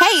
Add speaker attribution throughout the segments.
Speaker 1: Hey,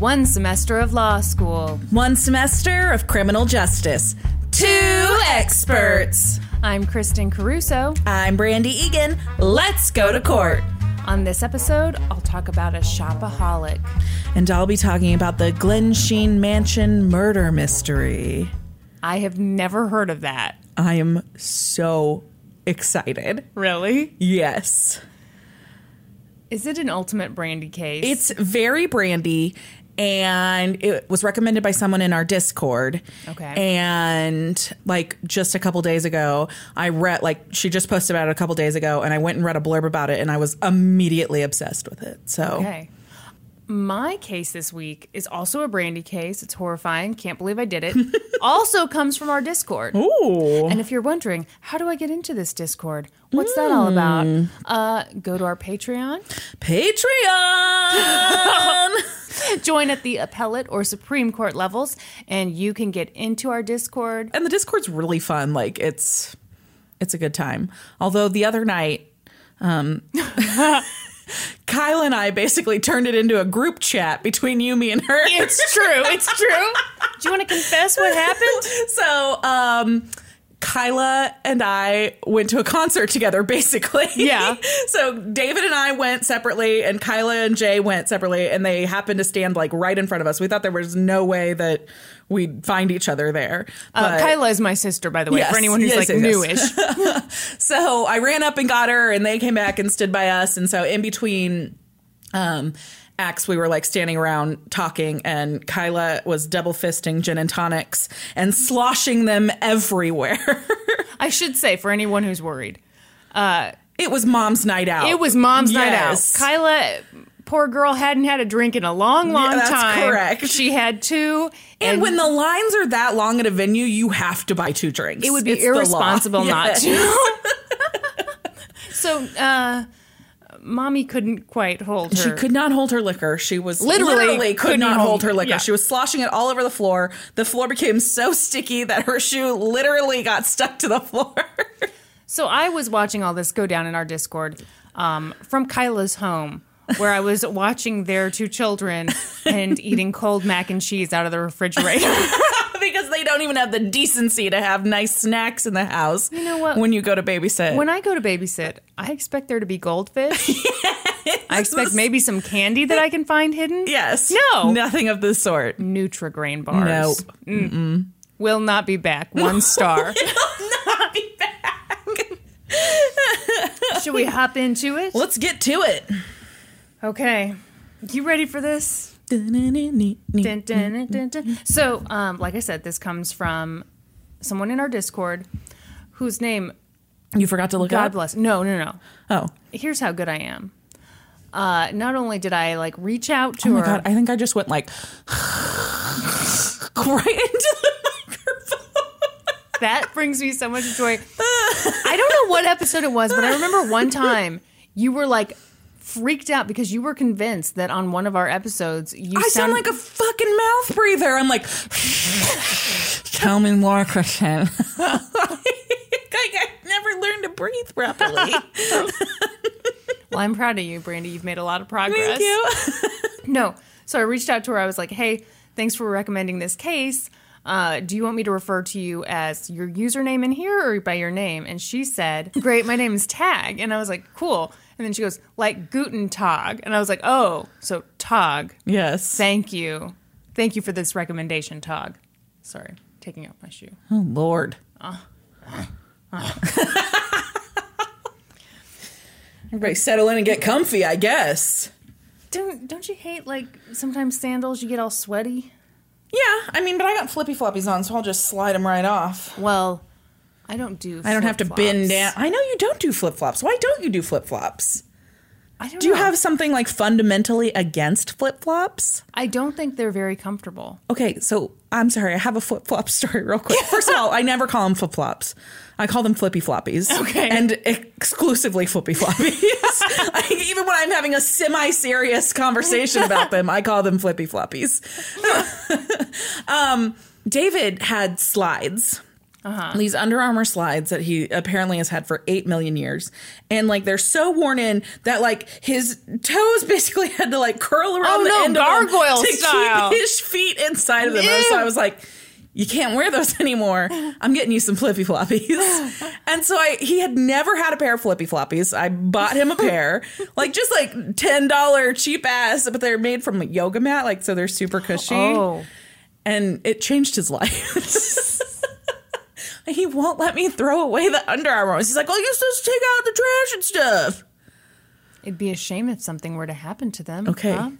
Speaker 2: One semester of law school.
Speaker 3: One semester of criminal justice. Two experts.
Speaker 2: I'm Kristen Caruso.
Speaker 3: I'm Brandy Egan. Let's go to court.
Speaker 2: On this episode, I'll talk about a shopaholic.
Speaker 3: And I'll be talking about the Glen Sheen Mansion murder mystery.
Speaker 2: I have never heard of that.
Speaker 3: I am so excited.
Speaker 2: Really?
Speaker 3: Yes.
Speaker 2: Is it an ultimate brandy case?
Speaker 3: It's very brandy and it was recommended by someone in our Discord.
Speaker 2: Okay.
Speaker 3: And like just a couple days ago, I read like she just posted about it a couple days ago and I went and read a blurb about it and I was immediately obsessed with it. So
Speaker 2: okay. My case this week is also a brandy case. It's horrifying. Can't believe I did it. also comes from our Discord.
Speaker 3: Ooh.
Speaker 2: And if you're wondering, how do I get into this Discord? What's that
Speaker 3: Hmm.
Speaker 2: all about? Uh, go to our Patreon,
Speaker 3: Patreon.
Speaker 2: join at the appellate or Supreme Court levels, and you can get into our Discord.
Speaker 3: and the Discord's really fun. Like it's it's a good time. Although the other night, um Kyle and I basically turned it into a group chat between you, me, and her.
Speaker 2: It's true. It's true. Do you want to confess what happened?
Speaker 3: so um Kyla and I went to a concert together, basically.
Speaker 2: Yeah.
Speaker 3: so David and I went separately, and Kyla and Jay went separately, and they happened to stand like right in front of us. We thought there was no way that we'd find each other there.
Speaker 2: Uh,
Speaker 3: but-
Speaker 2: Kyla is my sister, by the way,
Speaker 3: Yes,
Speaker 2: for anyone who's
Speaker 3: yes,
Speaker 2: like
Speaker 3: yes,
Speaker 2: newish.
Speaker 3: yes. So I ran up and got her, and they came back and stood by us. And so in between um, acts, we were like standing around talking, and Kyla was double fisting gin and tonics and sloshing them everywhere.
Speaker 2: I should say, for anyone who's worried, uh,
Speaker 3: it was mom's night out.
Speaker 2: it was mom's
Speaker 3: Oh, Yes.
Speaker 2: night out. Kyla, poor girl, hadn't had a drink in a long, long
Speaker 3: that's
Speaker 2: time.
Speaker 3: correct.
Speaker 2: She had two.
Speaker 3: And when the lines are that long at a venue, you have to buy two drinks.
Speaker 2: it would be
Speaker 3: It's the law.
Speaker 2: irresponsible not
Speaker 3: Yes.
Speaker 2: to. so, uh, mommy couldn't quite hold her.
Speaker 3: She could not hold her liquor. She was
Speaker 2: Literally
Speaker 3: literally, could
Speaker 2: couldn't
Speaker 3: not
Speaker 2: hold-
Speaker 3: hold her liquor.
Speaker 2: yeah.
Speaker 3: She was sloshing it all over the floor. The floor became so sticky that her shoe literally got stuck to the floor.
Speaker 2: So I was watching all this go down in our Discord um, from Kyla's home, where I was watching their two children and eating cold mac and cheese out of the refrigerator.
Speaker 3: because they don't even have the decency to have nice snacks in the house. You
Speaker 2: know what?
Speaker 3: When you go to babysit.
Speaker 2: when I go to babysit, I expect there to be goldfish. I expect maybe some candy that I can find hidden.
Speaker 3: yes.
Speaker 2: No.
Speaker 3: Nothing of the sort.
Speaker 2: Nutrigrain bars.
Speaker 3: Nope.
Speaker 2: No. Will not be back. One star. Should we hop into it?
Speaker 3: Let's get to it.
Speaker 2: Okay. You ready for this? Dun, dun, dun, dun, dun. So, um, like I said, this comes from someone in our Discord whose name,
Speaker 3: You forgot to look
Speaker 2: God
Speaker 3: up.
Speaker 2: bless. No, no, no.
Speaker 3: Oh.
Speaker 2: Here's how good I am. Uh, not only did I like reach out to
Speaker 3: Oh my
Speaker 2: her,
Speaker 3: god, I think I just went like right into the microphone.
Speaker 2: that brings me so much joy. I don't know what episode it was, but I remember one time you were like freaked out because you were convinced that on one of our episodes you
Speaker 3: I sound
Speaker 2: sounded-
Speaker 3: like a fucking mouth breather. I'm like, tell me more, Christian. like, I never learned to breathe properly.
Speaker 2: Well, I'm proud of you, Brandy. You've made a lot of progress.
Speaker 3: Thank you.
Speaker 2: No. So I reached out to her. I was like, hey, thanks for recommending this case. Uh, do you want me to refer to you as your username in here or by your name? And she said, great, my name is Tag. And I was like, cool. And then she goes, like Guten Tag. And I was like, oh, so Tag,
Speaker 3: Yes.
Speaker 2: thank you. Thank you for this recommendation, Tag. Sorry, taking off my shoe.
Speaker 3: Oh, Lord. Everybody settle in and get comfy, I guess.
Speaker 2: Don't, don't you hate, like, sometimes sandals, you get all sweaty?
Speaker 3: Yeah, I mean, but I got flippy floppies on, so I'll just slide them right off.
Speaker 2: Well, I don't do
Speaker 3: I don't have to bend
Speaker 2: flip-flops.
Speaker 3: down. I know you don't do flip flops. Why don't you do flip flops?
Speaker 2: I don't
Speaker 3: Do you
Speaker 2: know.
Speaker 3: have something like fundamentally against flip flops?
Speaker 2: I don't think they're very comfortable.
Speaker 3: Okay, so I'm sorry. I have a flip flop story real quick. First of all, I never call them flip flops. I call them flippy floppies.
Speaker 2: Okay.
Speaker 3: And exclusively flippy floppies. like, even when I'm having a semi serious conversation about them, I call them flippy floppies. um, David had slides.
Speaker 2: Uh-huh.
Speaker 3: These Under Armour slides that he apparently has had for eight million years, and like they're so worn in that like his toes basically had to like curl around
Speaker 2: Oh,
Speaker 3: the
Speaker 2: no,
Speaker 3: end of them
Speaker 2: gargoyle
Speaker 3: to keep
Speaker 2: style.
Speaker 3: his feet inside of them.
Speaker 2: Ew.
Speaker 3: So I was like, you can't wear those anymore. I'm getting you some flippy floppies. and so I he had never had a pair of flippy floppies. I bought him a pair. like just like $10 cheap ass, but they're made from a yoga mat, like so they're super cushy.
Speaker 2: Oh,
Speaker 3: And it changed his life. he won't let me throw away the Under Armour. ones. He's like, "Oh, well, you just take out the trash and stuff.
Speaker 2: it'd be a shame if something were to happen to them.
Speaker 3: Okay.
Speaker 2: huh?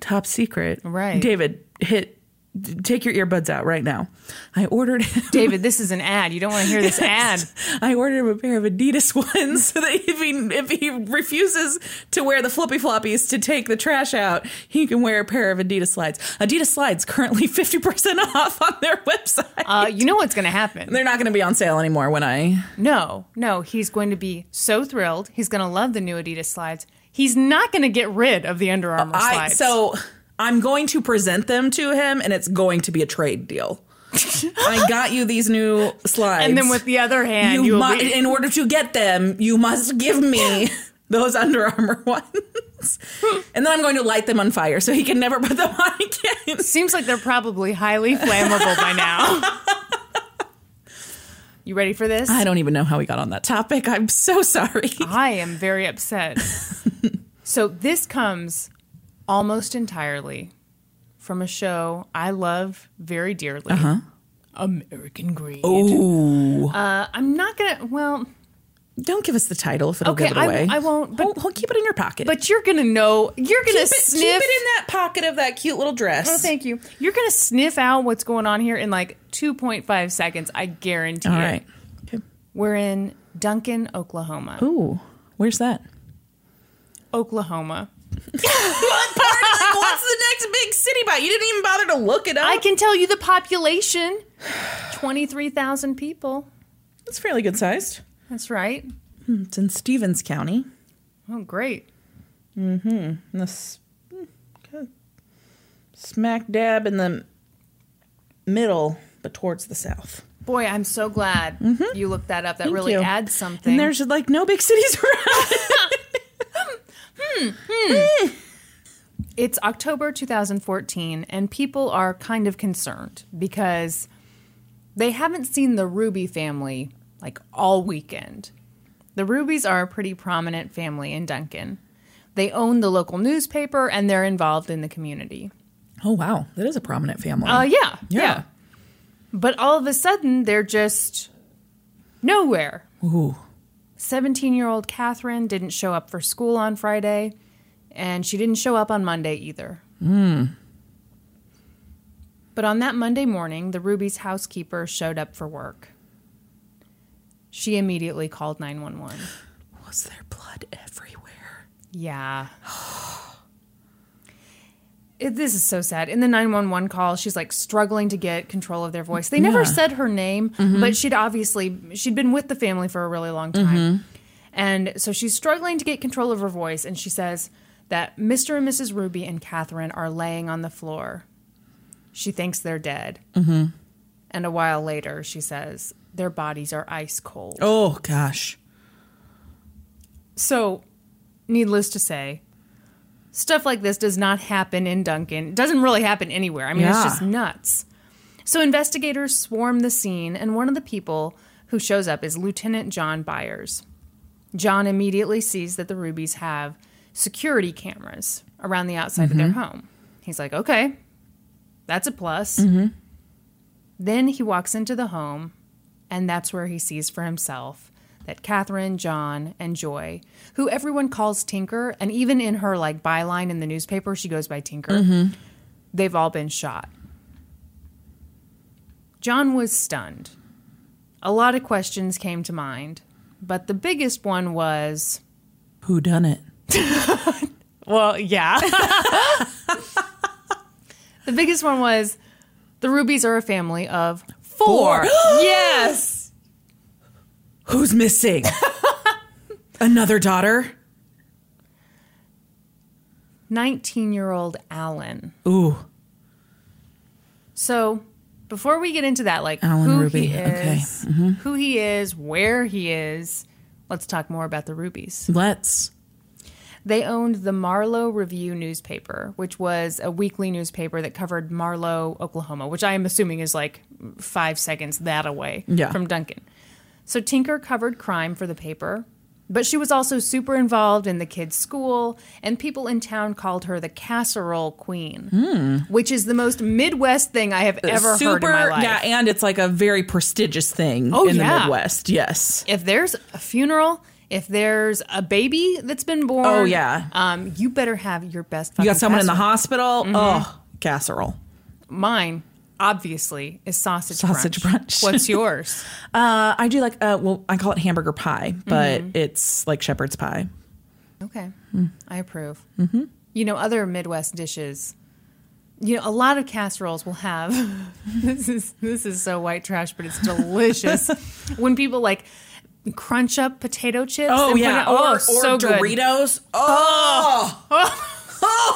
Speaker 3: Top secret.
Speaker 2: Right.
Speaker 3: David, hit d- take your earbuds out right now. I ordered him
Speaker 2: David, this is an ad. You don't want to hear this ad.
Speaker 3: I ordered him a pair of Adidas ones so that if he if he refuses to wear the flippy floppies to take the trash out, he can wear a pair of Adidas slides. Adidas slides currently 50% off on their website.
Speaker 2: Uh, you know what's going to happen.
Speaker 3: They're not going to be on sale anymore when I
Speaker 2: No, no, he's going to be so thrilled. He's going to love the new Adidas slides. He's not going to get rid of the Under Armour
Speaker 3: I
Speaker 2: slides.
Speaker 3: so I'm going to present them to him and it's going to be a trade deal. I got you these new slides.
Speaker 2: and then with the other hand,
Speaker 3: you
Speaker 2: you
Speaker 3: mu- in order to get them, you must give me those Under Armour ones. and then I'm going to light them on fire so he can never put them on again.
Speaker 2: Seems like they're probably highly flammable by now. you ready for this?
Speaker 3: I don't even know how we got on that topic. I'm so sorry.
Speaker 2: I am very upset. so this comes almost entirely from a show I love very dearly. American Greed.
Speaker 3: Uh-huh. Ooh.
Speaker 2: Uh, I'm not gonna. Well,
Speaker 3: Don't give us the title if it'll
Speaker 2: Okay,
Speaker 3: give it
Speaker 2: I-
Speaker 3: away.
Speaker 2: I won't, but-
Speaker 3: Hold- hold- keep it in your pocket.
Speaker 2: but you're gonna know. You're gonna
Speaker 3: keep it,
Speaker 2: sniff.
Speaker 3: keep it in that pocket of that cute little dress.
Speaker 2: Oh, thank you. You're gonna sniff out what's going on here in like 2.5 seconds. I guarantee.
Speaker 3: All
Speaker 2: it.
Speaker 3: right. Okay.
Speaker 2: We're in Duncan, Oklahoma.
Speaker 3: Ooh. Where's that?
Speaker 2: Oklahoma.
Speaker 3: What part? Like, what's the next big city by? You didn't even bother to look it up.
Speaker 2: I can tell you the population. 23,000 people.
Speaker 3: it's fairly good sized.
Speaker 2: That's right.
Speaker 3: It's in Stevens County.
Speaker 2: Oh, great.
Speaker 3: in the s- kinda hmm, smack dab in the middle, but towards the south.
Speaker 2: Boy, I'm so glad you looked that up. That really
Speaker 3: Mm-hmm. you.
Speaker 2: adds something.
Speaker 3: And there's like no big cities around.
Speaker 2: it's October 2014, and people are kind of concerned because they haven't seen the Ruby family like all weekend. The Rubies are a pretty prominent family in Duncan. They own the local newspaper and they're involved in the community.
Speaker 3: Oh wow, that is a prominent family.
Speaker 2: Uh, yeah,
Speaker 3: yeah.
Speaker 2: But all of a sudden, they're just nowhere.
Speaker 3: Ooh.
Speaker 2: 17 year old Catherine didn't show up for school on Friday, and she didn't show up on Monday either. But on that Monday morning, the Ruby's housekeeper showed up for work. She immediately called 911.
Speaker 3: Was there blood everywhere?
Speaker 2: Yeah. It- this is so sad. In the 911 call, she's like struggling to get control of their voice. They never said her name, but she'd obviously she'd been with the family for a really long time. And so she's struggling to get control of her voice and she says that Mr. and Mrs. Ruby and Catherine are laying on the floor. She thinks they're dead. And a while later, she says their bodies are ice cold.
Speaker 3: Oh gosh.
Speaker 2: So, needless to say, stuff like this does not happen in Duncan. It doesn't really happen anywhere. I mean, it's
Speaker 3: Yeah.
Speaker 2: just nuts. So, investigators swarm the scene, and one of the people who shows up is Lieutenant John Byers. John immediately sees that the Rubies have security cameras around the outside of their home. He's like, okay, that's a plus. Then he walks into the home, and that's where he sees for himself that Catherine, John, and Joy, who everyone calls Tinker, and even in her like byline in the newspaper, she goes by Tinker. They've all been shot. John was stunned. A lot of questions came to mind, but the biggest one was
Speaker 3: Who done it?
Speaker 4: Well, yeah.
Speaker 2: The biggest one was the Rubies are a family of four. yes.
Speaker 3: Who's missing? Another daughter?
Speaker 2: 19 year old Alan.
Speaker 3: Ooh,
Speaker 2: So before we get into that, like
Speaker 3: Alan
Speaker 2: who
Speaker 3: Ruby,
Speaker 2: he
Speaker 3: okay. Mm-hmm.
Speaker 2: is, who he is, where he is, let's talk more about the Rubies.
Speaker 3: let's.
Speaker 2: They owned the Marlowe Review newspaper, which was a weekly newspaper that covered Marlowe, Oklahoma, which I am assuming is like five seconds that away
Speaker 3: Yeah.
Speaker 2: from Duncan. So Tinker covered crime for the paper, but she was also super involved in the kids' school, and people in town called her the casserole queen, which is the most Midwest thing I have ever heard in my life.
Speaker 3: Hmm. yeah, and it's like a very prestigious thing
Speaker 2: Oh,
Speaker 3: in the
Speaker 2: yeah.
Speaker 3: Midwest. Yes.
Speaker 2: if there's a funeral, if there's a baby that's been born,
Speaker 3: Oh, yeah.
Speaker 2: um, you better have your best.
Speaker 3: You got
Speaker 2: fucking
Speaker 3: someone in the
Speaker 2: casserole.
Speaker 3: hospital? Oh, casserole.
Speaker 2: Mine, obviously, is sausage
Speaker 3: Sausage brunch.
Speaker 2: What's yours?
Speaker 3: Uh, I do like, uh, well, I call it hamburger pie, but it's like shepherd's pie.
Speaker 2: Okay,
Speaker 3: Hmm.
Speaker 2: I approve. Mm-hmm. You know, other Midwest dishes. You know, a lot of casseroles will have. this is this is so white trash, but it's delicious. when people like crunch up potato chips. and put it- oh, so good.
Speaker 3: Doritos. Oh,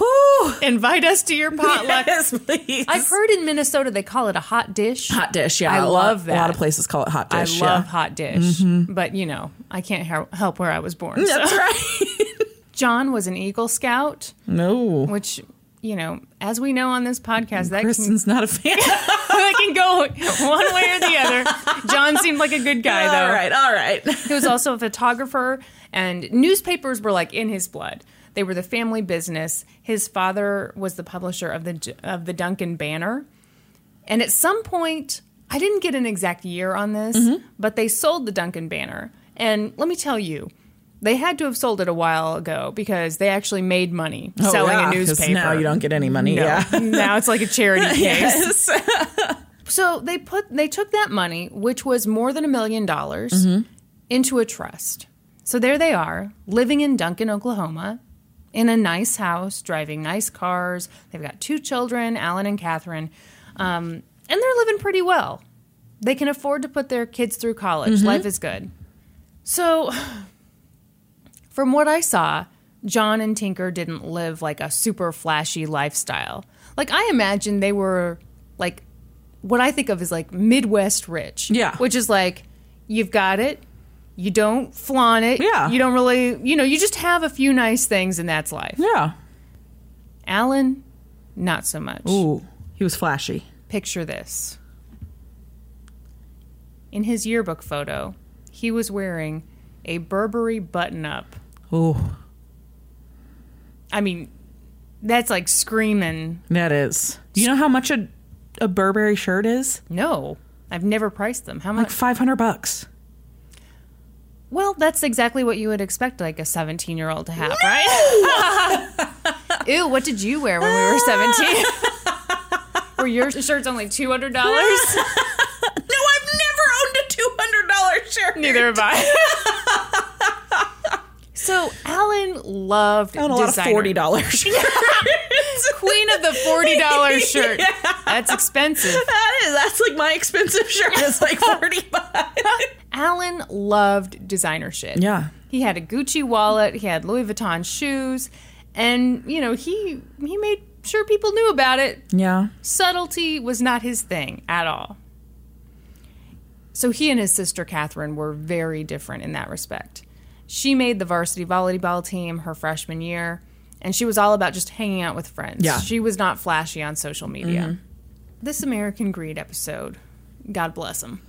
Speaker 3: oh.
Speaker 2: Invite us to your potluck.
Speaker 3: yes, please.
Speaker 2: I've heard in Minnesota they call it a hot dish.
Speaker 3: hot dish. Yeah,
Speaker 2: I
Speaker 3: a lot-
Speaker 2: love that.
Speaker 3: A lot of places call it hot
Speaker 2: I
Speaker 3: dish.
Speaker 2: love
Speaker 3: yeah. Mm-hmm.
Speaker 2: hot dish, but you know I can't he- help where I was born. so.
Speaker 3: That's right.
Speaker 2: John was an Eagle Scout,
Speaker 3: No,
Speaker 2: which you know, as we know on this podcast, that can,
Speaker 3: Kristen's not a fan.
Speaker 2: that can go one way or the other. John seemed like a good guy, though.
Speaker 3: all right, all right.
Speaker 2: He was also a photographer, and newspapers were like in his blood. They were the family business. His father was the publisher of the of the Duncan Banner, and at some point, I didn't get an exact year on this,
Speaker 3: Mm-hmm.
Speaker 2: but they sold the Duncan Banner. And let me tell you, they had to have sold it a while ago because they actually made money
Speaker 3: Oh,
Speaker 2: selling
Speaker 3: yeah,
Speaker 2: a
Speaker 3: 'cause
Speaker 2: newspaper.
Speaker 3: Now you don't get any money.
Speaker 2: No.
Speaker 3: Yeah.
Speaker 2: now it's like a charity case. so they put they took that money, which was more than a million dollars, into a trust. So there they are, living in Duncan, Oklahoma, in a nice house, driving nice cars. They've got two children, Alan and Catherine, um, and they're living pretty well. They can afford to put their kids through college.
Speaker 3: Mm-hmm.
Speaker 2: Life is good. So, from what I saw, John and Tinker didn't live like a super flashy lifestyle. Like, I imagine they were like what I think of as like Midwest rich.
Speaker 3: Yeah.
Speaker 2: Which is like, you've got it, you don't flaunt it.
Speaker 3: Yeah.
Speaker 2: You don't really, you know, you just have a few nice things and that's life.
Speaker 3: Yeah.
Speaker 2: Alan, not so much.
Speaker 3: Ooh, he was flashy.
Speaker 2: Picture this. In his yearbook photo, he was wearing a Burberry button up.
Speaker 3: Ooh,
Speaker 2: I mean, that's like screaming.
Speaker 3: that is. Do you know how much a a Burberry shirt is?
Speaker 2: No, I've never priced them. How
Speaker 3: Like
Speaker 2: much?
Speaker 3: five hundred bucks.
Speaker 2: well, that's exactly what you would expect, like a seventeen-year-old to have, right? Ew! What did you wear when we were seventeen? were your shirts only two hundred dollars?
Speaker 3: No, I've never owned a two hundred dollar shirt.
Speaker 2: Neither have I. so Alan loved
Speaker 3: I own a lot
Speaker 2: designer.
Speaker 3: of forty dollar shirts.
Speaker 2: Queen of the forty dollars shirt. That's expensive.
Speaker 3: That is. That's like my expensive shirt. It's like forty bucks.
Speaker 2: Alan loved designer shit.
Speaker 3: Yeah.
Speaker 2: He had a Gucci wallet, he had Louis Vuitton shoes, and you know, he he made sure people knew about it.
Speaker 3: Yeah.
Speaker 2: Subtlety was not his thing at all. So he and his sister Catherine were very different in that respect. She made the varsity volleyball team her freshman year, and she was all about just hanging out with friends.
Speaker 3: Yeah.
Speaker 2: She was not flashy on social media. This American Greed episode, God bless him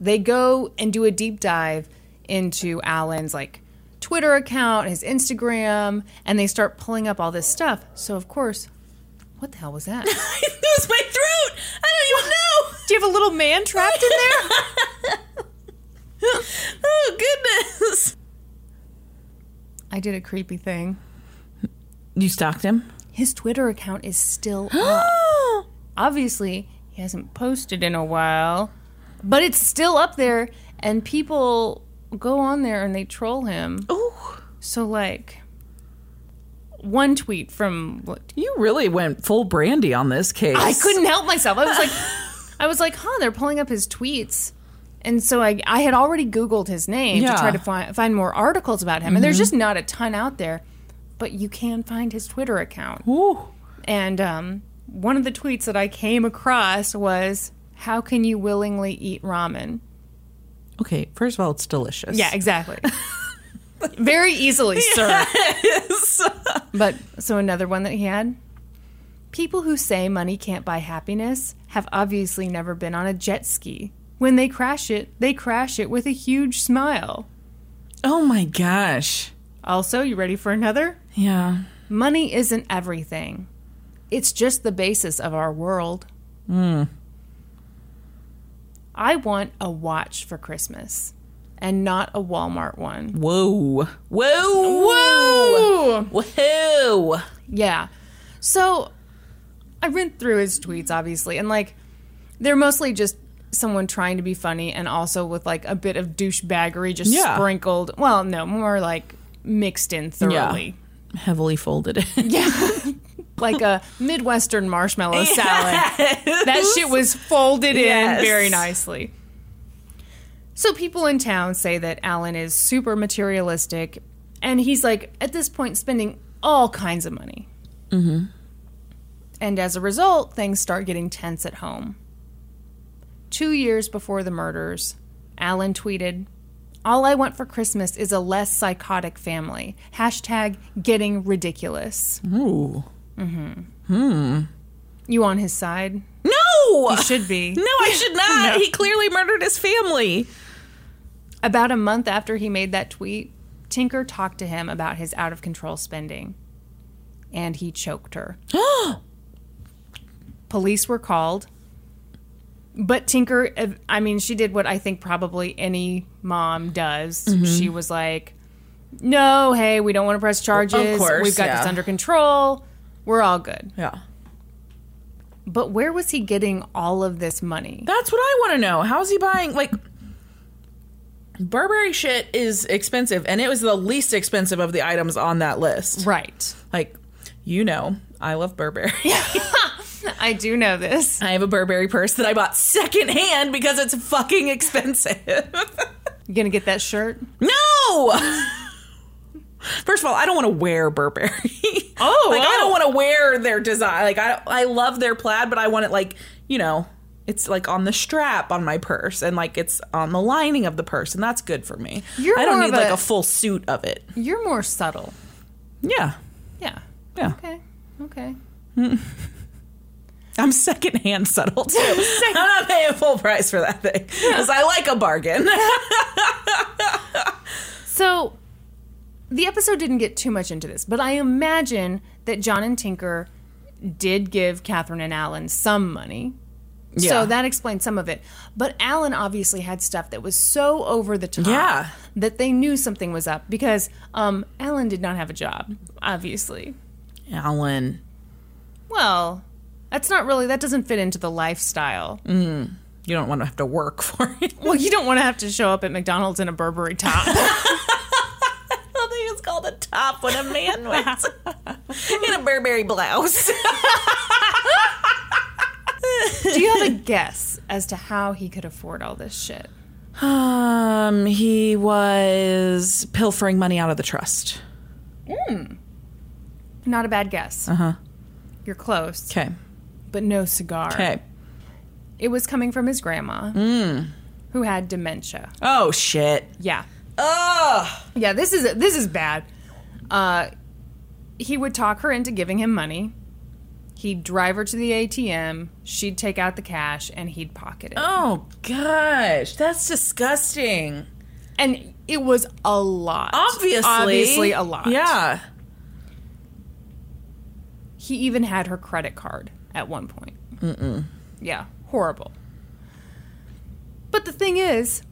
Speaker 2: they go and do a deep dive into Alan's like Twitter account, his Instagram, and they start pulling up all this stuff. So of course, what the hell was that? Do
Speaker 3: It was my throat. I don't even know.
Speaker 2: you have a little man trapped in there?
Speaker 3: Oh goodness.
Speaker 2: I did a creepy thing.
Speaker 3: You stalked him.
Speaker 2: His Twitter account is still up. Obviously, he hasn't posted in a while, but it's still up there and people go on there and they troll him.
Speaker 3: oh.
Speaker 2: So like one tweet from
Speaker 3: You really went full brandy on this case.
Speaker 2: I couldn't help myself. I was like, I was like, huh, they're pulling up his tweets. And so I, I had already Googled his name
Speaker 3: Yeah. Mm-hmm.
Speaker 2: to try to find, find more articles about him. And there's just not a ton out there, but you can find his Twitter account.
Speaker 3: Ooh.
Speaker 2: And um, one of the tweets that I came across was, How can you willingly eat ramen?
Speaker 3: Okay, first of all, it's delicious.
Speaker 2: Yeah, exactly. Very easily, sir. but so another one that he had. People who say money can't buy happiness have obviously never been on a jet ski. When they crash it, they crash it with a huge smile.
Speaker 3: Oh my gosh.
Speaker 2: Also, you ready for another?
Speaker 3: Yeah.
Speaker 2: Money isn't everything. It's just the basis of our world. I want a watch for Christmas and not a Walmart one.
Speaker 3: Whoa. Whoa. Whoa. Whoa.
Speaker 2: Yeah. So I went through his tweets, obviously, and like they're mostly just someone trying to be funny and also with like a bit of douchebaggery just
Speaker 3: Yeah.
Speaker 2: sprinkled. Well, no, more like mixed in thoroughly.
Speaker 3: Heavily folded.
Speaker 2: Like a Midwestern marshmallow salad. That shit was folded
Speaker 3: Yes.
Speaker 2: in very nicely. So people in town say that Alan is super materialistic and he's like at this point spending all kinds of money. And as a result, things start getting tense at home. Two years before the murders, Alan tweeted, All I want for Christmas is a less psychotic family. Hashtag getting ridiculous. Ooh. Mm-hmm. Hmm. You on his side?
Speaker 3: no.
Speaker 2: You should be.
Speaker 3: No, I should not. He clearly murdered his family.
Speaker 2: About a month after he made that tweet, Tinker talked to him about his out of control spending. And he choked her. Police were called. But Tinker, ev- I mean, she did what I think probably any mom does.
Speaker 3: Mm-hmm.
Speaker 2: She was like, no, hey, we don't want to press charges.
Speaker 3: course,
Speaker 2: We've got
Speaker 3: yeah.
Speaker 2: this under control. We're all good.
Speaker 3: Yeah.
Speaker 2: But where was he getting all of this money?
Speaker 3: That's what I want to know. How's he buying like Burberry shit is expensive and it was the least expensive of the items on that list.
Speaker 2: Right.
Speaker 3: Like, you know, I love Burberry.
Speaker 2: I do know this.
Speaker 3: I have a Burberry purse that I bought secondhand because it's fucking expensive.
Speaker 2: You gonna get that shirt?
Speaker 3: no. First of all, I don't want to wear Burberry.
Speaker 2: Oh,
Speaker 3: like I
Speaker 2: oh.
Speaker 3: don't want to wear their design. Like I, I love their plaid, but I want it like you know, it's like on the strap on my purse, and like it's on the lining of the purse, and that's good for me.
Speaker 2: You're
Speaker 3: I don't
Speaker 2: more
Speaker 3: need
Speaker 2: of
Speaker 3: like
Speaker 2: a-
Speaker 3: a full suit of it.
Speaker 2: You're more subtle.
Speaker 3: Yeah,
Speaker 2: Yeah.
Speaker 3: yeah.
Speaker 2: Okay. Okay.
Speaker 3: I'm secondhand subtle too. I'm not paying full price for that thing because I like a bargain.
Speaker 2: So the episode didn't get too much into this, but I imagine that John and Tinker did give Catherine and Alan some money.
Speaker 3: Yeah.
Speaker 2: So that explains some of it. But Alan obviously had stuff that was so over the top
Speaker 3: Yeah.
Speaker 2: that they knew something was up because um, Alan did not have a job, obviously.
Speaker 3: Alan.
Speaker 2: Well, that's not really, that doesn't fit into the lifestyle.
Speaker 3: Mm. You don't want to have to work for it.
Speaker 2: Well, you don't want to have to show up at McDonald's in a Burberry top.
Speaker 3: I think it's called a top when a man wears in a Burberry blouse.
Speaker 2: Do you have a guess as to how he could afford all this shit?
Speaker 3: Um, he was pilfering money out of the trust.
Speaker 2: Not a bad guess. Uh huh. You're close,
Speaker 3: Uh-huh. Okay.
Speaker 2: but no cigar.
Speaker 3: Okay. Mm.
Speaker 2: It was coming from his grandma, who had dementia.
Speaker 3: Oh shit.
Speaker 2: Yeah,
Speaker 3: Ugh.
Speaker 2: yeah. This is this is bad. Uh, he would talk her into giving him money. He'd drive her to the ATM. She'd take out the cash, and he'd pocket it.
Speaker 3: Oh gosh, that's disgusting.
Speaker 2: And it was a lot.
Speaker 3: Obviously,
Speaker 2: obviously a lot.
Speaker 3: Yeah.
Speaker 2: He even had her credit card at one point. Mm-mm. Yeah, horrible. But the thing is,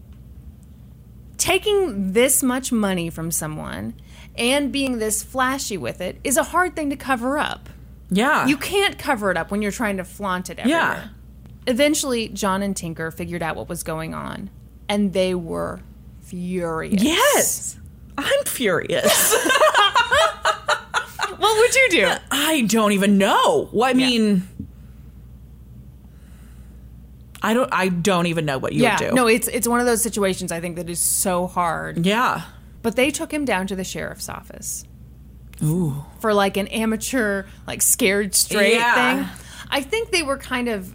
Speaker 2: taking this much money from someone and being this flashy with it is a hard thing to cover up.
Speaker 3: Yeah.
Speaker 2: You can't cover it up when you're trying to flaunt it everywhere.
Speaker 3: Ah. yeah.
Speaker 2: Eventually, John and Tinker figured out what was going on, and they were furious.
Speaker 3: Yes. I'm furious.
Speaker 2: What would you do?
Speaker 3: I don't even know. Well, I mean, I don't. I don't even know what you
Speaker 2: Yeah,
Speaker 3: would do.
Speaker 2: no, it's it's one of those situations I think that is so hard.
Speaker 3: Yeah.
Speaker 2: But they took him down to the sheriff's office. Ooh. For like an amateur, like scared straight
Speaker 3: Yeah.
Speaker 2: thing. I think they were kind of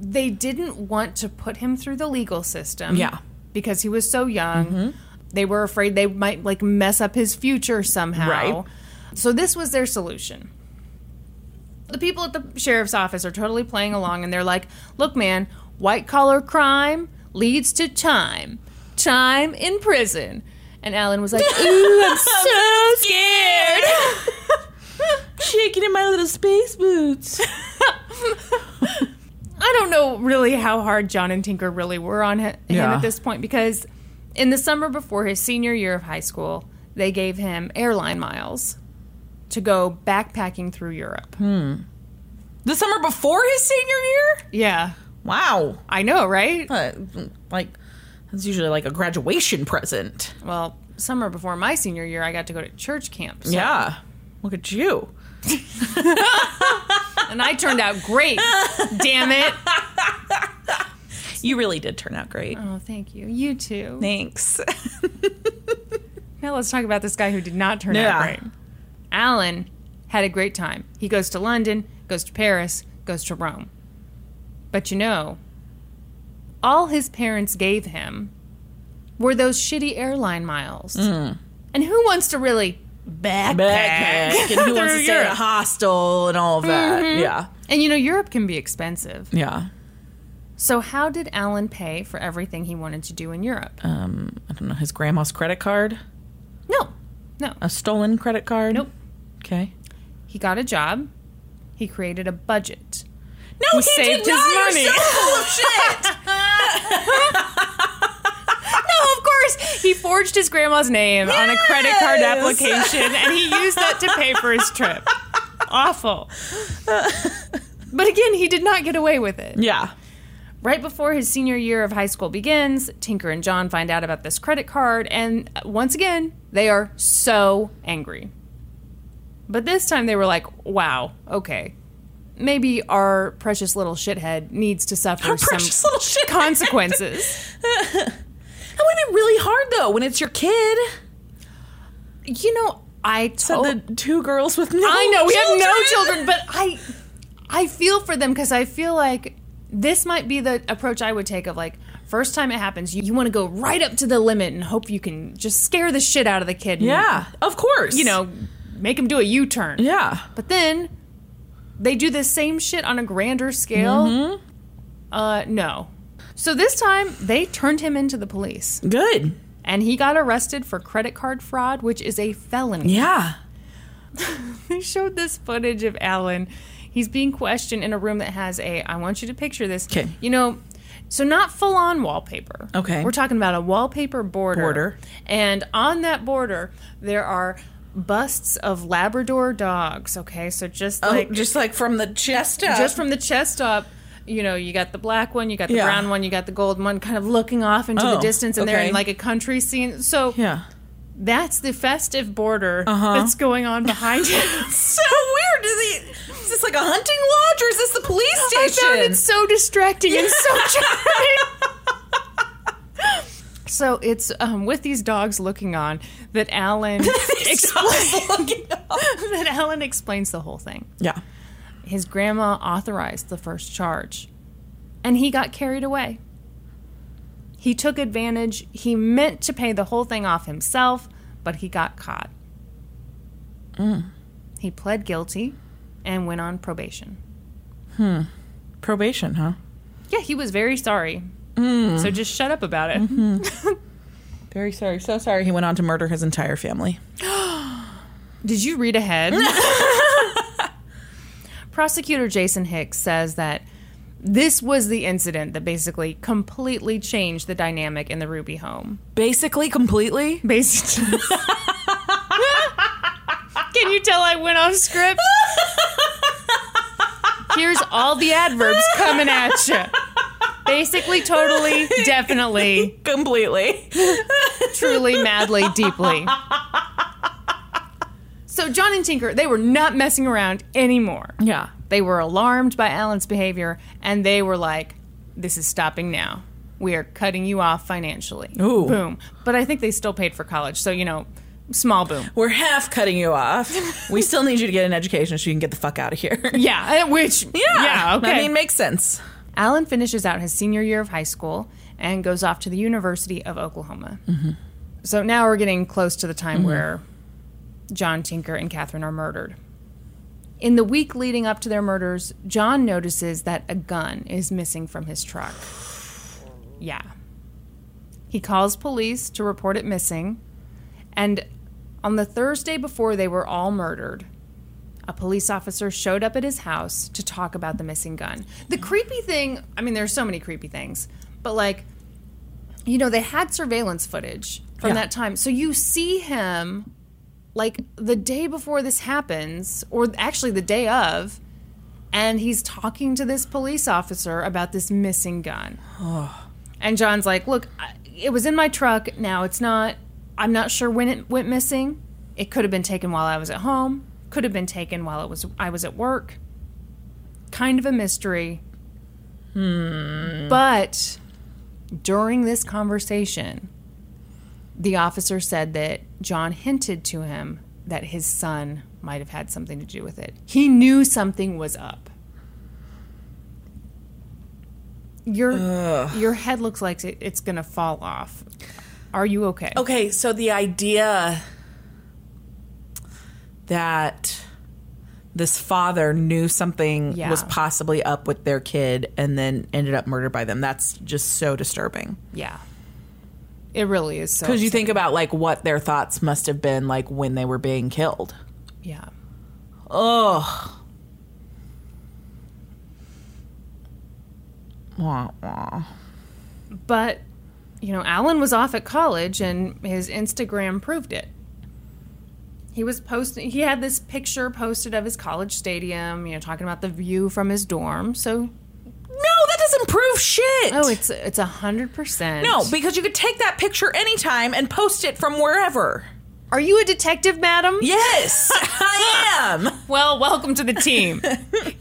Speaker 2: they didn't want to put him through the legal system.
Speaker 3: Yeah. Mm-hmm.
Speaker 2: Because he was so young. They were afraid they might like mess up his future somehow.
Speaker 3: Right.
Speaker 2: So this was their solution. The people at the sheriff's office are totally playing along and they're like, look, man, white collar crime leads to time. Time in prison. And Alan was like, ooh, I'm so scared.
Speaker 3: Shaking in my little space boots.
Speaker 2: I don't know really how hard John and Tinker really were on hi- him
Speaker 3: Yeah.
Speaker 2: at this point because in the summer before his senior year of high school, they gave him airline miles to go backpacking through Europe.
Speaker 3: The summer before his senior year.
Speaker 2: Yeah.
Speaker 3: Wow.
Speaker 2: I know, right?
Speaker 3: Uh, like that's usually like a graduation present.
Speaker 2: Well, summer before my senior year, I got to go to church camp. so-
Speaker 3: Yeah. Look at you.
Speaker 2: And I turned out great. Damn it.
Speaker 3: You really did turn out great.
Speaker 2: Oh, thank you. You too.
Speaker 3: Thanks.
Speaker 2: Now let's talk about this guy who did not turn out
Speaker 3: Yeah.
Speaker 2: great. Alan had a great time. He goes to London, goes to Paris, goes to Rome. But you know, all his parents gave him were those shitty airline miles. And who wants to really backpack?
Speaker 3: Backpack and who wants
Speaker 2: Through
Speaker 3: to stay at a
Speaker 2: Europe.
Speaker 3: hostel and all of that. Yeah.
Speaker 2: And you know, Europe can be expensive.
Speaker 3: Yeah.
Speaker 2: So, how did Alan pay for everything he wanted to do in Europe?
Speaker 3: Um, I don't know his grandma's credit card,
Speaker 2: no, no.
Speaker 3: a stolen credit card.
Speaker 2: Nope.
Speaker 3: Okay.
Speaker 2: He got a job, he created a budget.
Speaker 3: No, he,
Speaker 2: saved
Speaker 3: did
Speaker 2: his
Speaker 3: not.
Speaker 2: money.
Speaker 3: You're so full of shit.
Speaker 2: Oh, of course. He forged his grandma's name on a credit card
Speaker 3: Yes.
Speaker 2: application and he used that to pay for his trip. Awful. But again, he did not get away with it.
Speaker 3: yeah.
Speaker 2: Right before his senior year of high school begins, Tinker and John find out about this credit card, and uh, once again, they are so angry. But this time they were like, wow, okay. Maybe our precious little shithead needs to suffer
Speaker 3: Our
Speaker 2: some
Speaker 3: precious little shit.
Speaker 2: consequences.
Speaker 3: That would be really hard though when it's your kid.
Speaker 2: you know, I
Speaker 3: Said
Speaker 2: told
Speaker 3: the two girls with no.
Speaker 2: I know we
Speaker 3: children.
Speaker 2: have no children, but I I feel for them because I feel like this might be the approach I would take of like first time it happens, you, you want to go right up to the limit and hope you can just scare the shit out of the kid. And,
Speaker 3: Yeah, of course.
Speaker 2: you know, make him do a U turn.
Speaker 3: Yeah.
Speaker 2: But then they do the same shit on a grander scale.
Speaker 3: Mm-hmm.
Speaker 2: Uh, no. So this time they turned him into the police,
Speaker 3: Good.
Speaker 2: and he got arrested for credit card fraud, which is a felony.
Speaker 3: Yeah.
Speaker 2: they showed this footage of Alan. He's being questioned in a room that has a. I want you to picture this.
Speaker 3: 'Kay.
Speaker 2: You know, so not full on wallpaper.
Speaker 3: Okay.
Speaker 2: We're talking about a wallpaper border.
Speaker 3: Border.
Speaker 2: And on that border, there are busts of Labrador dogs. Okay, so just like
Speaker 3: oh, just like from the chest up.
Speaker 2: just from the chest up. You know, you got the black one, you got the
Speaker 3: Yeah.
Speaker 2: brown one, you got the gold one, kind of looking off into the
Speaker 3: Oh,
Speaker 2: distance, and they're
Speaker 3: okay.
Speaker 2: in like a country scene. So
Speaker 3: yeah. Uh-huh.
Speaker 2: that's the festive border that's going on behind you.
Speaker 3: So weird. Is, he, is this like a hunting lodge or is this the police station?
Speaker 2: I found it so distracting and so jarring. so it's um, with these dogs looking on that Alan explains that Alan explains the whole thing.
Speaker 3: yeah.
Speaker 2: His grandma authorized the first charge, and he got carried away. He took advantage. He meant to pay the whole thing off himself, but he got caught. Mm. He pled guilty and went on probation.
Speaker 3: Probation, huh?
Speaker 2: Yeah, he was very sorry. So just shut up about it.
Speaker 3: Very sorry. So sorry. He went on to murder his entire family.
Speaker 2: Did you read ahead? Prosecutor Jason Hicks says that this was the incident that basically completely changed the dynamic in the Ruby home.
Speaker 3: Basically, completely.
Speaker 2: Basically. Can you tell I went off script? Here's all the adverbs coming at you. Basically, totally, definitely.
Speaker 3: Completely.
Speaker 2: truly, madly, deeply. So John and Tinker, they were not messing around anymore.
Speaker 3: Yeah.
Speaker 2: They were alarmed by Alan's behavior and they were like, this is stopping now. We are cutting you off financially.
Speaker 3: Ooh.
Speaker 2: Boom. But I think they still paid for college. So, you know, small boom.
Speaker 3: We're half cutting you off. We still need you to get an education so you can get the fuck out of here.
Speaker 2: Yeah. eh, Which, yeah. okay.
Speaker 3: I mean, makes sense.
Speaker 2: Alan finishes out his senior year of high school and goes off to the University of Oklahoma. So now we're getting close to the time where John Tinker and Catherine are murdered. In the week leading up to their murders, John notices that a gun is missing from his truck. Yeah. He calls police to report it missing, and on the Thursday before they were all murdered, a police officer showed up at his house to talk about the missing gun. The creepy thing, I mean, there's so many creepy things, but like, you know, they had surveillance footage from
Speaker 3: Yeah.
Speaker 2: that time. So you see him like the day before this happens, or actually the day of, and he's talking to this police officer about this missing gun. And John's like, "Look, I- it was in my truck. Now it's not. I'm not sure when it went missing. It could have been taken while I was at home. Could have been taken while it was I was at work. Kind of a mystery. Hmm. But during this conversation, the officer said that John hinted to him that his son might have had something to do with it. He knew something was up. Your your head looks like it- it's gonna fall off. Are you okay?
Speaker 3: Okay, so the idea that this father knew something
Speaker 2: Yeah.
Speaker 3: was possibly up with their kid and then ended up murdered by them, that's just so disturbing.
Speaker 2: Yeah, it really is. So
Speaker 3: Because you think about like what their thoughts must have been like when they were being killed.
Speaker 2: upsetting. yeah,
Speaker 3: Ugh. Wah, wah.
Speaker 2: but you know, Alan was off at college, and his Instagram proved it. He was posting. He had this picture posted of his college stadium. You know, talking about the view from his dorm. So,
Speaker 3: No, that doesn't prove shit.
Speaker 2: oh, it's it's a hundred percent.
Speaker 3: no, because you could take that picture anytime and post it from wherever.
Speaker 2: are you a detective, madam?
Speaker 3: Yes, I am.
Speaker 2: Well, welcome to the team.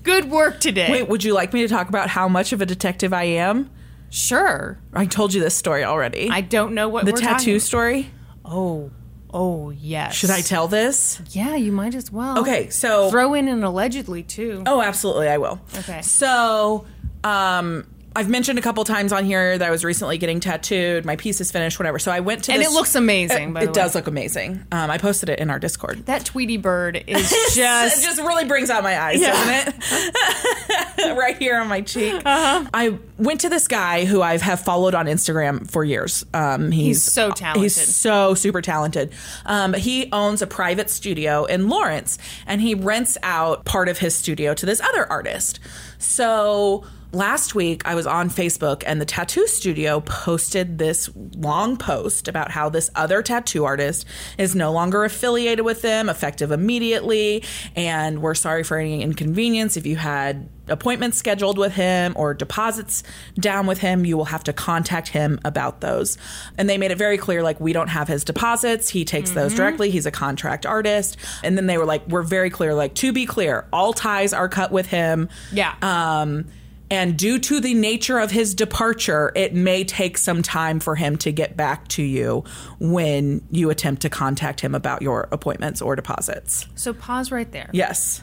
Speaker 2: Good work today.
Speaker 3: Wait, would you like me to talk about how much of a detective I am?
Speaker 2: sure.
Speaker 3: I told you this story already.
Speaker 2: I don't know what
Speaker 3: the
Speaker 2: we're
Speaker 3: tattoo
Speaker 2: talking-
Speaker 3: story.
Speaker 2: Oh, oh yes.
Speaker 3: Should I tell this?
Speaker 2: Yeah, you might as well.
Speaker 3: Okay, so
Speaker 2: Throw in an allegedly too.
Speaker 3: Oh, absolutely, I will.
Speaker 2: Okay.
Speaker 3: So, um, I've mentioned a couple times on here that I was recently getting tattooed. My piece is finished, whatever. So I went to
Speaker 2: And
Speaker 3: this-
Speaker 2: it looks amazing,
Speaker 3: It,
Speaker 2: by
Speaker 3: it
Speaker 2: the way.
Speaker 3: does look amazing. Um, I posted it in our Discord.
Speaker 2: That Tweety Bird is just
Speaker 3: it just really brings out my eyes, doesn't it? right here on my cheek. I went to this guy who I have followed on Instagram for years. Um, he's,
Speaker 2: He's so talented.
Speaker 3: He's so super talented. Um, but he owns a private studio in Lawrence, and he rents out part of his studio to this other artist. So. Last week, I was on Facebook and the tattoo studio posted this long post about how this other tattoo artist is no longer affiliated with them, effective immediately. And we're sorry for any inconvenience. If you had appointments scheduled with him or deposits down with him, you will have to contact him about those. And they made it very clear like, we don't have his deposits. He takes those directly. He's a contract artist. And then they were like, we're very clear, like, to be clear, all ties are cut with him.
Speaker 2: Yeah.
Speaker 3: Um, and due to the nature of his departure, it may take some time for him to get back to you when you attempt to contact him about your appointments or deposits.
Speaker 2: so pause right there.
Speaker 3: Yes.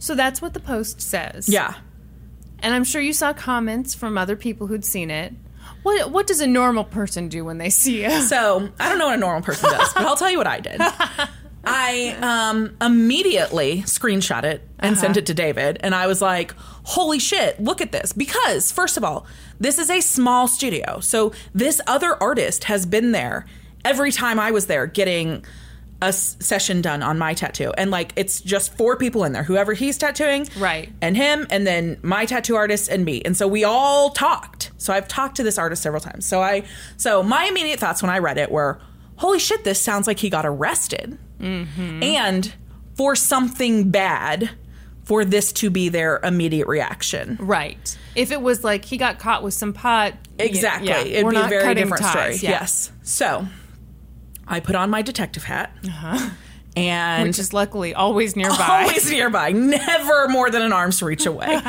Speaker 2: So that's what the post says.
Speaker 3: Yeah.
Speaker 2: And I'm sure you saw comments from other people who'd seen it. What what does a normal person do when they see it?
Speaker 3: So I don't know what a normal person does, but I'll tell you what I did. I um, immediately screenshot it and sent it to David, and I was like, "Holy shit! Look at this!" Because first of all, this is a small studio, so this other artist has been there every time I was there getting a s- session done on my tattoo, and like it's just four people in there, whoever he's tattooing,
Speaker 2: Right.
Speaker 3: and him, and then my tattoo artist and me. And so we all talked. So I've talked to this artist several times. So I, so my immediate thoughts when I read it were, "Holy shit! This sounds like he got arrested, and for something bad, for this to be their immediate reaction."
Speaker 2: Right. If it was like he got caught with some pot, y-
Speaker 3: Exactly,
Speaker 2: yeah,
Speaker 3: it'd
Speaker 2: we're
Speaker 3: be a
Speaker 2: not
Speaker 3: very
Speaker 2: cutting
Speaker 3: different
Speaker 2: ties.
Speaker 3: story.
Speaker 2: Yeah.
Speaker 3: Yes. So I put on my detective hat.
Speaker 2: Uh-huh.
Speaker 3: And
Speaker 2: which is luckily always nearby.
Speaker 3: always nearby, never more than an arm's reach away.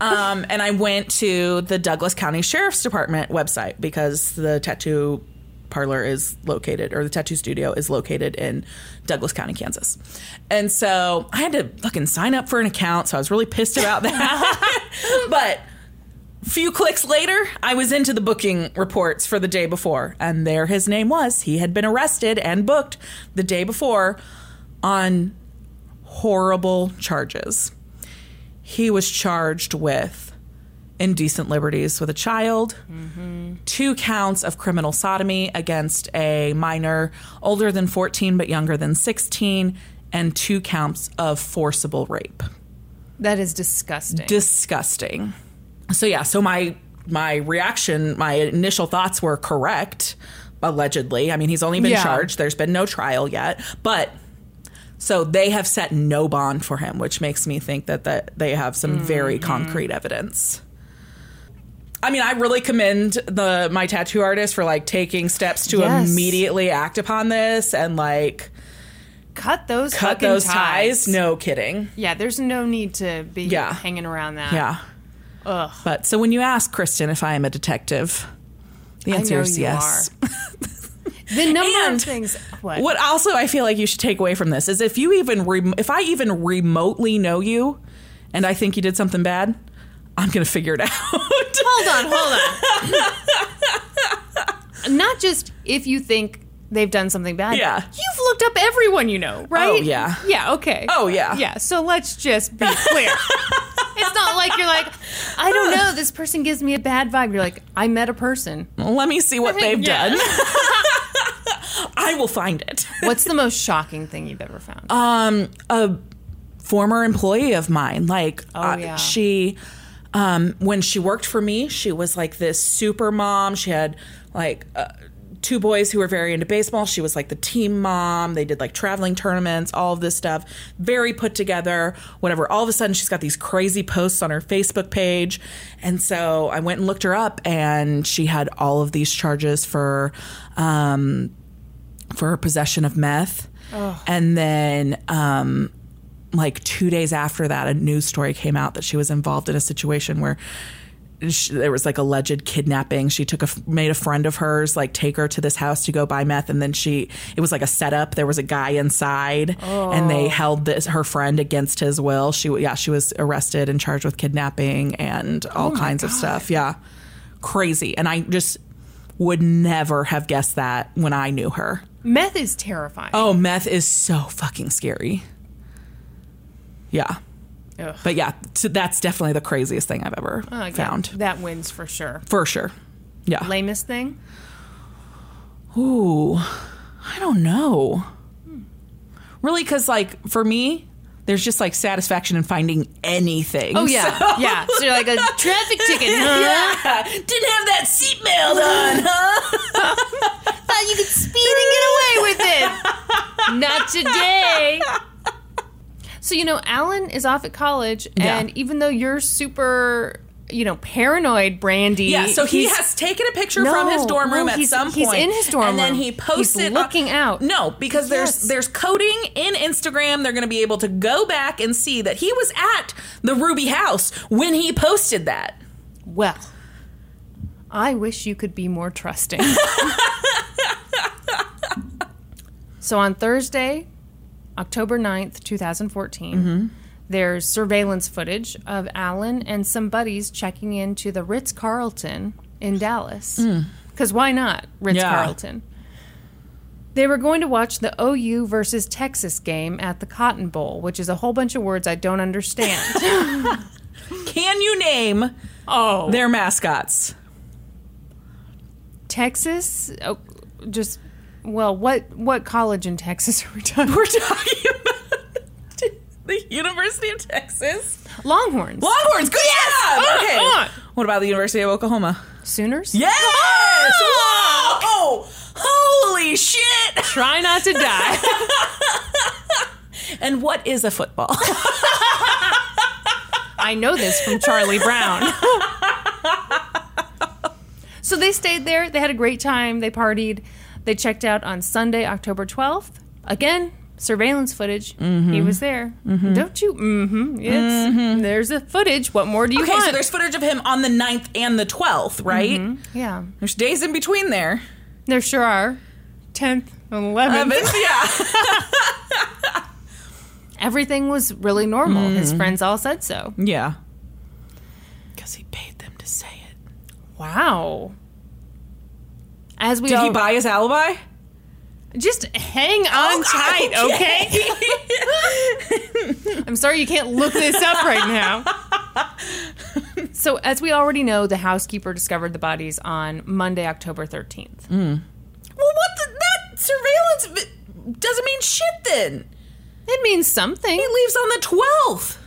Speaker 3: um, and I went to the Douglas County Sheriff's Department website because the tattoo parlor is located, or the tattoo studio is located in Douglas County, Kansas. And so I had to fucking sign up for an account. So I was really pissed about that. but few clicks later, I was into the booking reports for the day before, and there his name was. He had been arrested and booked the day before on horrible charges. He was charged with indecent liberties with a child, two counts of criminal sodomy against a minor older than 14 but younger than 16, and two counts of forcible rape
Speaker 2: That is disgusting.
Speaker 3: disgusting. So yeah, so my my reaction, my initial thoughts were correct, allegedly. I mean, he's only been
Speaker 2: Yeah.
Speaker 3: charged. There's been no trial yet, but so they have set no bond for him, which makes me think that that they have some very
Speaker 2: Mm-hmm.
Speaker 3: concrete evidence. I mean, I really commend the my tattoo artist for like taking steps to
Speaker 2: Yes.
Speaker 3: immediately act upon this and like
Speaker 2: cut those
Speaker 3: cut
Speaker 2: fucking
Speaker 3: those
Speaker 2: ties.
Speaker 3: ties. No kidding.
Speaker 2: Yeah, there's no need to be
Speaker 3: Yeah.
Speaker 2: hanging around that.
Speaker 3: Yeah. But so when you ask Kristen if I am a detective, the
Speaker 2: I
Speaker 3: answer
Speaker 2: know
Speaker 3: is
Speaker 2: you
Speaker 3: yes.
Speaker 2: are. The number
Speaker 3: And
Speaker 2: of things. What?
Speaker 3: What also I feel like you should take away from this is if you even rem- if I even remotely know you, and I think you did something bad, I'm gonna figure it out.
Speaker 2: Hold on, hold on. Not just if you think they've done something bad.
Speaker 3: Yeah.
Speaker 2: You've looked up everyone you know, right?
Speaker 3: Oh, yeah.
Speaker 2: Yeah, okay.
Speaker 3: Oh, yeah.
Speaker 2: Yeah, so let's just be clear. it's not like you're like, I don't know, this person gives me a bad vibe. You're like, I met a person.
Speaker 3: Let me see what they've
Speaker 2: Yeah.
Speaker 3: done. I will find it.
Speaker 2: What's the most shocking thing you've ever found?
Speaker 3: um a former employee of mine like uh,
Speaker 2: yeah.
Speaker 3: she um when she worked for me she was like this super mom she had like uh, two boys who were very into baseball she was like the team mom they did like traveling tournaments all of this stuff very put together whatever all of a sudden she's got these crazy posts on her facebook page and so i went and looked her up and she had all of these charges for um for her possession of meth. And then, um, like two days after that, a news story came out that she was involved in a situation where she, there was like alleged kidnapping. She took a f- made a friend of hers like take her to this house to go buy meth, and then she it was like a setup. There was a guy inside, and they held this her friend against his will. She yeah she was arrested and charged with kidnapping and all kinds of stuff. Yeah, crazy. And I just would never have guessed that when I knew her.
Speaker 2: Meth is terrifying.
Speaker 3: Oh, meth is so fucking scary. Yeah.
Speaker 2: Ugh.
Speaker 3: But yeah, so that's definitely the craziest thing I've ever
Speaker 2: Oh, yeah,
Speaker 3: found.
Speaker 2: That wins for sure.
Speaker 3: For sure. Yeah.
Speaker 2: Lamest thing?
Speaker 3: Ooh, I don't know.
Speaker 2: Hmm.
Speaker 3: Really, because like for me, there's just like satisfaction in finding anything.
Speaker 2: Oh, yeah. Yeah. So you're like a traffic ticket. Huh?
Speaker 3: Yeah. Didn't have that seatbelt on.
Speaker 2: thought you could speed and get away with it. Not today. So, you know, Alan is off at college,
Speaker 3: Yeah.
Speaker 2: and even though you're super, you know, paranoid, Brandy.
Speaker 3: Yeah, so he
Speaker 2: he's-
Speaker 3: has taken a picture
Speaker 2: No,
Speaker 3: from his dorm
Speaker 2: no,
Speaker 3: room at
Speaker 2: he's-
Speaker 3: some
Speaker 2: he's
Speaker 3: point.
Speaker 2: in his dorm
Speaker 3: and then
Speaker 2: room.
Speaker 3: he posts
Speaker 2: He's
Speaker 3: it
Speaker 2: looking out.
Speaker 3: No, because
Speaker 2: Yes.
Speaker 3: there's there's coding in Instagram. They're going to be able to go back and see that he was at the Ruby House when he posted that.
Speaker 2: Well, I wish you could be more trusting. so on Thursday, October 9th, 2014, there's surveillance footage of Alan and some buddies checking into the Ritz Carlton in Dallas. Because why not Ritz Carlton? They were going to watch the OU versus Texas game at the Cotton Bowl, which is a whole bunch of words I don't understand.
Speaker 3: Can you name
Speaker 2: oh.
Speaker 3: their mascots?
Speaker 2: Texas, oh, just well, what what college in Texas are we talking?
Speaker 3: We're talking about the University of Texas
Speaker 2: Longhorns,
Speaker 3: Longhorns. Good yeah. Okay.
Speaker 2: come on.
Speaker 3: What about the University of Oklahoma?
Speaker 2: Sooners.
Speaker 3: Yes! Whoa! Oh, Holy shit!
Speaker 2: Try not to die.
Speaker 3: And what is a football?
Speaker 2: I know this from Charlie Brown. so they stayed there. They had a great time. They partied. They checked out on Sunday, October 12th. Again, surveillance footage. He was there. Don't you? Mm-hmm. It's, There's the footage. What more do you
Speaker 3: Okay,
Speaker 2: want?
Speaker 3: so there's footage of him on the 9th and the 12th, right?
Speaker 2: yeah,
Speaker 3: There's days in between there.
Speaker 2: there sure are. 10th and 11th.
Speaker 3: But yeah.
Speaker 2: Everything was really normal. His
Speaker 3: Mm-hmm.
Speaker 2: friends all said so.
Speaker 3: Yeah. Because he paid them to say it.
Speaker 2: Wow. As we
Speaker 3: Did
Speaker 2: all,
Speaker 3: he Oh, buy his alibi?
Speaker 2: just hang on tight, okay? I'm sorry you can't look this up right now. So, as we already know, the housekeeper discovered the bodies on Monday, October 13th.
Speaker 3: Mm. Well, what the, that surveillance vi- doesn't mean shit then.
Speaker 2: It means something.
Speaker 3: He leaves on the 12th.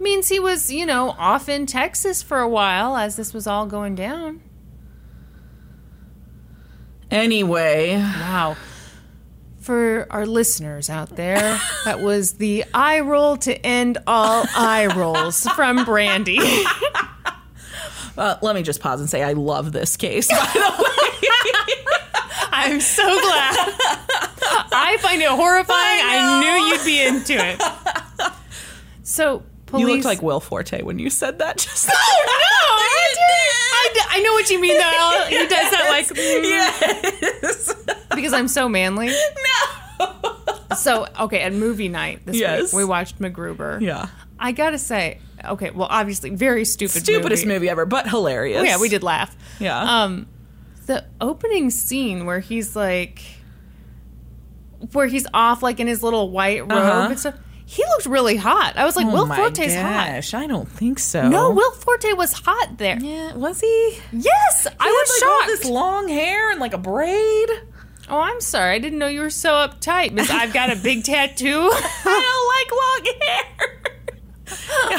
Speaker 2: means he was, you know, off in Texas for a while as this was all going down.
Speaker 3: Anyway,
Speaker 2: Wow. For our listeners out there, that was the eye roll to end all eye rolls from Brandy.
Speaker 3: uh, let me just pause and say I love this case, by the way.
Speaker 2: I'm so glad. I find it horrifying. I,
Speaker 3: I
Speaker 2: knew you'd be into it. So, police.
Speaker 3: you looked like Will Forte when you said that just now.
Speaker 2: I did. I, d- I know what you mean, though. I'll- He does that like mm,
Speaker 3: Yes.
Speaker 2: because I'm so manly.
Speaker 3: No.
Speaker 2: So, okay, at movie night this
Speaker 3: Yes.
Speaker 2: week, we watched MacGruber.
Speaker 3: Yeah.
Speaker 2: I gotta say, okay, well, obviously, very stupid,
Speaker 3: Stupidest movie Oh, ever, but hilarious.
Speaker 2: Oh, Yeah, we did laugh.
Speaker 3: Yeah.
Speaker 2: Um, the opening scene where he's like, where he's off like in his little white robe
Speaker 3: Uh-huh. Oh
Speaker 2: and stuff. He looked really hot. I was like, Will Forte's hot.
Speaker 3: gosh, I don't think so.
Speaker 2: No, Will Forte was hot there.
Speaker 3: Yeah, was he?
Speaker 2: Yes, I was
Speaker 3: He had, like, all
Speaker 2: shocked.
Speaker 3: this long hair and like a braid.
Speaker 2: oh, I'm sorry. I didn't know you were so uptight, Miss. I've got a big tattoo.
Speaker 3: I don't like long hair.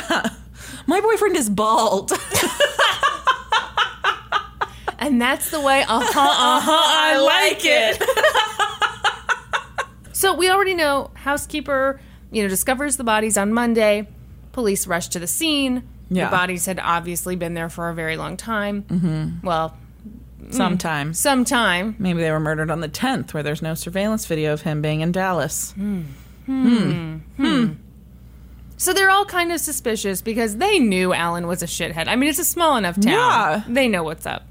Speaker 3: yeah. My boyfriend is bald.
Speaker 2: and that's the way. Uh huh. Uh huh.
Speaker 3: uh-huh, I like it.
Speaker 2: So we already know housekeeper, you know, discovers the bodies on Monday. Police rush to the scene.
Speaker 3: Yeah.
Speaker 2: The bodies had obviously been there for a very long time. Mm-hmm. Well,
Speaker 3: Sometimes.
Speaker 2: some time.
Speaker 3: Maybe they were murdered on the 10th, where there's no surveillance video of him being in Dallas.
Speaker 2: Mm-hmm. So they're all kind of suspicious because they knew Alan was a shithead. I mean, it's a small enough town.
Speaker 3: Yeah.
Speaker 2: They know what's up.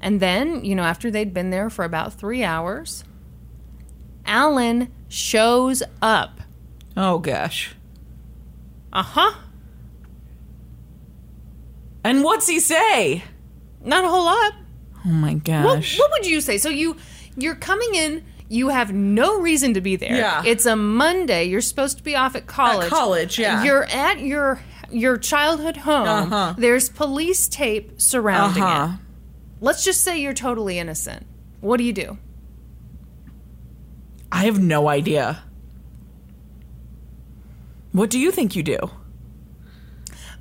Speaker 2: And then, you know, after they'd been there for about three hours, Alan shows up.
Speaker 3: Oh, gosh.
Speaker 2: Uh huh.
Speaker 3: And what's he say?
Speaker 2: Not a whole lot.
Speaker 3: Oh, my
Speaker 2: What,
Speaker 3: gosh.
Speaker 2: what would you say? So you you're coming in. You have no reason to be there.
Speaker 3: Yeah.
Speaker 2: It's a Monday. You're supposed to be off at college.
Speaker 3: college, yeah.
Speaker 2: You're at your your childhood home.
Speaker 3: Uh-huh.
Speaker 2: There's police tape surrounding
Speaker 3: Uh-huh.
Speaker 2: it. Let's just say you're totally innocent. What do you do?
Speaker 3: I have no idea. What do you think you do?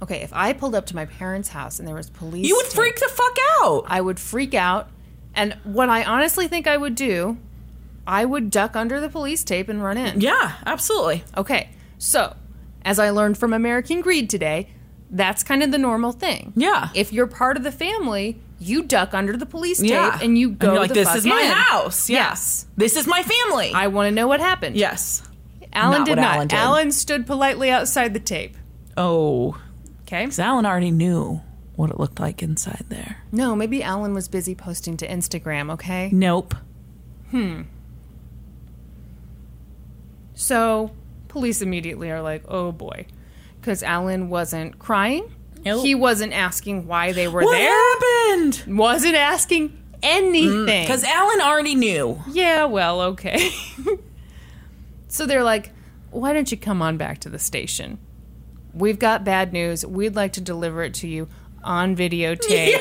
Speaker 2: Okay, if I pulled up to my parents' house and there was police
Speaker 3: You would
Speaker 2: tape,
Speaker 3: freak the fuck out.
Speaker 2: I would freak out. And what I honestly think I would do, I would duck under the police tape and run in.
Speaker 3: Yeah, absolutely.
Speaker 2: Okay, so as I learned from American Greed today, that's kind of the normal thing.
Speaker 3: Yeah.
Speaker 2: If you're part of the family, you duck under the police tape
Speaker 3: Yeah.
Speaker 2: and you go.
Speaker 3: you're like,
Speaker 2: the
Speaker 3: this
Speaker 2: fuck
Speaker 3: is my
Speaker 2: in."
Speaker 3: house. Yes. This is my family.
Speaker 2: I want to know what happened.
Speaker 3: yes.
Speaker 2: Alan
Speaker 3: Not
Speaker 2: did
Speaker 3: what
Speaker 2: not.
Speaker 3: Alan did.
Speaker 2: stood politely outside the tape.
Speaker 3: Oh.
Speaker 2: Okay.
Speaker 3: Because Alan already knew what it looked like inside there.
Speaker 2: No, maybe Alan was busy posting to Instagram. Okay.
Speaker 3: Nope.
Speaker 2: So police immediately are like, "Oh boy," because Alan wasn't crying.
Speaker 3: Nope.
Speaker 2: He wasn't asking why they were
Speaker 3: What Mm.
Speaker 2: there.
Speaker 3: happened?
Speaker 2: Wasn't asking anything.
Speaker 3: Because Alan already knew.
Speaker 2: Yeah, well, okay. so they're like, why don't you come on back to the station? We've got bad news. We'd like to deliver it to you on videotape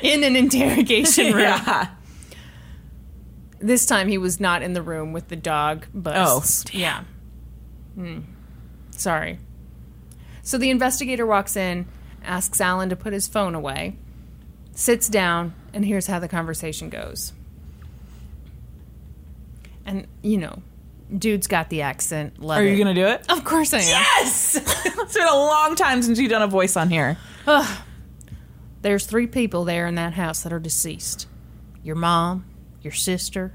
Speaker 2: in an interrogation room.
Speaker 3: Yeah.
Speaker 2: This time he was not in the room with the dog bust.
Speaker 3: Oh,
Speaker 2: yeah. Mm. Sorry. So the investigator walks in, asks Alan to put his phone away, sits down, and here's how the conversation goes. And, you know, dude's got the accent. Love
Speaker 3: Are you
Speaker 2: it.
Speaker 3: going to do it?
Speaker 2: Of course I am.
Speaker 3: Yes! it's been a long time since you've done a voice on here.
Speaker 2: There's three people there in that house that are deceased. your mom, your sister.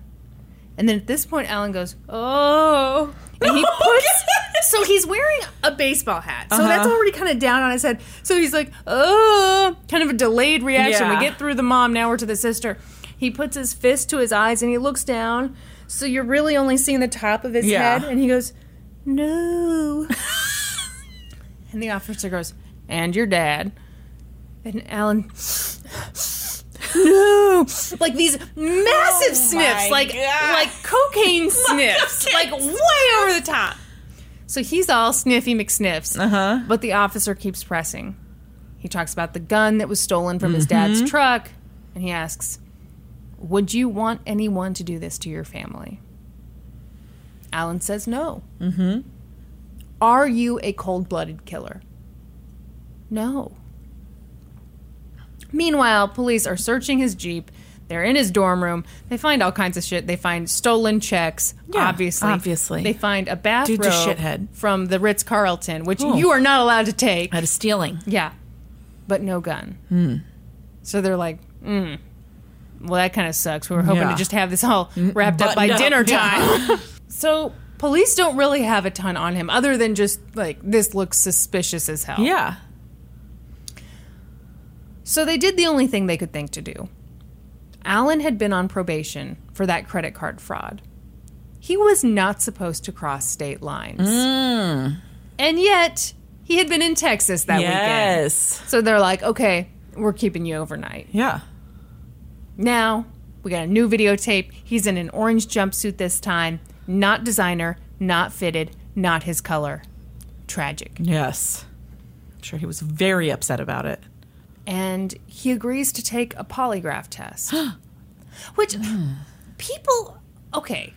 Speaker 2: And then at this point, Alan goes, oh. And he puts. So he's wearing a baseball hat. So
Speaker 3: Uh-huh.
Speaker 2: that's already kind of down on his head. So he's like, oh, kind of a delayed reaction.
Speaker 3: Yeah.
Speaker 2: We get through the mom, now we're to the sister. He puts his fist to his eyes and he looks down. So you're really only seeing the top of his
Speaker 3: Yeah.
Speaker 2: head. And he goes, no. and the officer goes, and your dad. And Alan, no. Like these massive sniffs, like
Speaker 3: God.
Speaker 2: like cocaine sniffs, like way over the top. So he's all sniffy McSniffs. Uh-huh. But the officer keeps pressing. He talks about the gun that was stolen from his dad's truck, and he asks, Would you want anyone to do this to your family? Alan says no. Mm-hmm. Are you a cold blooded killer? No. Meanwhile, police are searching his Jeep. They're in his dorm room. They find all kinds of shit. They find stolen checks,
Speaker 3: Yeah,
Speaker 2: obviously.
Speaker 4: obviously.
Speaker 2: They find a bathrobe
Speaker 4: a shithead.
Speaker 2: from the Ritz Carlton, which you are not allowed to take.
Speaker 4: That is stealing.
Speaker 2: Yeah, but no gun.
Speaker 3: Hmm.
Speaker 2: So they're like, mm, well, that kind of sucks. We were hoping
Speaker 3: Yeah. Mm,
Speaker 2: to just have this all wrapped up by
Speaker 3: buttoned up.
Speaker 2: dinner
Speaker 3: Yeah.
Speaker 2: time. so police don't really have a ton on him other than just like, this looks suspicious as hell.
Speaker 3: Yeah.
Speaker 2: So they did the only thing they could think to do. Alan had been on probation for that credit card fraud. He was not supposed to cross state lines.
Speaker 3: Hmm.
Speaker 2: And yet, he had been in Texas that weekend.
Speaker 3: Yes.
Speaker 2: So they're like, okay, we're keeping you overnight.
Speaker 3: Yeah.
Speaker 2: Now, we got a new videotape. He's in an orange jumpsuit this time, not designer, not fitted, not his color. Tragic.
Speaker 3: Yes. I'm sure he was very upset about it.
Speaker 2: And he agrees to take a polygraph test. Which people okay.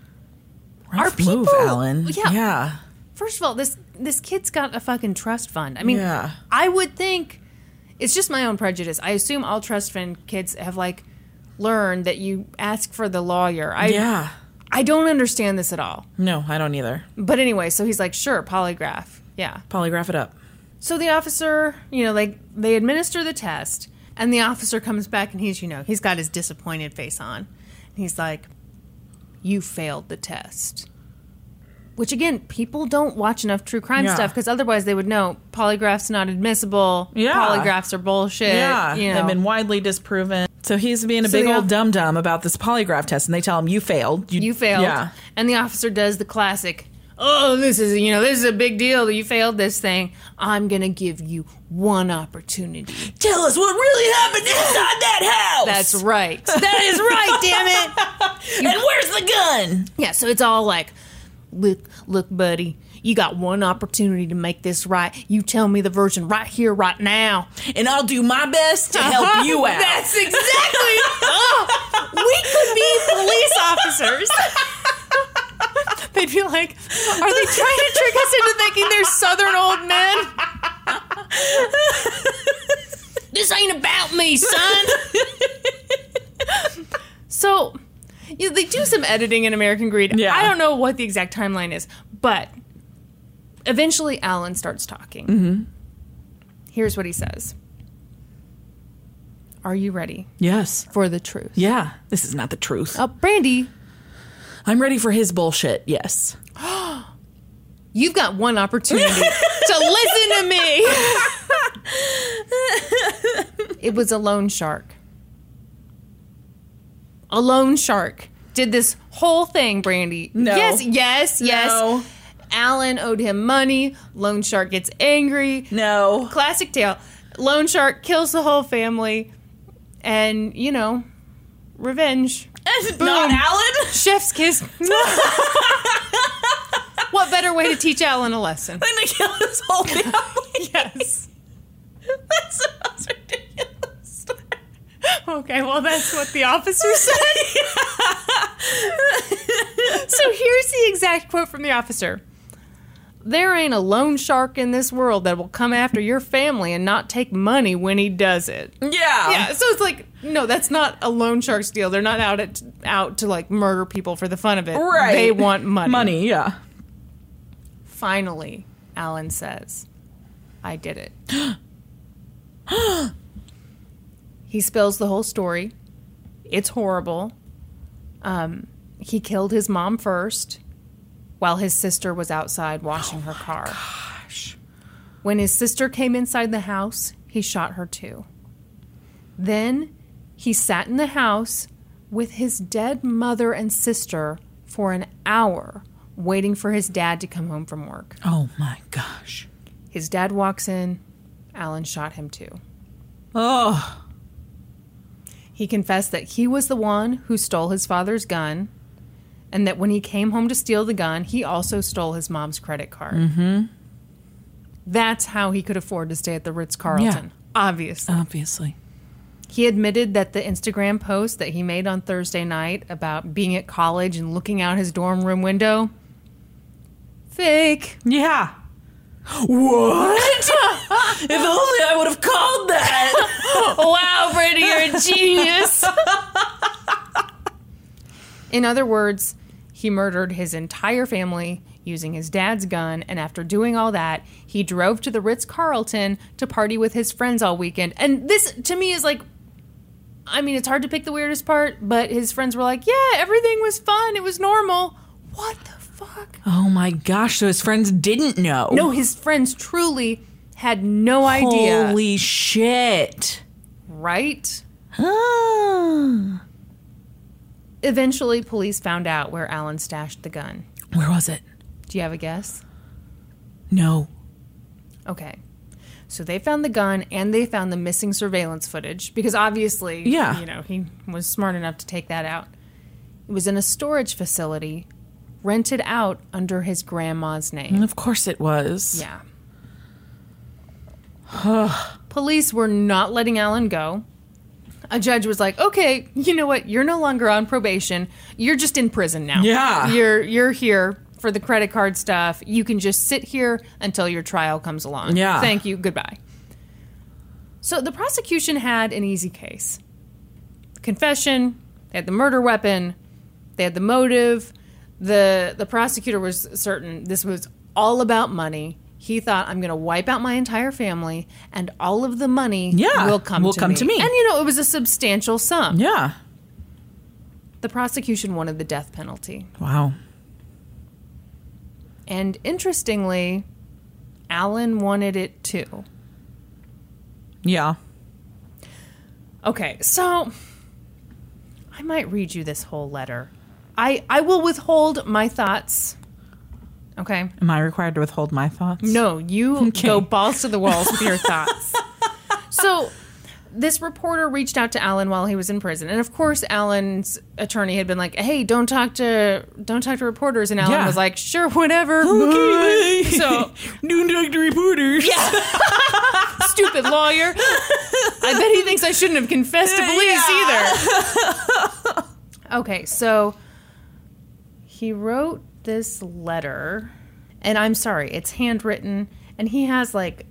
Speaker 3: Rough move,
Speaker 2: people-
Speaker 3: Alan?
Speaker 2: Yeah.
Speaker 3: Yeah.
Speaker 2: First of all, this this kid's got a fucking trust fund. I mean,
Speaker 3: Yeah.
Speaker 2: I would think it's just my own prejudice. I assume all trust fund kids have like learned that you ask for the lawyer. I
Speaker 3: Yeah.
Speaker 2: I don't understand this at all.
Speaker 3: No, I don't either.
Speaker 2: But anyway, so he's like, sure, polygraph. Yeah.
Speaker 3: Polygraph it up.
Speaker 2: So the officer, you know, like they administer the test, and the officer comes back and he's, you know, he's got his disappointed face on. And he's like, You failed the test. Which again, people don't watch enough true crime
Speaker 3: Yeah.
Speaker 2: stuff because otherwise they would know polygraphs not admissible.
Speaker 3: Yeah.
Speaker 2: Polygraphs are bullshit.
Speaker 3: Yeah.
Speaker 2: You know.
Speaker 3: They've been widely disproven. So he's being a
Speaker 2: So
Speaker 3: big
Speaker 2: they
Speaker 3: old
Speaker 2: have-
Speaker 3: dum dum about this polygraph test, and they tell him you failed.
Speaker 2: you failed.
Speaker 3: Yeah.
Speaker 2: And the officer does the classic, oh, this is, you know, this is a big deal that you failed this thing. I'm going to give you one opportunity.
Speaker 3: Tell us what really happened inside that house.
Speaker 2: That's right. That is right, damn
Speaker 3: and where's the gun?
Speaker 2: it. Yeah, so it's all like, look, look, buddy, you got one opportunity to make this right. You tell me the version right here, right now.
Speaker 3: And I'll do my best to help you out.
Speaker 2: That's exactly. oh, we could be police officers. They'd be like, are they trying to trick us into thinking they're southern old men? this ain't about me, son. so, you know, they do some editing in American Greed.
Speaker 3: Yeah.
Speaker 2: I don't know what the exact timeline is, but eventually Alan starts talking. Here's what he says. Are you ready
Speaker 3: yes.
Speaker 2: for the truth?
Speaker 3: Yeah. This is not the truth.
Speaker 2: Uh, Brandy,
Speaker 3: I'm ready for his bullshit. Yes.
Speaker 2: you've got one opportunity to listen to me. it was a loan shark. A loan shark did this whole thing, Brandy.
Speaker 3: No.
Speaker 2: Yes, yes,
Speaker 3: No.
Speaker 2: yes. Alan owed him money. Loan shark gets angry.
Speaker 3: No.
Speaker 2: classic tale. Loan shark kills the whole family, and you know, revenge.
Speaker 3: Not Alan.
Speaker 2: Chef's kiss. what better way to teach Alan a lesson?
Speaker 3: Then they kill his whole family.
Speaker 2: Yes.
Speaker 3: That's the most ridiculous story.
Speaker 2: Okay, well, that's what the officer said. so here's the exact quote from the officer There ain't a loan shark in this world that will come after your family and not take money when he does it. Um,
Speaker 3: Yeah.
Speaker 2: Yeah, so it's like no, that's not a loan shark's deal. They're not out at out to like murder people for the fun of it.
Speaker 3: Right.
Speaker 2: They want money.
Speaker 3: Money, yeah.
Speaker 2: Finally, Alan says, "I did it." he spills the whole story. It's horrible. Um, he killed his mom first while his sister was outside washing her car. Gosh. When his sister came inside the house, he shot her too. Then he sat in the house with his dead mother and sister for an hour, waiting for his dad to come home from work.
Speaker 3: Oh my gosh.
Speaker 2: His dad walks in. Alan shot him too.
Speaker 3: Oh,
Speaker 2: He confessed that he was the one who stole his father's gun and that when he came home to steal the gun, he also stole his mom's credit card. Mm-hmm. That's how he could afford to stay at the Ritz Carlton,
Speaker 3: Yeah.
Speaker 2: obviously.
Speaker 3: obviously.
Speaker 2: He admitted that the Instagram post that he made on Thursday night about being at college and looking out his dorm room window fake.
Speaker 3: Yeah. What? if only I would have called that.
Speaker 2: wow, Brady, you're a genius. In other words, he murdered his entire family using his dad's gun, and after doing all that, he drove to the Ritz Carlton to party with his friends all weekend. And this, to me, is like. I mean, it's hard to pick the weirdest part, but his friends were like, yeah, everything was fun. It was normal. What the fuck?
Speaker 3: Oh my gosh, so his friends didn't know.
Speaker 2: No, his friends truly had no idea.
Speaker 3: Holy shit.
Speaker 2: Right?
Speaker 3: Ah.
Speaker 2: Eventually, police found out where Alan stashed the gun.
Speaker 3: Where was it?
Speaker 2: Do you have a guess?
Speaker 3: No.
Speaker 2: Okay. So they found the gun and they found the missing surveillance footage because obviously,
Speaker 3: Yeah.
Speaker 2: you know, he was smart enough to take that out. It was in a storage facility rented out under his grandma's name.
Speaker 3: Of course it was.
Speaker 2: Yeah. Police were not letting Alan go. A judge was like, "Okay, you know what? You're no longer on probation. You're just in prison now.
Speaker 3: Yeah.
Speaker 2: you're you're here for the credit card stuff. You can just sit here until your trial comes along.
Speaker 3: Yeah.
Speaker 2: thank you. Goodbye." So the prosecution had an easy case. Confession. They had the murder weapon. They had the motive. The the prosecutor was certain this was all about money. He thought I'm going to wipe out my entire family and all of the money
Speaker 3: Yeah,
Speaker 2: will come
Speaker 3: will
Speaker 2: to
Speaker 3: come
Speaker 2: me.
Speaker 3: to me.
Speaker 2: And you know, it was a substantial sum.
Speaker 3: Yeah.
Speaker 2: The prosecution wanted the death penalty.
Speaker 3: Wow.
Speaker 2: And interestingly, Allen wanted it too.
Speaker 3: Yeah.
Speaker 2: Okay, so I might read you this whole letter. I I will withhold my thoughts. Okay.
Speaker 3: Am I required to withhold my thoughts?
Speaker 2: No, you go balls to the walls with your thoughts. So, this reporter reached out to Alan while he was in prison, and of course, Alan's attorney had been like, "Hey, don't talk to don't talk to reporters," and Alan
Speaker 3: Yeah.
Speaker 2: was like, "Sure, whatever."
Speaker 3: Okay.
Speaker 2: So-
Speaker 3: Noon Dog to Reporters. Yeah.
Speaker 2: stupid lawyer. I bet he thinks I shouldn't have confessed to police either. Okay, so he wrote this letter, and I'm sorry, it's handwritten, and he has like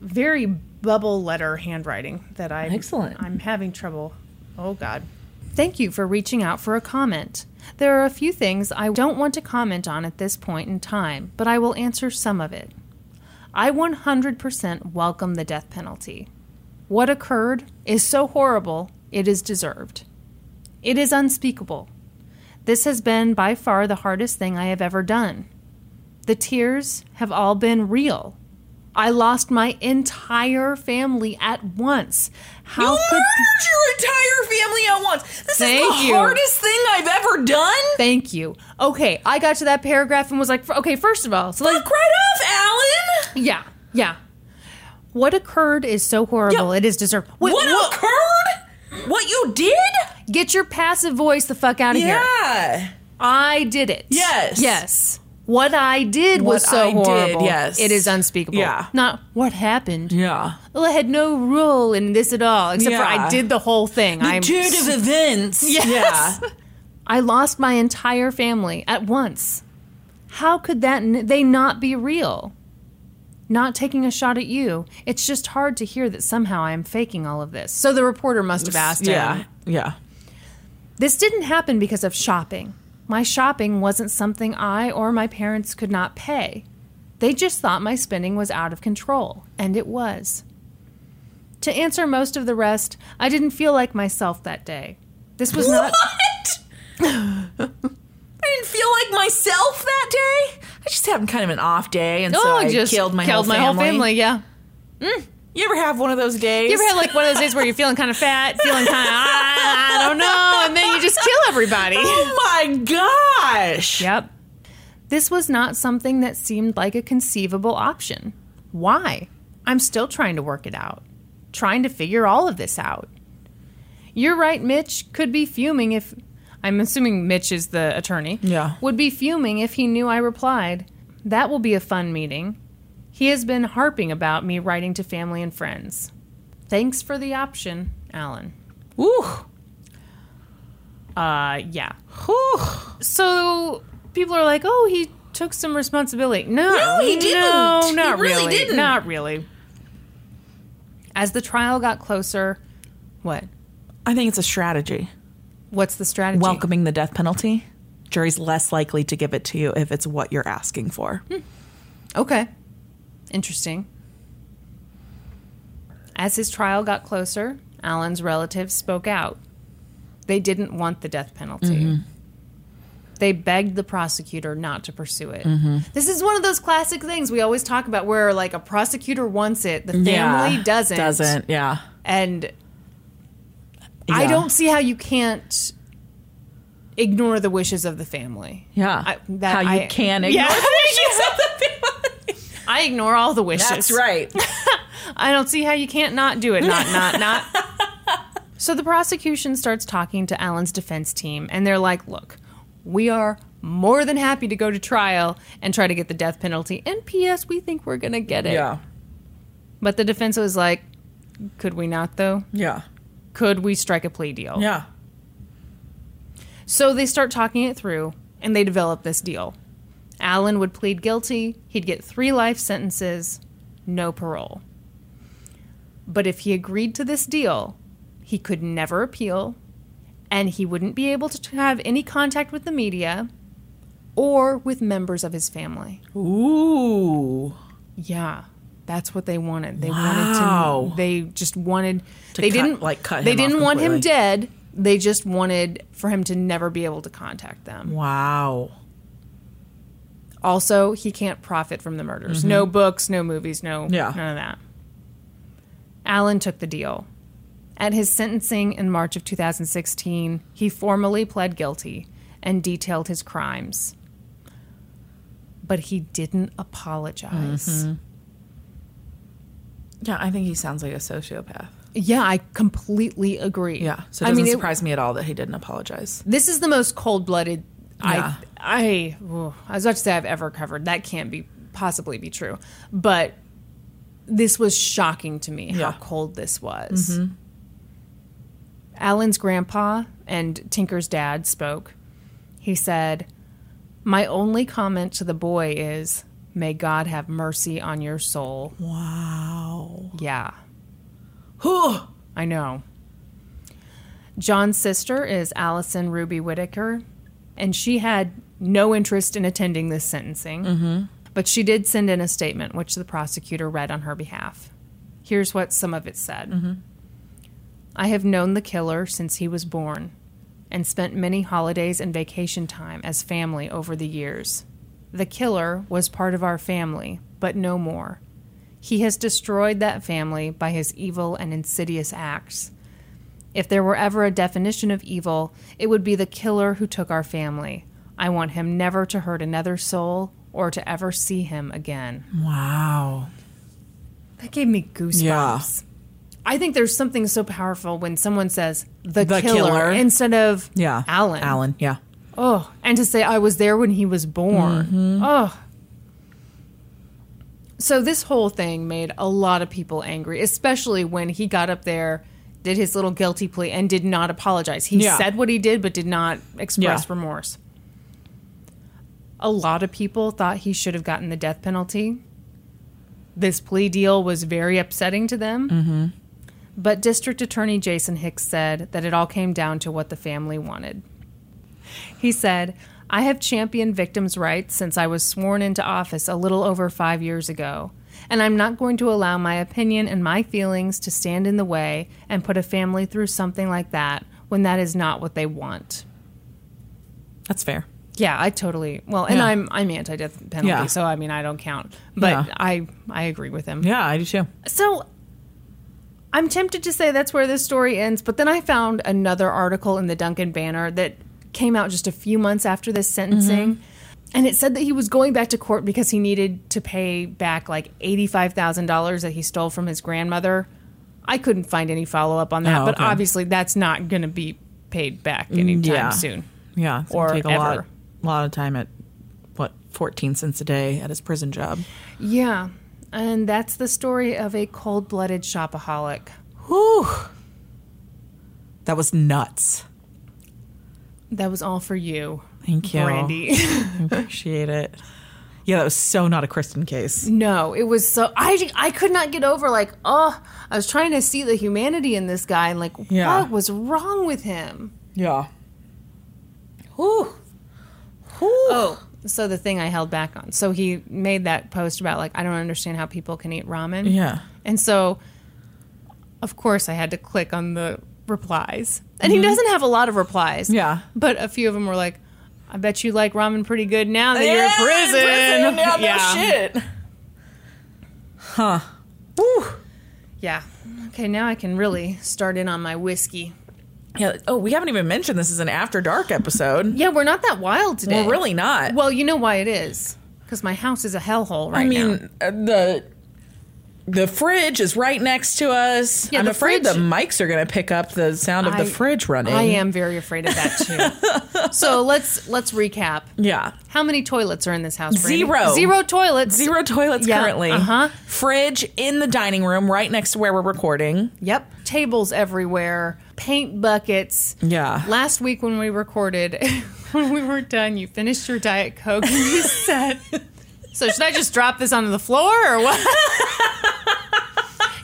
Speaker 2: very bubble letter handwriting that I
Speaker 3: Excellent.
Speaker 2: I'm having trouble. Oh God. Thank you for reaching out for a comment. There are a few things I don't want to comment on at this point in time, but I will answer some of it. I 100% welcome the death penalty. What occurred is so horrible, it is deserved. It is unspeakable. This has been by far the hardest thing I have ever done. The tears have all been real. I lost my entire family at once. How
Speaker 3: You
Speaker 2: could
Speaker 3: murdered your entire family at once. This is
Speaker 2: Thank
Speaker 3: the
Speaker 2: you.
Speaker 3: hardest thing I've ever done.
Speaker 2: Thank you. Okay, I got to that paragraph and was like, okay, first of all, so like
Speaker 3: Fuck right off, Alan.
Speaker 2: Yeah, yeah. What occurred is so horrible.
Speaker 3: Yeah.
Speaker 2: It is deserved. Wait,
Speaker 3: what
Speaker 2: wha-
Speaker 3: occurred? What you did?
Speaker 2: Get your passive voice the fuck out of here.
Speaker 3: Yeah.
Speaker 2: I did it.
Speaker 3: Yes.
Speaker 2: Yes. What I did was
Speaker 3: What
Speaker 2: so
Speaker 3: I did,
Speaker 2: horrible.
Speaker 3: yes.
Speaker 2: It is unspeakable.
Speaker 3: Yeah.
Speaker 2: Not what happened.
Speaker 3: Yeah.
Speaker 2: Well, I had no role in this at all, except for I
Speaker 3: Yeah.
Speaker 2: did the whole thing. I'm
Speaker 3: of events.
Speaker 2: Yes. I lost my entire family at once. How could that n- they not be real? Not taking a shot at you. It's just hard to hear that somehow I am faking all of this. So the reporter must have asked him.
Speaker 3: Yeah. Yeah.
Speaker 2: This didn't happen because of shopping. My shopping wasn't something I or my parents could not pay. They just thought my spending was out of control, and it was. To answer most of the rest, I didn't feel like myself that day. This was not.
Speaker 4: What? I didn't feel like myself that day. I just had kind of an off day, and so
Speaker 2: Oh,
Speaker 4: I
Speaker 2: just
Speaker 4: killed my, whole, family.
Speaker 2: Yeah.
Speaker 4: You ever have one of those days?
Speaker 2: You ever had like one of those days where you're feeling kind of fat, feeling kind of I don't know, and then you just kill everybody.
Speaker 4: oh my gosh!
Speaker 2: Yep. This was not something that seemed like a conceivable option. Why? I'm still trying to work it out, trying to figure all of this out. You're right, Mitch could be fuming if. I'm assuming Mitch is the attorney.
Speaker 4: Yeah.
Speaker 2: Would be fuming if he knew I replied. That will be a fun meeting. He has been harping about me writing to family and friends. Thanks for the option, Alan.
Speaker 4: Whew.
Speaker 2: Uh, yeah.
Speaker 4: Whew.
Speaker 2: So people are like, "Oh, he took some responsibility." No,
Speaker 4: No, he didn't.
Speaker 2: No,
Speaker 4: He
Speaker 2: not
Speaker 4: really
Speaker 2: really.
Speaker 4: didn't.
Speaker 2: Not really. As the trial got closer, what?
Speaker 4: I think it's a strategy.
Speaker 2: What's the strategy?
Speaker 4: Welcoming the death penalty, jury's less likely to give it to you if it's what you're asking for.
Speaker 3: Mm-hmm.
Speaker 2: Okay. Interesting. As his trial got closer, Alan's relatives spoke out. They didn't want the death penalty.
Speaker 4: Mm-hmm.
Speaker 2: They begged the prosecutor not to pursue it.
Speaker 4: Mm-hmm.
Speaker 2: This is one of those classic things we always talk about where, like, a prosecutor wants it, the family doesn't.
Speaker 4: Doesn't. Yeah.
Speaker 2: And I
Speaker 4: Yeah.
Speaker 2: don't see how you can't ignore the wishes of the family.
Speaker 4: Yeah.
Speaker 2: I- that
Speaker 4: How you
Speaker 2: I-
Speaker 4: can ignore
Speaker 2: Yeah.
Speaker 4: the wishes of the family.
Speaker 2: I ignore all the wishes.
Speaker 4: That's right.
Speaker 2: I don't see how you can't not do it. Not, not, not. So the prosecution starts talking to Allen's defense team, and they're like, look, we are more than happy to go to trial and try to get the death penalty. And P.S., we think we're going to get it.
Speaker 3: Yeah.
Speaker 2: But the defense was like, could we not, though?
Speaker 3: Yeah.
Speaker 2: Could we strike a plea deal?
Speaker 3: Yeah.
Speaker 2: So they start talking it through, and they develop this deal. Allen would plead guilty, he'd get three life sentences, no parole. But if he agreed to this deal, he could never appeal, and he wouldn't be able to t- have any contact with the media or with members of his family.
Speaker 4: Ooh.
Speaker 2: Yeah. That's what they wanted. They
Speaker 4: Wow.
Speaker 2: wanted to. They just wanted. they
Speaker 4: cut-
Speaker 2: didn't
Speaker 4: like, cut him
Speaker 2: They
Speaker 4: off
Speaker 2: didn't want him
Speaker 4: completely.
Speaker 2: dead. They just wanted for him to never be able to contact them.
Speaker 4: Wow.
Speaker 2: Also, he can't profit from the murders. No books, no movies, no
Speaker 4: Mm-hmm. Yeah.
Speaker 2: none of that. Allen took the deal. At his sentencing in March of 2016, he formally pled guilty and detailed his crimes. But he didn't apologize.
Speaker 4: Mm-hmm. Yeah, I think he sounds like a sociopath.
Speaker 2: Yeah, I completely agree.
Speaker 4: Yeah. So it
Speaker 2: I
Speaker 4: doesn't
Speaker 2: mean, it-
Speaker 4: surprise me at all that he didn't apologize.
Speaker 2: this is the most cold-blooded
Speaker 4: Yeah.
Speaker 2: I I oh, I was about to say I've ever covered. That can't be possibly be true, but this was shocking to me
Speaker 4: Yeah. Mm-hmm.
Speaker 2: how cold this was. Alan's grandpa and Tinker's dad spoke. He said, "My only comment to the boy is, may God have mercy on your soul."
Speaker 4: Wow.
Speaker 2: Yeah. I know. John's sister is Allison Ruby Whitaker, and she had no interest in attending this sentencing, but she did send in a statement which the prosecutor read on her behalf. Here's what some of it said I have known the killer since he was born and spent many holidays and vacation time as family over the years. The killer was part of our family, but no more. He has destroyed that family by his evil and insidious acts. If there were ever a definition of evil, it would be the killer who took our family. I want him never to hurt another soul or to ever see him again.
Speaker 4: Wow.
Speaker 2: That gave me goosebumps.
Speaker 4: Yeah.
Speaker 2: I think there's something so powerful when someone says the,
Speaker 4: The
Speaker 2: killer,
Speaker 4: killer.
Speaker 2: instead of
Speaker 4: Yeah.
Speaker 2: Alan.
Speaker 4: Alan, yeah.
Speaker 2: Oh, and to say I was there when he was born. Oh. So this whole thing made a lot of people angry, especially when he got up there, did his little guilty plea and did not apologize. He
Speaker 4: Yeah.
Speaker 2: said what he did but did not express
Speaker 4: Yeah.
Speaker 2: remorse. A lot of people thought he should have gotten the death penalty. This plea deal was very upsetting to them. But District Attorney Jason Hicks said that it all came down to what the family wanted. He said, I have championed victims' rights since I was sworn into office a little over five years ago, and I'm not going to allow my opinion and my feelings to stand in the way and put a family through something like that when that is not what they want.
Speaker 3: That's fair.
Speaker 2: Yeah, I totally. Well, and
Speaker 3: Yeah.
Speaker 2: I'm I'm anti-death penalty,
Speaker 3: Yeah.
Speaker 2: so I mean I don't count. But
Speaker 3: Yeah.
Speaker 2: I I agree with him.
Speaker 3: Yeah, I do too.
Speaker 2: So I'm tempted to say that's where this story ends, but then I found another article in the Duncan Banner that came out just a few months after this sentencing.
Speaker 3: Mm-hmm.
Speaker 2: And it said that he was going back to court because he needed to pay back like $85,000 that he stole from his grandmother. I couldn't find any follow up on that,
Speaker 3: Oh,
Speaker 2: but
Speaker 3: okay. Mm,
Speaker 2: obviously that's not going to be paid back anytime
Speaker 3: Yeah.
Speaker 2: soon.
Speaker 3: Yeah, it's
Speaker 2: Or
Speaker 3: gonna take a
Speaker 2: ever.
Speaker 3: lot, lot of time at what fourteen cents a day at his prison job.
Speaker 2: Yeah. And that's the story of a cold blooded shopaholic.
Speaker 3: Whew. That was nuts.
Speaker 2: That was all for you,
Speaker 3: Thank you,
Speaker 2: Brandy.
Speaker 3: Appreciate it. Yeah, that was so not a Kristen case.
Speaker 2: No, it was so I I could not get over like oh I was trying to see the humanity in this guy and like
Speaker 3: Yeah.
Speaker 2: what was wrong with him?
Speaker 3: Yeah. Whew. Whew.
Speaker 2: Oh, so the thing I held back on. So he made that post about like I don't understand how people can eat ramen.
Speaker 3: Yeah.
Speaker 2: and so of course I had to click on the replies, and he doesn't have a lot of replies.
Speaker 3: Mm-hmm. Yeah.
Speaker 2: but a few of them were like, I bet you like ramen pretty good now that you're in prison.
Speaker 3: Yeah, no
Speaker 2: Yeah.
Speaker 3: shit. Huh. Whew.
Speaker 2: Yeah. Okay, now I can really start in on my whiskey.
Speaker 3: Yeah. Oh, we haven't even mentioned this is an after dark episode.
Speaker 2: Yeah, we're not that wild today.
Speaker 3: We're really not.
Speaker 2: Well, you know why it is. Because my house is a hellhole right
Speaker 3: I
Speaker 2: now.
Speaker 3: mean, uh the the fridge is right next to us.
Speaker 2: Yeah,
Speaker 3: I'm
Speaker 2: the
Speaker 3: afraid
Speaker 2: fridge-
Speaker 3: the mics are going to pick up the sound of
Speaker 2: I-
Speaker 3: the fridge running.
Speaker 2: I am very afraid of that too. so let's let's recap.
Speaker 3: Yeah.
Speaker 2: How many toilets are in this house? Brandy?
Speaker 3: Zero.
Speaker 2: Zero toilets.
Speaker 3: Zero toilets
Speaker 2: Yeah,
Speaker 3: currently.
Speaker 2: uh-huh.
Speaker 3: Fridge in the dining room, right next to where we're recording.
Speaker 2: Yep. Tables everywhere. Paint buckets.
Speaker 3: Yeah.
Speaker 2: Last week when we recorded, when we were done, you finished your diet coke and you said, "So should I just drop this onto the floor or what?"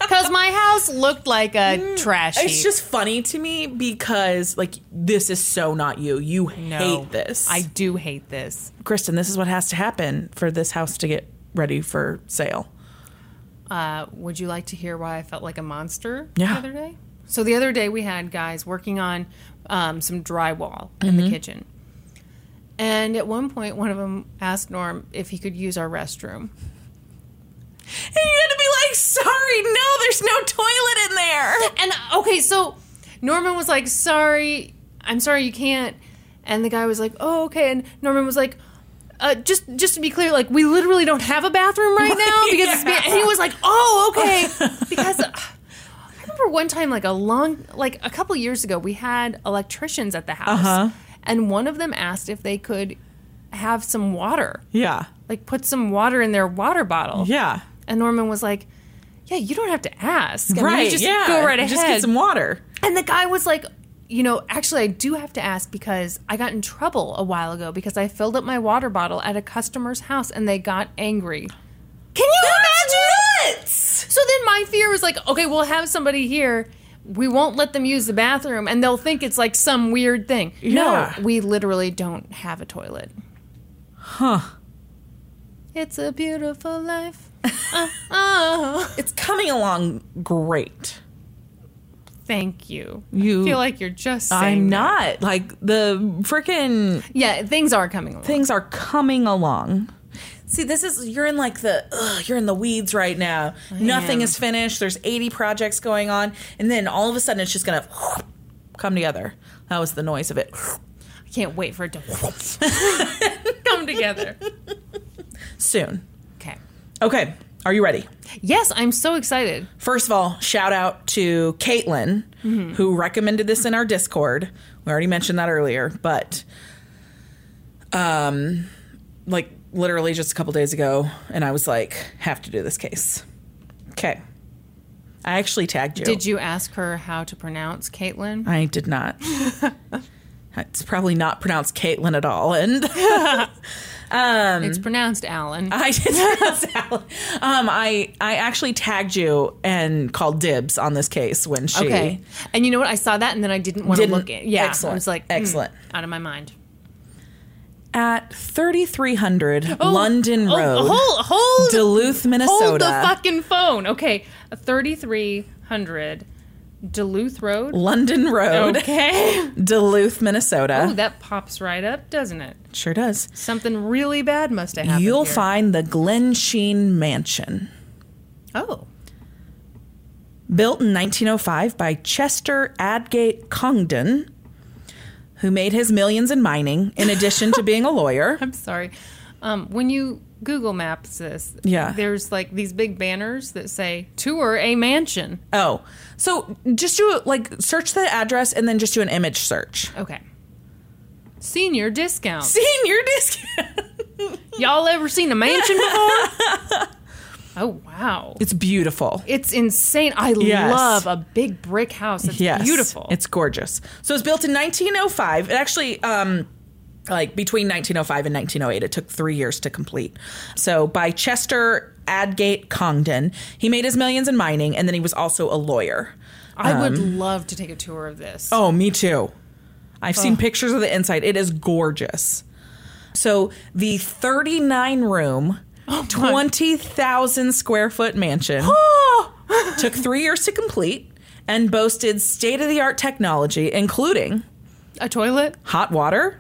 Speaker 2: Because my house looked like a trash heap.
Speaker 3: Mm, It's just funny to me because, like, this is so not you. You hate this.
Speaker 2: I do hate this.
Speaker 3: Kristen, this is what has to happen for this house to get ready for sale.
Speaker 2: Uh, would you like to hear why I felt like a monster the
Speaker 3: Yeah.
Speaker 2: other day? So the other day we had guys working on um, some drywall in the kitchen. And at one point, one of them asked Norm if he could use our restroom.
Speaker 3: And you had to be like, sorry, no, there's no toilet in there.
Speaker 2: And okay, so Norman was like, "Sorry, I'm sorry, you can't." And the guy was like, "Oh, okay." And Norman was like, uh, "Just, just to be clear, like we literally don't have a bathroom right now because it's been." And he was like, "Oh, okay," because. uh, I remember one time, like a long, like a couple years ago, we had electricians at the house,
Speaker 3: Uh-huh.
Speaker 2: and one of them asked if they could have some water,
Speaker 3: Yeah.
Speaker 2: like put some water in their water bottle.
Speaker 3: Yeah.
Speaker 2: And Norman was like, "Yeah, you don't have to ask. I mean,
Speaker 3: right.
Speaker 2: you just
Speaker 3: yeah.
Speaker 2: go right ahead.
Speaker 3: Just get some water.
Speaker 2: And the guy was like, you know, actually, I do have to ask because I got in trouble a while ago because I filled up my water bottle at a customer's house and they got angry.
Speaker 3: Can you imagine nuts?
Speaker 2: So then my fear was like, okay, we'll have somebody here. We won't let them use the bathroom and they'll think it's like some weird thing.
Speaker 3: Yeah.
Speaker 2: No, we literally don't have a toilet.
Speaker 3: Huh.
Speaker 2: It's a beautiful life.
Speaker 3: It's coming along great.
Speaker 2: Thank you.
Speaker 3: You-
Speaker 2: I feel like you're just saying
Speaker 3: I'm
Speaker 2: that.
Speaker 3: not. Like the freaking
Speaker 2: Yeah, things are coming along.
Speaker 3: things are coming along. See, this is you're in like the ugh, you're in the weeds right now. Nothing is finished. There's 80 projects going on, and then all of a sudden it's just gonna come together. That was the noise of it.
Speaker 2: I can't wait for it to come together.
Speaker 3: Soon.
Speaker 2: Okay.
Speaker 3: Okay, are you ready?
Speaker 2: Yes, I'm so excited.
Speaker 3: First of all, shout out to Caitlin,
Speaker 2: Mm-hmm.
Speaker 3: who recommended this in our Discord. We already mentioned that earlier, but um, like literally just a couple days ago, and I was like, have to do this case. Okay. I actually tagged you.
Speaker 2: Did you ask her how to pronounce Caitlin?
Speaker 3: I did not. it's probably not pronounced Caitlin at all. And
Speaker 2: it's pronounced Alan.
Speaker 3: I did salad. Um, I I actually tagged you and called dibs on this case when she
Speaker 2: okay. And you know what? I saw that and then I didn't want to
Speaker 3: Didn't-
Speaker 2: look it. Yeah. I
Speaker 3: excellent,
Speaker 2: was like, mm,
Speaker 3: excellent.
Speaker 2: Out of my mind.
Speaker 3: at 3300 London
Speaker 2: Oh,
Speaker 3: Road,
Speaker 2: hold, hold,
Speaker 3: Duluth, Minnesota.
Speaker 2: hold the fucking phone. Okay. 3,300 Duluth Road.
Speaker 3: London Road,
Speaker 2: Okay.
Speaker 3: Duluth, Minnesota.
Speaker 2: Oh, that pops right up, doesn't it?
Speaker 3: sure does.
Speaker 2: Something really bad must have happened.
Speaker 3: You'll
Speaker 2: here.
Speaker 3: find the Glen Sheen Mansion.
Speaker 2: Oh.
Speaker 3: built in 1905 by Chester Adgate Congdon, who made his millions in mining in addition to being a lawyer.
Speaker 2: I'm sorry. Um, when you Google Maps this,
Speaker 3: Yeah.
Speaker 2: there's like these big banners that say "Tour a mansion."
Speaker 3: Oh, so just do like search the address and then just do an image search.
Speaker 2: Okay. Senior discount.
Speaker 3: Senior discount.
Speaker 2: Y'all ever seen a mansion before? oh wow,
Speaker 3: It's beautiful.
Speaker 2: it's insane. I
Speaker 3: Yes.
Speaker 2: love a big brick house. It's
Speaker 3: yes,
Speaker 2: beautiful.
Speaker 3: It's gorgeous. So it's built in 1905. It actually. Um, like between 1905 and 1908, it took three years to complete. So, by Chester Adgate Congdon, he made his millions in mining, and then he was also a lawyer.
Speaker 2: I would love to take a tour of this.
Speaker 3: um, Oh, me too. I've seen pictures of the inside. It is gorgeous. So the 39 room, 20,000 square foot mansion took three years to complete and boasted state of the art technology, including
Speaker 2: A toilet?
Speaker 3: hot water,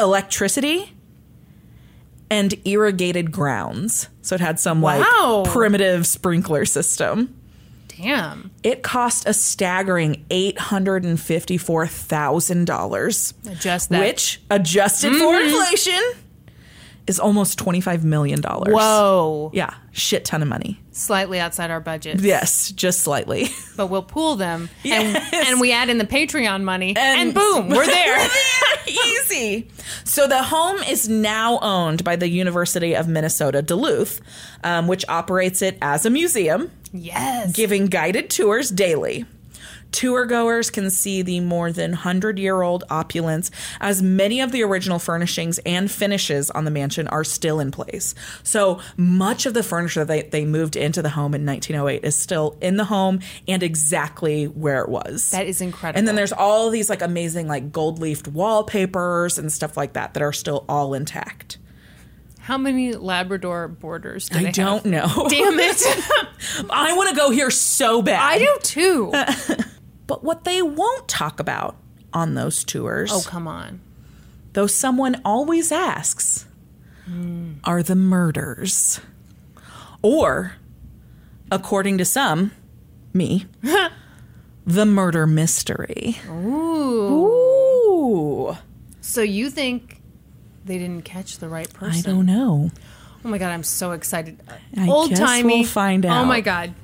Speaker 3: electricity, and irrigated grounds. So it had some
Speaker 2: Wow.
Speaker 3: like primitive sprinkler system.
Speaker 2: Damn.
Speaker 3: It cost a staggering eight hundred and fifty-four thousand dollars,
Speaker 2: Adjust that. Mm-hmm.
Speaker 3: which, adjusted for inflation, is almost twenty-five million dollars.
Speaker 2: Whoa.
Speaker 3: Yeah, shit ton of money.
Speaker 2: Slightly outside our budget.
Speaker 3: Yes, just slightly.
Speaker 2: But we'll pool them
Speaker 3: Yes.
Speaker 2: and, and we add in the Patreon money and, boom, we're there.
Speaker 3: Easy. So the home is now owned by the University of Minnesota Duluth, um, which operates it as a museum.
Speaker 2: yes.
Speaker 3: giving guided tours daily. Tour goers can see the more than 100 year old opulence, as many of the original furnishings and finishes on the mansion are still in place. So much of the furniture that they, they moved into the home in 1908 is still in the home and exactly where it was.
Speaker 2: That is incredible.
Speaker 3: And then there's all these like amazing, like gold leafed wallpapers and stuff like that that are still all intact.
Speaker 2: How many Labrador borders do they
Speaker 3: I
Speaker 2: have?
Speaker 3: don't know.
Speaker 2: Damn it.
Speaker 3: I want to go here so bad.
Speaker 2: I do too.
Speaker 3: But what they won't talk about on those tours,
Speaker 2: Oh, come on.
Speaker 3: though someone always asks,
Speaker 2: Mm.
Speaker 3: are the murders. Or, according to some, me, the murder mystery. Ooh.
Speaker 2: So you think they didn't catch the right
Speaker 3: I
Speaker 2: person?
Speaker 3: don't know.
Speaker 2: Oh my god, I'm so excited.
Speaker 3: I
Speaker 2: Old
Speaker 3: guess
Speaker 2: timey.
Speaker 3: we'll find
Speaker 2: Oh
Speaker 3: out.
Speaker 2: my god.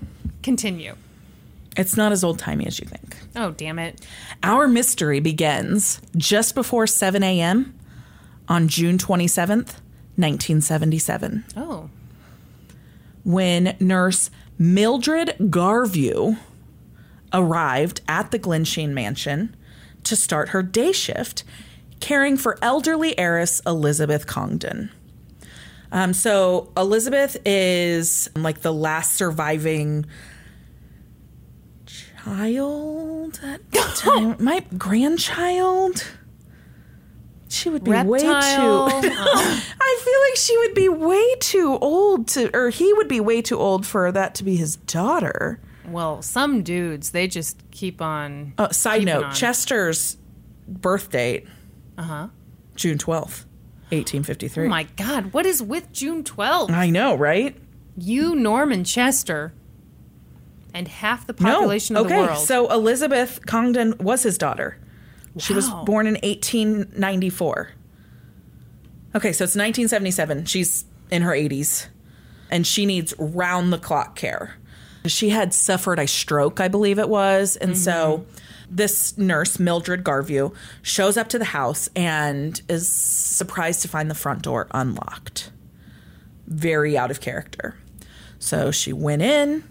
Speaker 2: Continue.
Speaker 3: It's not as old timey as you think.
Speaker 2: Oh damn it.
Speaker 3: Our mystery begins just before 7 a.m. on June 27th, 1977.
Speaker 2: Oh.
Speaker 3: when nurse Mildred Garview arrived at the Glensheen mansion to start her day shift caring for elderly heiress Elizabeth Congdon. Um, so Elizabeth is um, like the last surviving child at the time. My grandchild. She would be way too
Speaker 2: Reptile.
Speaker 3: I feel like she would be way too old to, or he would be way too old for that to be his daughter.
Speaker 2: well, some dudes they just keep on
Speaker 3: Uh, side
Speaker 2: Keep it
Speaker 3: note:
Speaker 2: on. Uh-huh.
Speaker 3: Chester's birth date, uh huh, June twelfth, eighteen fifty three.
Speaker 2: Oh my god, what is with June 12th?
Speaker 3: I know, right?
Speaker 2: You Norman Chester and half the population
Speaker 3: no,
Speaker 2: of
Speaker 3: okay.
Speaker 2: the world.
Speaker 3: So Elizabeth Congdon was his daughter. She was
Speaker 2: Wow.
Speaker 3: born in eighteen ninety four. Okay, so it's nineteen seventy seven. She's in her eighties, and she needs round the clock care. She had suffered a stroke, I believe it was, and so
Speaker 2: Mm-hmm.
Speaker 3: this nurse, Mildred Garview, shows up to the house and is surprised to find the front door unlocked. Very out of character. So she went in,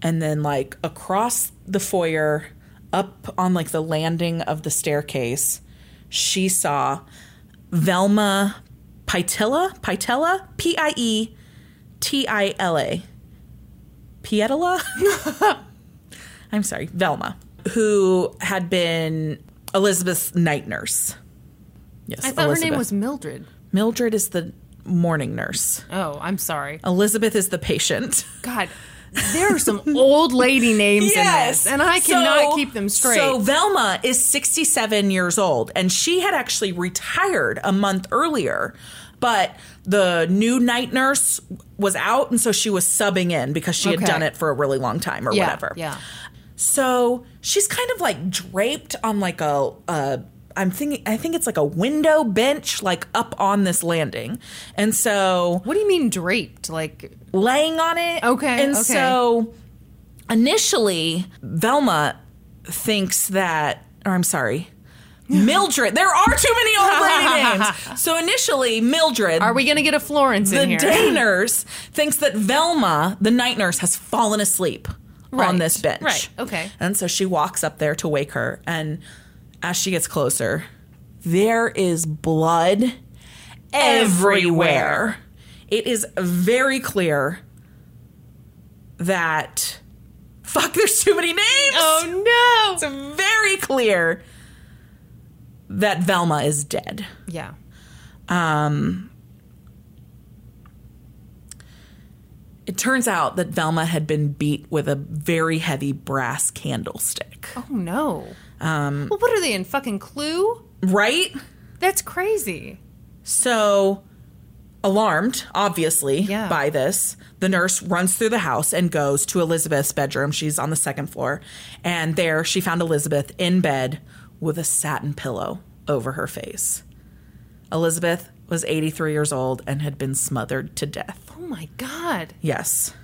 Speaker 3: and then like across the foyer up on like the landing of the staircase she saw velma pitilla pitilla E p-i-e-t-i-l-a pietila i'm sorry velma who had been elizabeth's night nurse yes
Speaker 2: I thought her name
Speaker 3: Elizabeth.
Speaker 2: was Mildred.
Speaker 3: mildred is the morning nurse
Speaker 2: Oh, I'm sorry.
Speaker 3: elizabeth is the patient
Speaker 2: God, There are some old lady names in this, and I
Speaker 3: So-
Speaker 2: cannot keep them straight.
Speaker 3: So Velma is 67 years old, and she had actually retired a month earlier, but the new night nurse was out, and so she was subbing in because she
Speaker 2: Okay.
Speaker 3: had done it for a really long time or
Speaker 2: yeah,
Speaker 3: whatever.
Speaker 2: Yeah.
Speaker 3: So she's kind of like draped on like a. a I'm thinking. I think it's like a window bench, like up on this landing, and so
Speaker 2: What do you mean draped? Like
Speaker 3: laying on it.
Speaker 2: Okay,
Speaker 3: And
Speaker 2: okay.
Speaker 3: so initially, Velma thinks that, or I'm sorry, Mildred. There are too many old lady names. So initially, Mildred.
Speaker 2: are we gonna get a Florence
Speaker 3: the
Speaker 2: in here?
Speaker 3: day nurse thinks that Velma, the night nurse, has fallen asleep
Speaker 2: Right,
Speaker 3: on this bench.
Speaker 2: right, okay.
Speaker 3: And so she walks up there to wake her. And as she gets closer, there is blood everywhere. It is very clear that. Fuck, there's too many names!
Speaker 2: oh no.
Speaker 3: It's very clear that Velma is dead.
Speaker 2: Yeah.
Speaker 3: It turns out that Velma had been beat with a very heavy brass candlestick.
Speaker 2: Oh no. Um. Well, what are they in fucking Clue?
Speaker 3: Right?
Speaker 2: That's crazy.
Speaker 3: So, alarmed, obviously,
Speaker 2: Yeah.
Speaker 3: by this, the nurse runs through the house and goes to Elizabeth's bedroom. She's on the second floor. And there she found Elizabeth in bed with a satin pillow over her face. Elizabeth was 83 years old and had been smothered to death.
Speaker 2: Oh my god.
Speaker 3: Yes.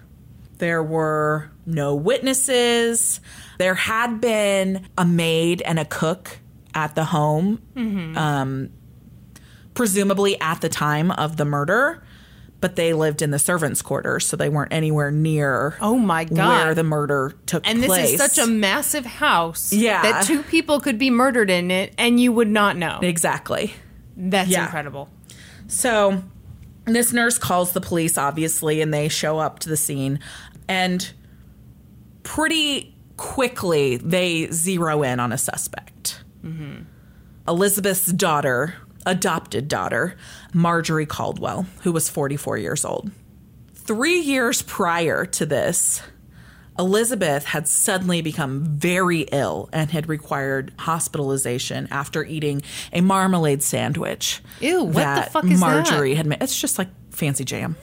Speaker 3: There were no witnesses. There had been a maid and a cook at the home,
Speaker 2: Mm-hmm.
Speaker 3: um, presumably at the time of the murder, but they lived in the servants' quarters, so they weren't anywhere near.
Speaker 2: Oh my God.
Speaker 3: Where the murder took
Speaker 2: And this
Speaker 3: place.
Speaker 2: is such a massive house
Speaker 3: Yeah.
Speaker 2: that two people could be murdered in it and you would not know.
Speaker 3: exactly.
Speaker 2: That's
Speaker 3: Yeah.
Speaker 2: incredible.
Speaker 3: So this nurse calls the police, obviously, and they show up to the scene. And pretty quickly, they zero in on a suspect. Mm-hmm. Elizabeth's daughter, adopted daughter, Marjorie Caldwell, who was 44 years old. Three years prior to this, Elizabeth had suddenly become very ill and had required hospitalization after eating a marmalade sandwich.
Speaker 2: Ew, what the
Speaker 3: that
Speaker 2: fuck is that?
Speaker 3: Marjorie had made. It's just like fancy jam.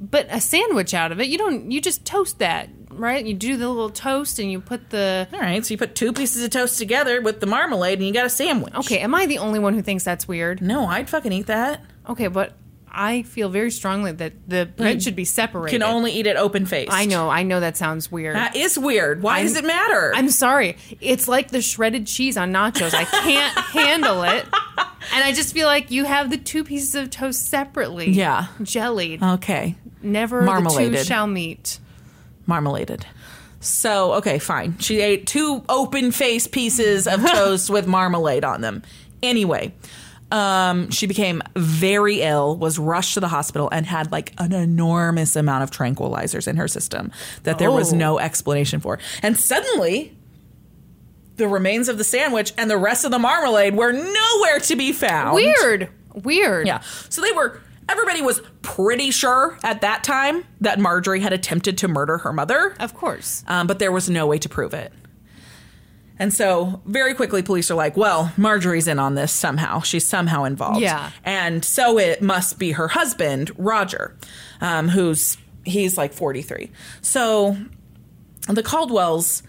Speaker 2: But a sandwich out of it, you don't, you just toast that, right? You do the little toast and you put the.
Speaker 3: All right, so you put two pieces of toast together with the marmalade and you got a sandwich.
Speaker 2: Okay, am I the only one who thinks that's weird?
Speaker 3: No, I'd fucking eat that.
Speaker 2: Okay, but I feel very strongly that the bread should be separated.
Speaker 3: Mm. Can only eat it open faced.
Speaker 2: I know, I know that sounds weird.
Speaker 3: That is weird. Why does it matter?
Speaker 2: I'm sorry. It's like the shredded cheese on nachos. I can't handle it. And I just feel like you have the two pieces of toast separately.
Speaker 3: Yeah. Uh,
Speaker 2: Jellied.
Speaker 3: okay.
Speaker 2: Never the two
Speaker 3: Marmaladed.
Speaker 2: shall meet.
Speaker 3: marmaladed. So, okay, fine. She ate two open faced pieces of toast with marmalade on them. Anyway, um, she became very ill, was rushed to the hospital, and had like an enormous amount of tranquilizers in her system that there was
Speaker 2: Oh.
Speaker 3: no explanation for. And suddenly, the remains of the sandwich and the rest of the marmalade were nowhere to be found.
Speaker 2: Weird. Weird.
Speaker 3: Yeah. So they were, everybody was pretty sure at that time that Marjorie had attempted to murder her mother
Speaker 2: Of course.
Speaker 3: um, but there was no way to prove it. And so, very quickly, police are like, well, Marjorie's in on this somehow. She's somehow involved.
Speaker 2: Yeah.
Speaker 3: And so it must be her husband, Roger, um, who's, he's like 43. So the Caldwells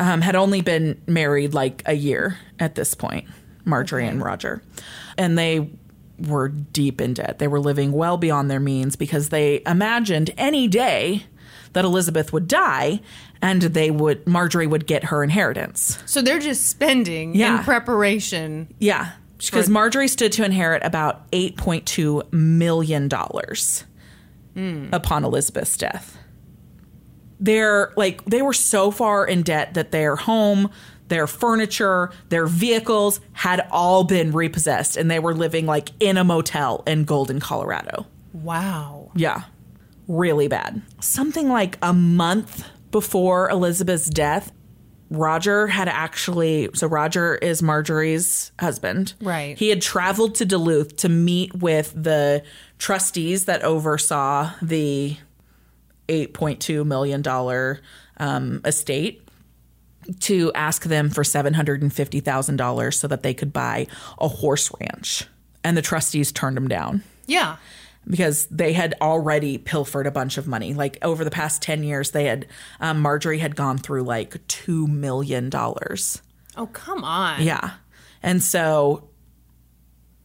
Speaker 3: um, had only been married like a year at this point, Marjorie and Roger. And they were deep in debt. They were living well beyond their means because they imagined any day that Elizabeth would die and they would Marjorie would get her inheritance.
Speaker 2: So they're just spending
Speaker 3: Yeah.
Speaker 2: in preparation.
Speaker 3: Yeah. Because Marjorie stood to inherit about $8.2 million upon Elizabeth's death. They're like, they were so far in debt that their home, their furniture, their vehicles had all been repossessed and they were living like in a motel in Golden, Colorado.
Speaker 2: Wow.
Speaker 3: Yeah. Really bad. Something like a month before Elizabeth's death, Roger had actually. So, Roger is Marjorie's husband.
Speaker 2: Right.
Speaker 3: He had traveled to Duluth to meet with the trustees that oversaw the $8.2 million um, estate to ask them for $750,000 so that they could buy a horse ranch. And the trustees turned them down
Speaker 2: Yeah.
Speaker 3: because they had already pilfered a bunch of money. Like over the past 10 years, they had, um, Marjorie had gone through like $2 million.
Speaker 2: Oh, come on.
Speaker 3: Yeah. And so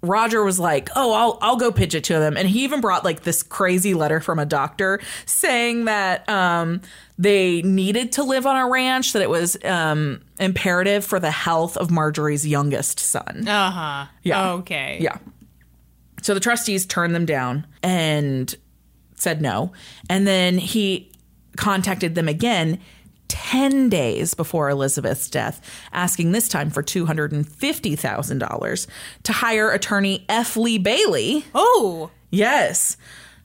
Speaker 3: Roger was like, "Oh, I'll I'll go pitch it to them." And he even brought like this crazy letter from a doctor saying that um they needed to live on a ranch that it was um imperative for the health of Marjorie's youngest son.
Speaker 2: Uh huh.
Speaker 3: Yeah.
Speaker 2: Okay.
Speaker 3: Yeah. So the trustees turned them down and said no. And then he contacted them again 10 days before Elizabeth's death, asking this time for $250,000 to hire attorney F. Lee Bailey.
Speaker 2: Oh.
Speaker 3: Yes.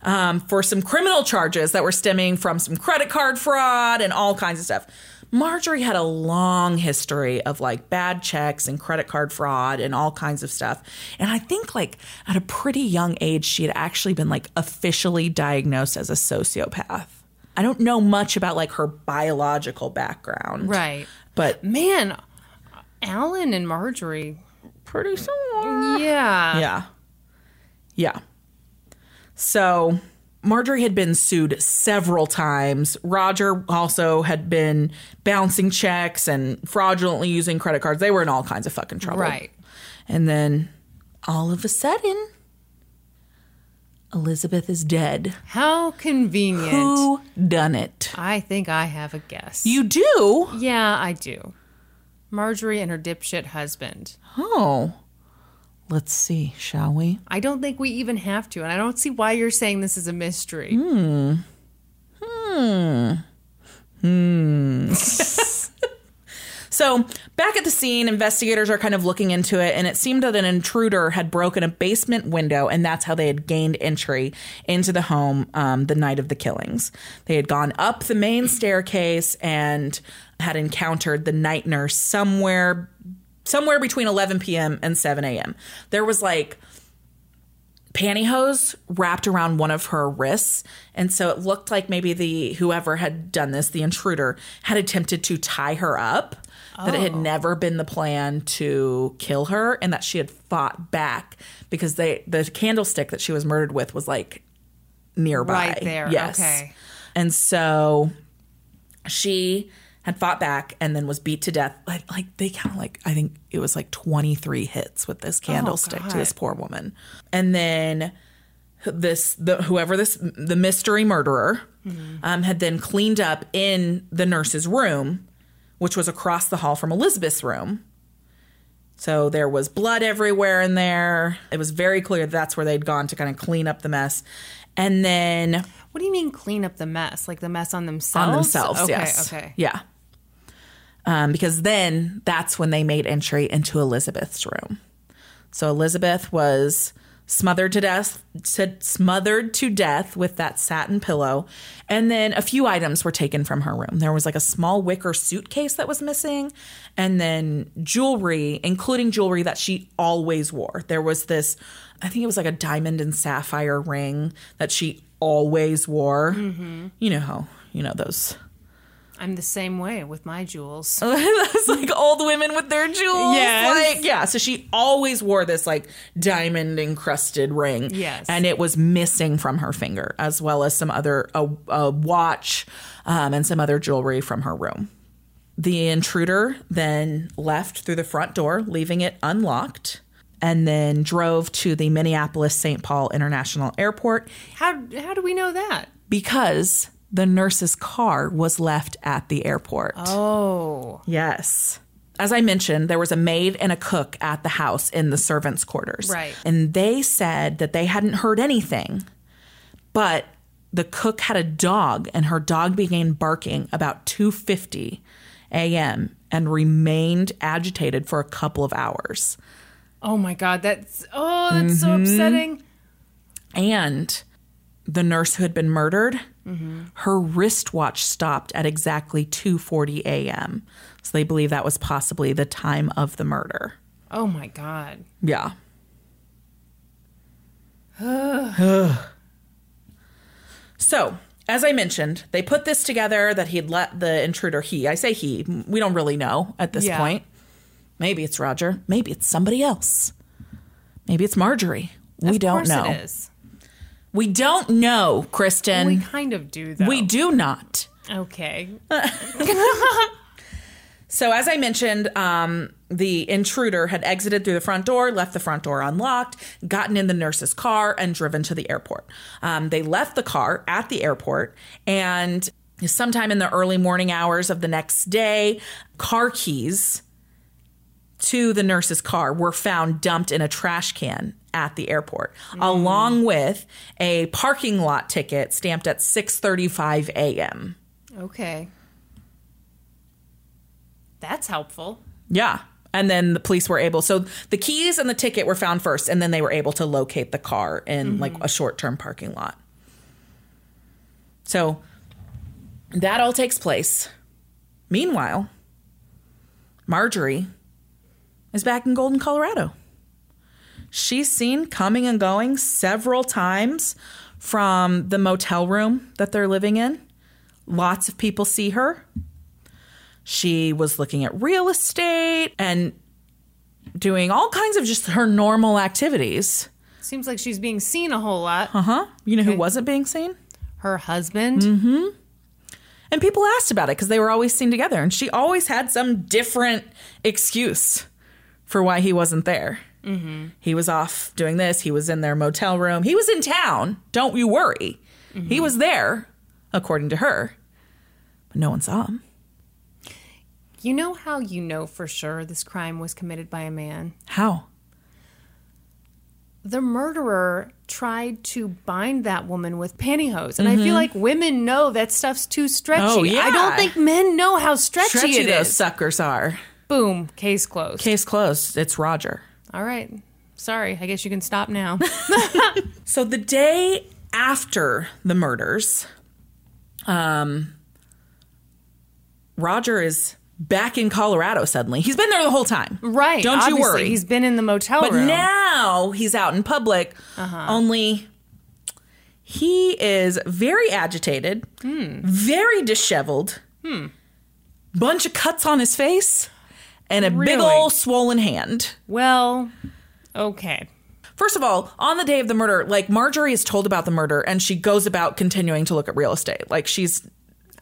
Speaker 3: Um, for some criminal charges that were stemming from some credit card fraud and all kinds of stuff. Marjorie had a long history of like bad checks and credit card fraud and all kinds of stuff. And I think like at a pretty young age, she had actually been like officially diagnosed as a sociopath. I don't know much about like her biological background.
Speaker 2: Right.
Speaker 3: But
Speaker 2: Man, Alan and Marjorie.
Speaker 3: pretty soon.
Speaker 2: Yeah.
Speaker 3: Yeah. Yeah. So Marjorie had been sued several times. Roger also had been bouncing checks and fraudulently using credit cards. They were in all kinds of fucking trouble.
Speaker 2: Right.
Speaker 3: And then all of a sudden, Elizabeth is dead.
Speaker 2: How convenient.
Speaker 3: Who done it?
Speaker 2: I think I have a guess.
Speaker 3: You do?
Speaker 2: yeah, I do. Marjorie and her dipshit husband.
Speaker 3: Oh. Let's see, shall we?
Speaker 2: I don't think we even have to, and I don't see why you're saying this is a mystery.
Speaker 3: Hmm. So, back at the scene, investigators are kind of looking into it, and it seemed that an intruder had broken a basement window, and that's how they had gained entry into the home um, the night of the killings. They had gone up the main staircase and had encountered the night nurse somewhere, somewhere between 11 p.m. and 7 a.m. There was like pantyhose wrapped around one of her wrists and so it looked like maybe the whoever had done this the intruder had attempted to tie her up that it had
Speaker 2: Oh.
Speaker 3: never been the plan to kill her and that she had fought back because they the candlestick that she was murdered with was like nearby
Speaker 2: Right there,
Speaker 3: yes
Speaker 2: okay.
Speaker 3: and so she had fought back and then was beat to death like, like they kind of like i think it was like 23 hits with this candlestick to this
Speaker 2: God.
Speaker 3: poor woman and then this the whoever this the mystery murderer um, had then cleaned up in the nurse's room which was across the hall from elizabeth's room so there was blood everywhere in there it was very clear that's where they'd gone to kind of clean up the mess and then
Speaker 2: What do you mean clean up the mess? Like the mess on themselves?
Speaker 3: on themselves.
Speaker 2: Oh, Okay,
Speaker 3: yes.
Speaker 2: okay.
Speaker 3: Yeah. Um, because then that's when they made entry into Elizabeth's room. So Elizabeth was smothered to death, said smothered to death with that satin pillow, and then a few items were taken from her room. There was like a small wicker suitcase that was missing, and then jewelry, including jewelry that she always wore. There was this, I think it was like a diamond and sapphire ring that she always wore.
Speaker 2: Mm-hmm.
Speaker 3: You know how you know those.
Speaker 2: I'm the same way with my jewels.
Speaker 3: It's like old women with their jewels.
Speaker 2: Yes.
Speaker 3: Like, yeah. So she always wore this like diamond encrusted ring.
Speaker 2: Yes.
Speaker 3: And it was missing from her finger, as well as some other, a, a watch um, and some other jewelry from her room. The intruder then left through the front door, leaving it unlocked, and then drove to the Minneapolis St. Paul International Airport
Speaker 2: How how do we know that?
Speaker 3: because the nurse's car was left at the airport.
Speaker 2: Oh,
Speaker 3: Yes. As I mentioned, there was a maid and a cook at the house in the servants' quarters.
Speaker 2: Right.
Speaker 3: And they said that they hadn't heard anything, but the cook had a dog and her dog began barking about 2:50 a.m. and remained agitated for a couple of hours.
Speaker 2: oh my God! That's oh, that's so
Speaker 3: Mm-hmm.
Speaker 2: upsetting.
Speaker 3: and the nurse who had been murdered her wristwatch stopped at exactly 2:40 a.m. so they believe that was possibly the time of the murder
Speaker 2: Oh my God!
Speaker 3: yeah so as I mentioned, they put this together that he'd let the intruder, he, I say he, we don't really know at this
Speaker 2: Yeah.
Speaker 3: point. Maybe it's Roger. Maybe it's somebody else. Maybe it's Marjorie. We
Speaker 2: Of
Speaker 3: don't
Speaker 2: course
Speaker 3: know.
Speaker 2: It is.
Speaker 3: We don't know, Kristen.
Speaker 2: we kind of do though.
Speaker 3: we do not.
Speaker 2: Okay.
Speaker 3: So, as I mentioned, um, the intruder had exited through the front door, left the front door unlocked, gotten in the nurse's car, and driven to the airport. Um, they left the car at the airport, and sometime in the early morning hours of the next day, car keys to the nurse's car were found dumped in a trash can at the airport along with a parking lot ticket stamped at 6:35 a.m.
Speaker 2: Okay. That's helpful.
Speaker 3: Yeah. And then the police were able, so the keys and the ticket were found first, and then they were able to locate the car in like a short term parking lot. So that all takes place. Meanwhile, Marjorie is back in Golden, Colorado. She's seen coming and going several times from the motel room that they're living in. Lots of people see her. She was looking at real estate and doing all kinds of just her normal activities.
Speaker 2: Seems like she's being seen a whole lot.
Speaker 3: Uh huh. You know who wasn't being seen?
Speaker 2: Her husband.
Speaker 3: Mm-hmm. And people asked about it because they were always seen together. And she always had some different excuse for why he wasn't there.
Speaker 2: Mm-hmm.
Speaker 3: He was off doing this. He was in their motel room. He was in town. Don't you worry.
Speaker 2: Mm-hmm.
Speaker 3: He was there, according to her. But no one saw him.
Speaker 2: You know how you know for sure this crime was committed by a man?
Speaker 3: How?
Speaker 2: the murderer tried to bind that woman with pantyhose. And I feel like women know that stuff's too stretchy.
Speaker 3: Mm-hmm. Oh, yeah.
Speaker 2: I don't think men know how stretchy,
Speaker 3: Stretchy
Speaker 2: it
Speaker 3: those
Speaker 2: is.
Speaker 3: suckers are.
Speaker 2: Boom, case closed.
Speaker 3: Case closed. It's Roger.
Speaker 2: All right. Sorry, I guess you can stop now.
Speaker 3: So the day after the murders, um, Roger is back in Colorado suddenly. He's been there the whole time.
Speaker 2: right.
Speaker 3: Don't
Speaker 2: obviously,
Speaker 3: you worry.
Speaker 2: He's been in the motel
Speaker 3: but
Speaker 2: room.
Speaker 3: now he's out in public.
Speaker 2: Uh-huh.
Speaker 3: Only he is very agitated,
Speaker 2: Hmm.
Speaker 3: very disheveled, bunch of cuts on his face, and a big
Speaker 2: Really?
Speaker 3: old swollen hand.
Speaker 2: well, okay.
Speaker 3: First of all, on the day of the murder, like Marjorie is told about the murder and she goes about continuing to look at real estate. Like she's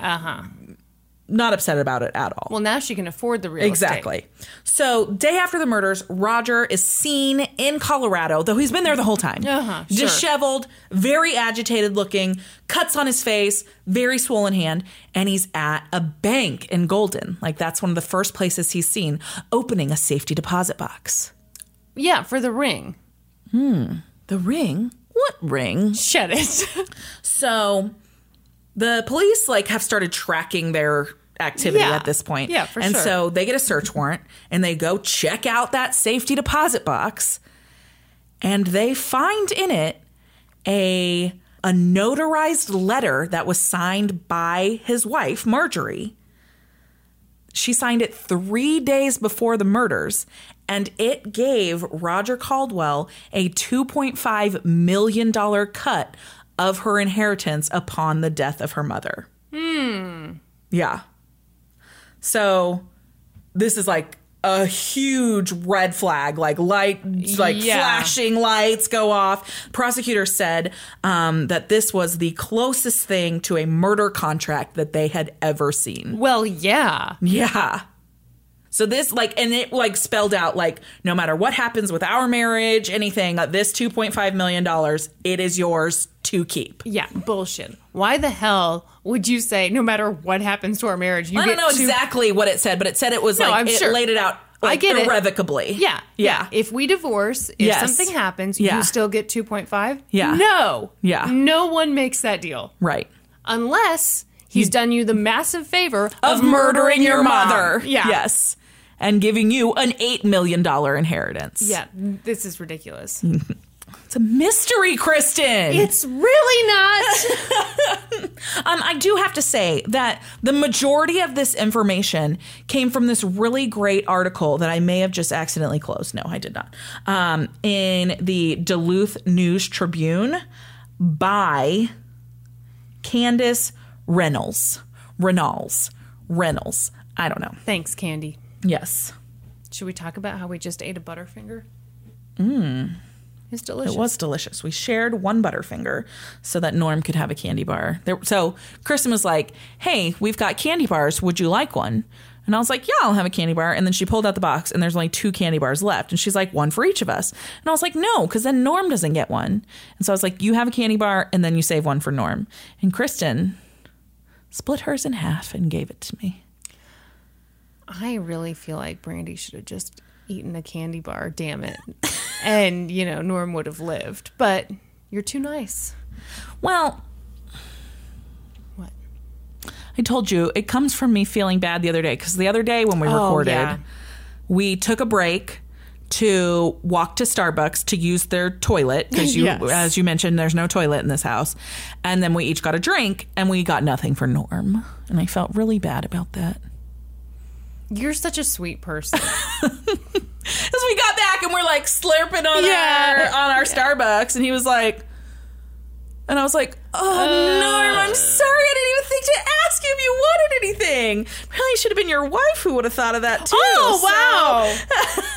Speaker 3: not upset about it at all.
Speaker 2: Uh-huh. Well, now she can afford the real estate.
Speaker 3: exactly. So, day after the murders, Roger is seen in Colorado, though he's been there the whole time.
Speaker 2: Uh-huh, sure.
Speaker 3: Disheveled, very agitated looking, cuts on his face, very swollen hand, and he's at a bank in Golden. Like that's one of the first places he's seen opening a safety deposit box.
Speaker 2: Yeah, for the ring.
Speaker 3: The ring? What ring?
Speaker 2: Shut it.
Speaker 3: So the police like have started tracking their activity
Speaker 2: Yeah.
Speaker 3: at this point.
Speaker 2: Yeah, for
Speaker 3: and
Speaker 2: sure.
Speaker 3: so they get a search warrant and they go check out that safety deposit box and they find in it a a notarized letter that was signed by his wife, Marjorie. She signed it 3 days before the murders and it gave Roger Caldwell a 2.5 million dollar cut of her inheritance upon the death of her mother. Hmm. Yeah. So this is like a huge red flag, like light, like
Speaker 2: Yeah.
Speaker 3: flashing lights go off. Prosecutor said um, that this was the closest thing to a murder contract that they had ever seen.
Speaker 2: well, yeah.
Speaker 3: Yeah. So this like and it like spelled out like no matter what happens with our marriage, anything, uh, this 2.5 million dollars, it is yours to keep.
Speaker 2: Yeah, bullshit. Why the hell would you say no matter what happens to our marriage, you
Speaker 3: I don't
Speaker 2: get
Speaker 3: know
Speaker 2: two-
Speaker 3: exactly what it said, but it said it was
Speaker 2: No,
Speaker 3: like
Speaker 2: I'm
Speaker 3: it
Speaker 2: sure.
Speaker 3: laid it out
Speaker 2: I
Speaker 3: like,
Speaker 2: get it.
Speaker 3: irrevocably.
Speaker 2: Yeah,
Speaker 3: Yeah.
Speaker 2: If we divorce, if
Speaker 3: Yes.
Speaker 2: something happens,
Speaker 3: Yeah.
Speaker 2: you still get 2.5?
Speaker 3: Yeah.
Speaker 2: No.
Speaker 3: Yeah.
Speaker 2: No one makes that deal
Speaker 3: Right.
Speaker 2: unless he's done you the massive favor of,
Speaker 3: Hmm. Of murdering your
Speaker 2: mom.
Speaker 3: mother.
Speaker 2: Yeah.
Speaker 3: Yes. And giving you an $8 million inheritance.
Speaker 2: Yeah. This is ridiculous.
Speaker 3: It's a mystery, Kristen.
Speaker 2: It's really not.
Speaker 3: Um, I do have to say that the majority of this information came from this really great article that I may have just accidentally closed. No, I did not. Um, in the Duluth News Tribune by Candace Reynolds. Reynolds. Reynolds. I don't know.
Speaker 2: Thanks, Candy.
Speaker 3: Yes.
Speaker 2: Should we talk about how we just ate a Butterfinger? Mmm. It's delicious.
Speaker 3: It was delicious. We shared one Butterfinger so that Norm could have a candy bar. There, so Kristen was like, "Hey, we've got candy bars. Would you like one?" And I was like, "Yeah, I'll have a candy bar." And then she pulled out the box, and there's only two candy bars left. And she's like, "One for each of us." And I was like, "No, because then Norm doesn't get one." And so I was like, "You have a candy bar, and then you save one for Norm." And Kristen split hers in half and gave it to me.
Speaker 2: I really feel like Brandy should have just eaten a candy bar, damn it. and, you know, Norm would have lived. But you're too nice.
Speaker 3: Well,
Speaker 2: What?
Speaker 3: I told you it comes from me feeling bad the other day because the other day when we
Speaker 2: Oh,
Speaker 3: recorded,
Speaker 2: yeah.
Speaker 3: we took a break to walk to Starbucks to use their toilet because you,
Speaker 2: Yes.
Speaker 3: as you mentioned, there's no toilet in this house, and then we each got a drink and we got nothing for Norm, and I felt really bad about that.
Speaker 2: You're such a sweet person.
Speaker 3: Because we got back and we're like slurping on
Speaker 2: Yeah.
Speaker 3: our on our Starbucks, and he was like, and I was like, oh Norm, I'm sorry, I didn't even think to ask you if you wanted anything. Probably should have been your wife who would have thought of that too.
Speaker 2: Oh,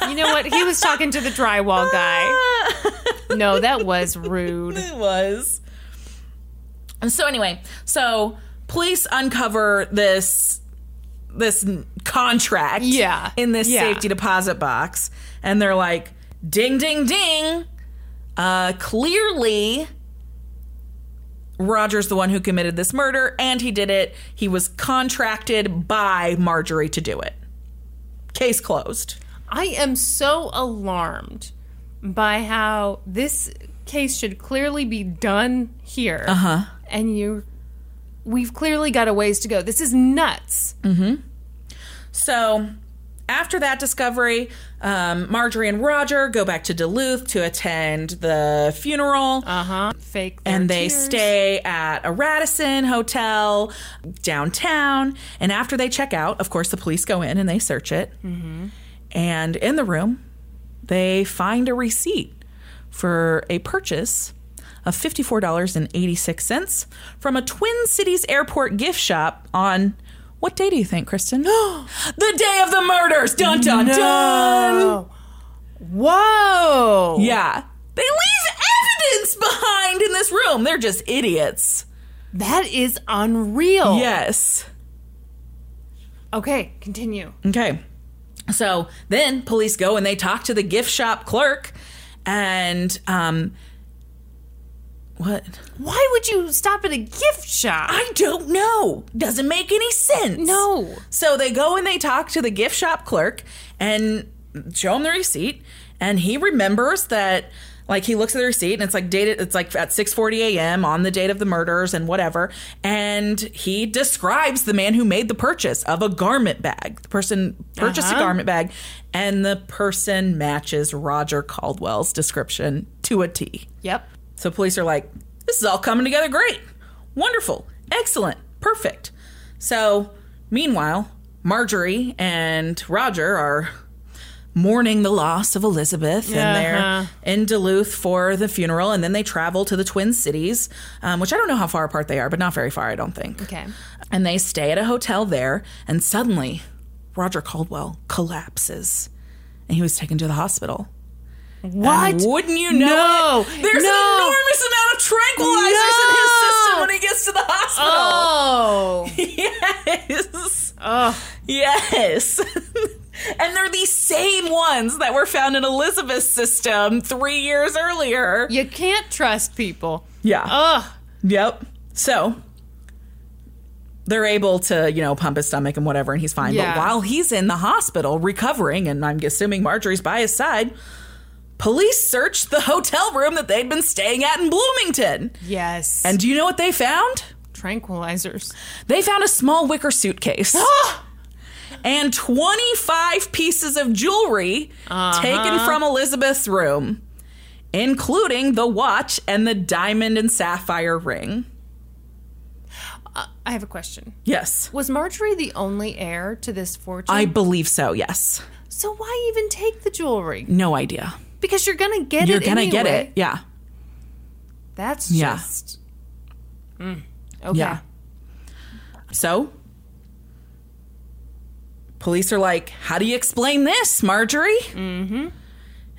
Speaker 2: wow. you know what? He was talking to the drywall guy. No, that was rude.
Speaker 3: it was. And so anyway, so police uncover this this n- contract
Speaker 2: Yeah.
Speaker 3: in this
Speaker 2: Yeah.
Speaker 3: safety deposit box and they're like ding ding ding uh clearly Roger's the one who committed this murder and he did it he was contracted by Marjorie to do it case closed
Speaker 2: I am so alarmed by how this case should clearly be done here. Uh
Speaker 3: Uh-huh.
Speaker 2: huh. And you, we've clearly got a ways to go. This is nuts.
Speaker 3: So after that discovery, um, Marjorie and Roger go back to Duluth to attend the funeral,
Speaker 2: Uh huh. Fake. their
Speaker 3: and they
Speaker 2: tears.
Speaker 3: stay at a Radisson hotel downtown. And after they check out, of course, the police go in and they search it. And in the room, they find a receipt for a purchase of $54.86 from a Twin Cities airport gift shop on what day do you think, Kristen? the day of the murders. Dun dun dun.
Speaker 2: Whoa.
Speaker 3: Yeah. They leave evidence behind in this room. They're just idiots.
Speaker 2: That is unreal.
Speaker 3: Yes.
Speaker 2: Okay, continue.
Speaker 3: Okay. So then police go and they talk to the gift shop clerk and um what?
Speaker 2: Why would you stop at a gift shop?
Speaker 3: I don't know. Doesn't make any sense.
Speaker 2: No.
Speaker 3: So they go and they talk to the gift shop clerk and show him the receipt and he remembers that like he looks at the receipt and it's like dated it's like at 6:40 a.m. on the date of the murders and whatever and he describes the man who made the purchase of a garment bag. The person purchased a garment bag and the person matches Roger Caldwell's description to a T.
Speaker 2: Yep.
Speaker 3: So police are like, this is all coming together great. Wonderful. Excellent. Perfect. So meanwhile, Marjorie and Roger are mourning the loss of Elizabeth and they're in Duluth for the funeral. And then they travel to the Twin Cities, um, which I don't know how far apart they are, but not very far, I don't think.
Speaker 2: Okay.
Speaker 3: And they stay at a hotel there. And suddenly, Roger Caldwell collapses and he was taken to the hospital.
Speaker 2: What?
Speaker 3: And wouldn't you know?
Speaker 2: No.
Speaker 3: it, There's an
Speaker 2: No.
Speaker 3: enormous amount of tranquilizers in his system when he gets to the
Speaker 2: Oh.
Speaker 3: hospital. Yes. Yes. and they're the same ones that were found in Elizabeth's system three years earlier.
Speaker 2: you can't trust people.
Speaker 3: Yeah.
Speaker 2: Ugh.
Speaker 3: Yep. So they're able to, you know, pump his stomach and whatever, and he's fine.
Speaker 2: Yeah.
Speaker 3: But while he's in the hospital recovering, and I'm assuming Marjorie's by his side, police searched the hotel room that they'd been staying at in Bloomington.
Speaker 2: Yes.
Speaker 3: And do you know what they found?
Speaker 2: tranquilizers.
Speaker 3: They found a small wicker suitcase. And 25 pieces of jewelry taken from Elizabeth's room, including the watch and the diamond and sapphire ring.
Speaker 2: Uh, I have a question.
Speaker 3: Yes.
Speaker 2: Was Marjorie the only heir to this fortune?
Speaker 3: I believe so, yes.
Speaker 2: so why even take the jewelry?
Speaker 3: No idea.
Speaker 2: Because you're gonna get
Speaker 3: You're
Speaker 2: it.
Speaker 3: going to
Speaker 2: anyway.
Speaker 3: get it. Yeah.
Speaker 2: That's
Speaker 3: Yeah.
Speaker 2: just hmm, Okay.
Speaker 4: Yeah. So, police are like, How do you explain this, Marjorie? Mm-hmm.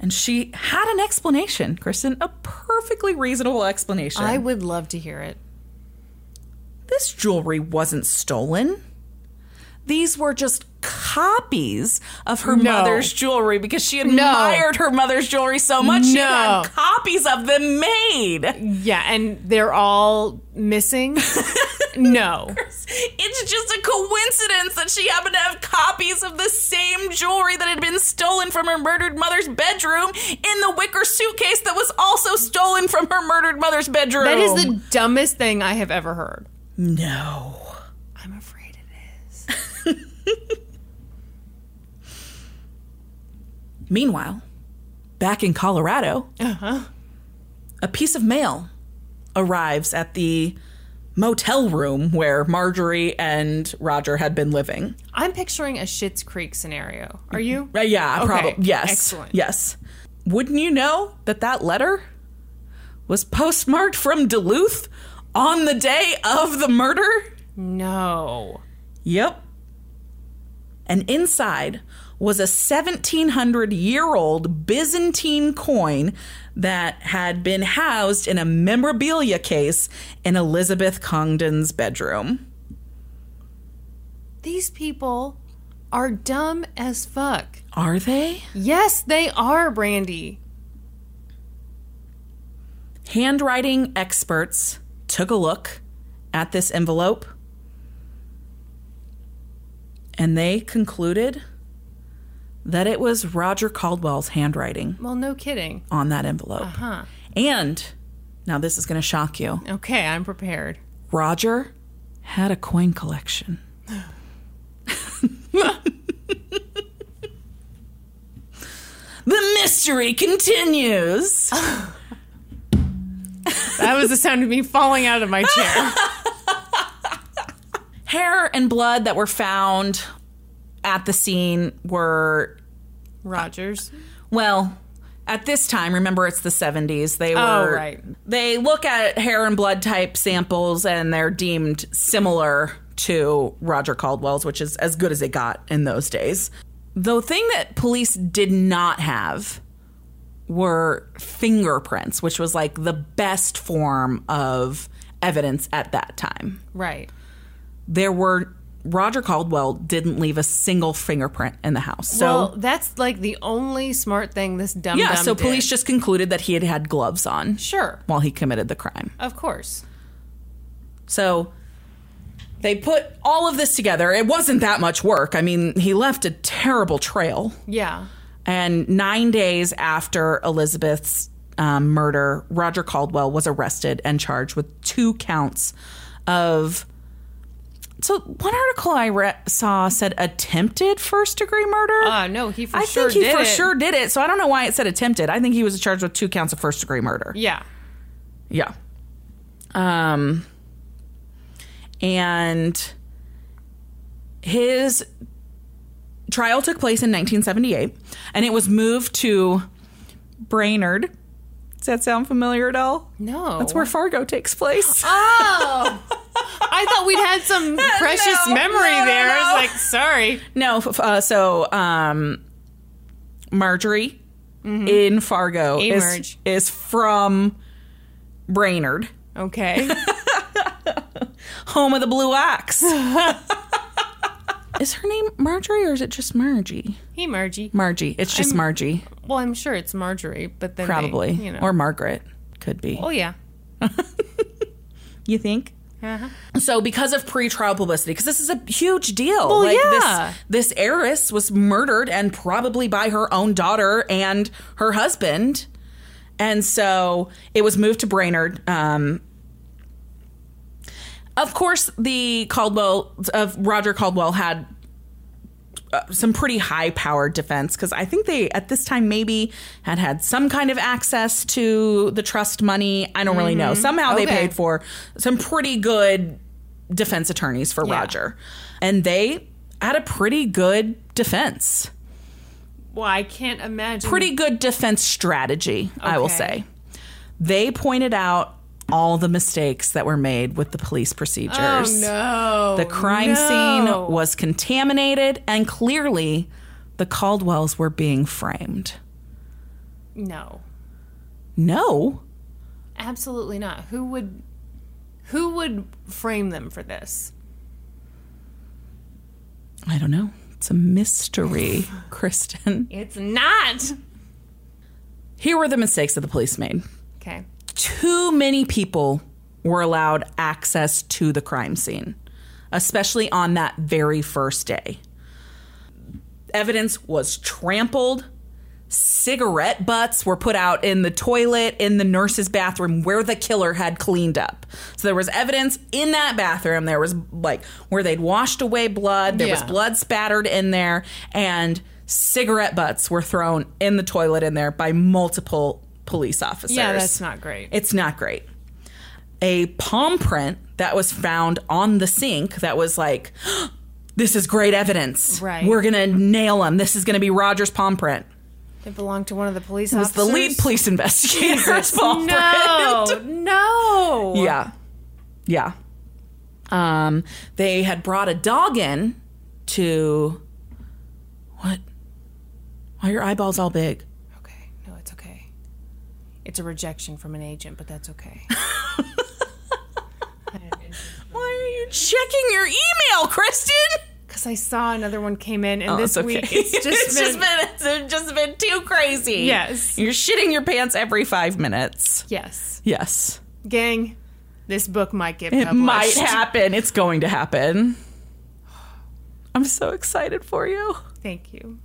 Speaker 4: And she had an explanation, Kristen, a perfectly reasonable explanation.
Speaker 2: I would love to hear it.
Speaker 4: this jewelry wasn't stolen. These were just copies of her mother's jewelry because she admired her mother's jewelry so much she had
Speaker 2: No.
Speaker 4: copies of them made.
Speaker 2: Yeah, and they're all missing. no.
Speaker 4: It's just a coincidence that she happened to have copies of the same jewelry that had been stolen from her murdered mother's bedroom in the wicker suitcase that was also stolen from her murdered mother's bedroom.
Speaker 2: That is the dumbest thing I have ever heard.
Speaker 4: No.
Speaker 2: I'm afraid it
Speaker 4: Meanwhile, back in Colorado,
Speaker 2: Uh-huh.
Speaker 4: a piece of mail
Speaker 3: arrives at the motel room where Marjorie and Roger had been living.
Speaker 2: is. I'm picturing a Schitt's Creek scenario. Are you?
Speaker 3: Uh, yeah,
Speaker 2: Okay,
Speaker 3: probably. Yes.
Speaker 2: Excellent.
Speaker 3: Yes. Wouldn't you know that that letter was postmarked from Duluth on the day of the murder?
Speaker 2: No.
Speaker 3: Yep. And inside was a 1700 year old Byzantine coin that had been housed in a memorabilia case in Elizabeth Congdon's bedroom.
Speaker 2: These people are dumb as fuck.
Speaker 3: Are they?
Speaker 2: Yes, they are, Brandy.
Speaker 3: Handwriting experts took a look at this envelope and they concluded that it was Roger Caldwell's handwriting
Speaker 2: Well, no kidding.
Speaker 3: on that envelope. Uh-huh. And now this is going to shock you.
Speaker 2: Okay, I'm prepared.
Speaker 3: Roger had a coin collection. the mystery continues.
Speaker 2: That was the sound of me falling out of my chair.
Speaker 3: Hair and blood that were found at the scene were,
Speaker 2: Rogers.
Speaker 3: well, at this time, remember it's the 70s. They were
Speaker 2: Oh, right.
Speaker 3: they look at hair and blood type samples and they're deemed similar to Roger Caldwell's, which is as good as it got in those days. The thing that police did not have were fingerprints, which was like the best form of evidence at that time.
Speaker 2: Right.
Speaker 3: There were Roger Caldwell didn't leave a single fingerprint in the house. So
Speaker 2: well, that's like the only smart thing this dumb
Speaker 3: yeah,
Speaker 2: dumb
Speaker 3: so
Speaker 2: did.
Speaker 3: police just concluded that he had had gloves on
Speaker 2: Sure.
Speaker 3: while he committed the crime.
Speaker 2: Of course.
Speaker 3: So they put all of this together. It wasn't that much work. I mean, he left a terrible trail.
Speaker 2: Yeah.
Speaker 3: And nine days after Elizabeth's um, murder, Roger Caldwell was arrested and charged with two counts of. So one article I re- saw said attempted first degree murder.
Speaker 2: Ah, no, he for
Speaker 3: I
Speaker 2: sure
Speaker 3: think he
Speaker 2: did
Speaker 3: for
Speaker 2: it.
Speaker 3: sure did it. So I don't know why it said attempted. I think he was charged with two counts of first degree murder.
Speaker 2: Yeah.
Speaker 3: Yeah. Um and his trial took place in 1978 and it was moved to Brainerd. Does that sound familiar at all?
Speaker 2: No.
Speaker 3: That's where Fargo takes place.
Speaker 2: Oh. I thought we'd had some precious
Speaker 3: No,
Speaker 2: memory
Speaker 3: no, no,
Speaker 2: there. I
Speaker 3: no.
Speaker 2: was like, sorry.
Speaker 3: No, f- uh, so um Marjorie
Speaker 2: Mm-hmm.
Speaker 3: in Fargo is,
Speaker 2: Marge.
Speaker 3: is from Brainerd.
Speaker 2: Okay.
Speaker 3: home of the blue ox. is her name Marjorie or is it just Margie?
Speaker 2: Hey, Margie.
Speaker 3: Margie. It's just Margie,
Speaker 2: Well, I'm sure it's Marjorie, but then they,
Speaker 3: probably.
Speaker 2: you know.
Speaker 3: Or Margaret. Could be.
Speaker 2: oh yeah.
Speaker 3: You think?
Speaker 2: uh-huh.
Speaker 3: So, because of pre-trial publicity, because this is a huge deal.
Speaker 2: Well,
Speaker 3: like
Speaker 2: yeah.
Speaker 3: this, this heiress was murdered and probably by her own daughter and her husband, and so it was moved to Brainerd. Um, of course, the Caldwell of Roger Caldwell had uh, some pretty high-powered defense because I think they at this time maybe had had some kind of access to the trust money. I don't really know. Somehow they
Speaker 2: Mm-hmm. Okay.
Speaker 3: paid for some pretty good defense attorneys for
Speaker 2: Yeah.
Speaker 3: Roger. And they had a pretty good defense,
Speaker 2: Well, I can't imagine.
Speaker 3: pretty good defense strategy, I will
Speaker 2: Okay.
Speaker 3: say. They pointed out all the mistakes that were made with the police procedures.
Speaker 2: Oh, no.
Speaker 3: The crime
Speaker 2: No.
Speaker 3: scene was contaminated, and clearly the Caldwells were being framed.
Speaker 2: No.
Speaker 3: No.
Speaker 2: Absolutely not. Who would who would frame them for this?
Speaker 3: I don't know. It's a mystery, Kristen.
Speaker 2: It's not.
Speaker 3: Here were the mistakes that the police made.
Speaker 2: Okay.
Speaker 3: Too many people were allowed access to the crime scene, especially on that very first day. Evidence was trampled. Cigarette butts were put out in the toilet in the nurse's bathroom where the killer had cleaned up. So there was evidence in that bathroom. There was like where they'd washed away blood. There was
Speaker 2: Yeah.
Speaker 3: blood spattered in there, and cigarette butts were thrown in the toilet in there by multiple police officers.
Speaker 2: Yeah, that's not great.
Speaker 3: It's not great. A palm print that was found on the sink that was like, this is great evidence.
Speaker 2: Right.
Speaker 3: We're going to nail him. This is going to be Roger's palm print.
Speaker 2: They belong to one of the police
Speaker 3: It was
Speaker 2: officers.
Speaker 3: the lead police investigator's palm
Speaker 2: No.
Speaker 3: print.
Speaker 2: No.
Speaker 3: Yeah. Yeah. Um, they had brought a dog in to. What? Why are your eyeballs all big?
Speaker 2: Okay. No, it's okay. It's a rejection from an agent, but that's okay.
Speaker 3: Why are you checking your email, Kristen?
Speaker 2: Because I saw another one came in, and this
Speaker 3: Oh, it's okay.
Speaker 2: week it's just
Speaker 3: It's
Speaker 2: been,
Speaker 3: just been it's just been too crazy.
Speaker 2: Yes.
Speaker 3: You're shitting your pants every five minutes.
Speaker 2: yes,
Speaker 3: Yes.
Speaker 2: gang. This book might get
Speaker 3: It
Speaker 2: published.
Speaker 3: might happen. It's going to happen. I'm so excited for you
Speaker 2: Thank you.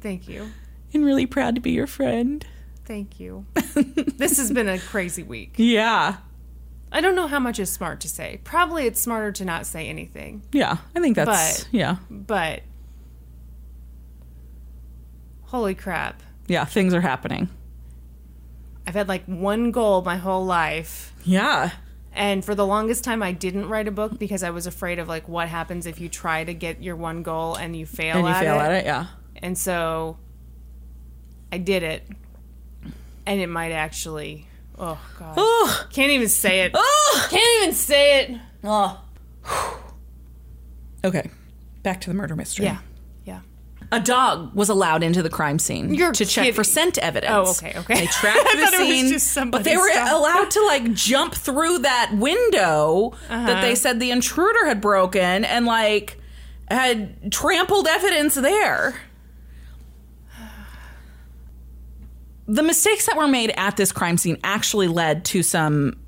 Speaker 2: Thank you.
Speaker 3: and really proud to be your friend.
Speaker 2: Thank you. this has been a crazy week.
Speaker 3: Yeah.
Speaker 2: I don't know how much is smart to say. Probably it's smarter to not say anything,
Speaker 3: Yeah. I think that's
Speaker 2: But-
Speaker 3: yeah.
Speaker 2: but holy crap.
Speaker 3: Yeah. Things are happening.
Speaker 2: I've had like one goal my whole life.
Speaker 3: Yeah.
Speaker 2: And for the longest time, I didn't write a book because I was afraid of like what happens if you try to get your one goal and you fail,
Speaker 3: And you
Speaker 2: at,
Speaker 3: fail
Speaker 2: it.
Speaker 3: at it, yeah.
Speaker 2: And so I did it. And it might actually. Oh, God.
Speaker 3: Oh,
Speaker 2: Can't even say it.
Speaker 3: oh.
Speaker 2: Can't even say it.
Speaker 3: Okay. Back to the murder mystery.
Speaker 2: Yeah. Yeah.
Speaker 3: A dog was allowed into the crime scene
Speaker 2: You're
Speaker 3: to check for
Speaker 2: kidding.
Speaker 3: scent evidence.
Speaker 2: Oh, okay, okay.
Speaker 3: They tracked
Speaker 2: I
Speaker 3: the
Speaker 2: thought it was
Speaker 3: scene,
Speaker 2: just
Speaker 3: but
Speaker 2: somebody's
Speaker 3: they were
Speaker 2: dog.
Speaker 3: allowed to like jump through that window
Speaker 2: Uh-huh.
Speaker 3: that they said the intruder had broken and like had trampled evidence there. The mistakes that were made at this crime scene actually led to some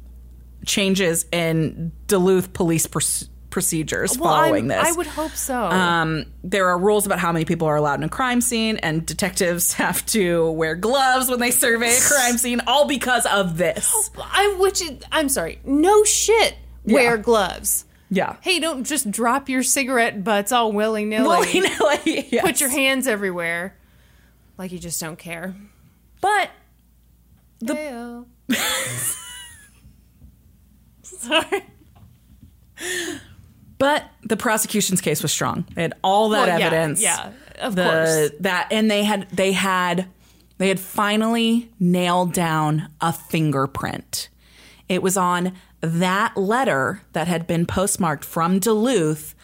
Speaker 3: changes in Duluth police proce- procedures following
Speaker 2: I'm-
Speaker 3: this.
Speaker 2: I would hope so.
Speaker 3: Um, there are rules about how many people are allowed in a crime scene, and detectives have to wear gloves when they survey a crime scene, all because of this.
Speaker 2: I which is, I'm sorry. No shit. Wear gloves.
Speaker 3: Yeah.
Speaker 2: Hey, don't just drop your cigarette butts all willy nilly.
Speaker 3: Well, you know, like, yes.
Speaker 2: Put your hands everywhere, like you just don't care.
Speaker 3: But
Speaker 2: The- sorry.
Speaker 3: but the prosecution's case was strong. They had all that
Speaker 2: Well, yeah,
Speaker 3: evidence.
Speaker 2: yeah, of
Speaker 3: the,
Speaker 2: course.
Speaker 3: That and they had they had they had finally nailed down a fingerprint. It was on that letter that had been postmarked from Duluth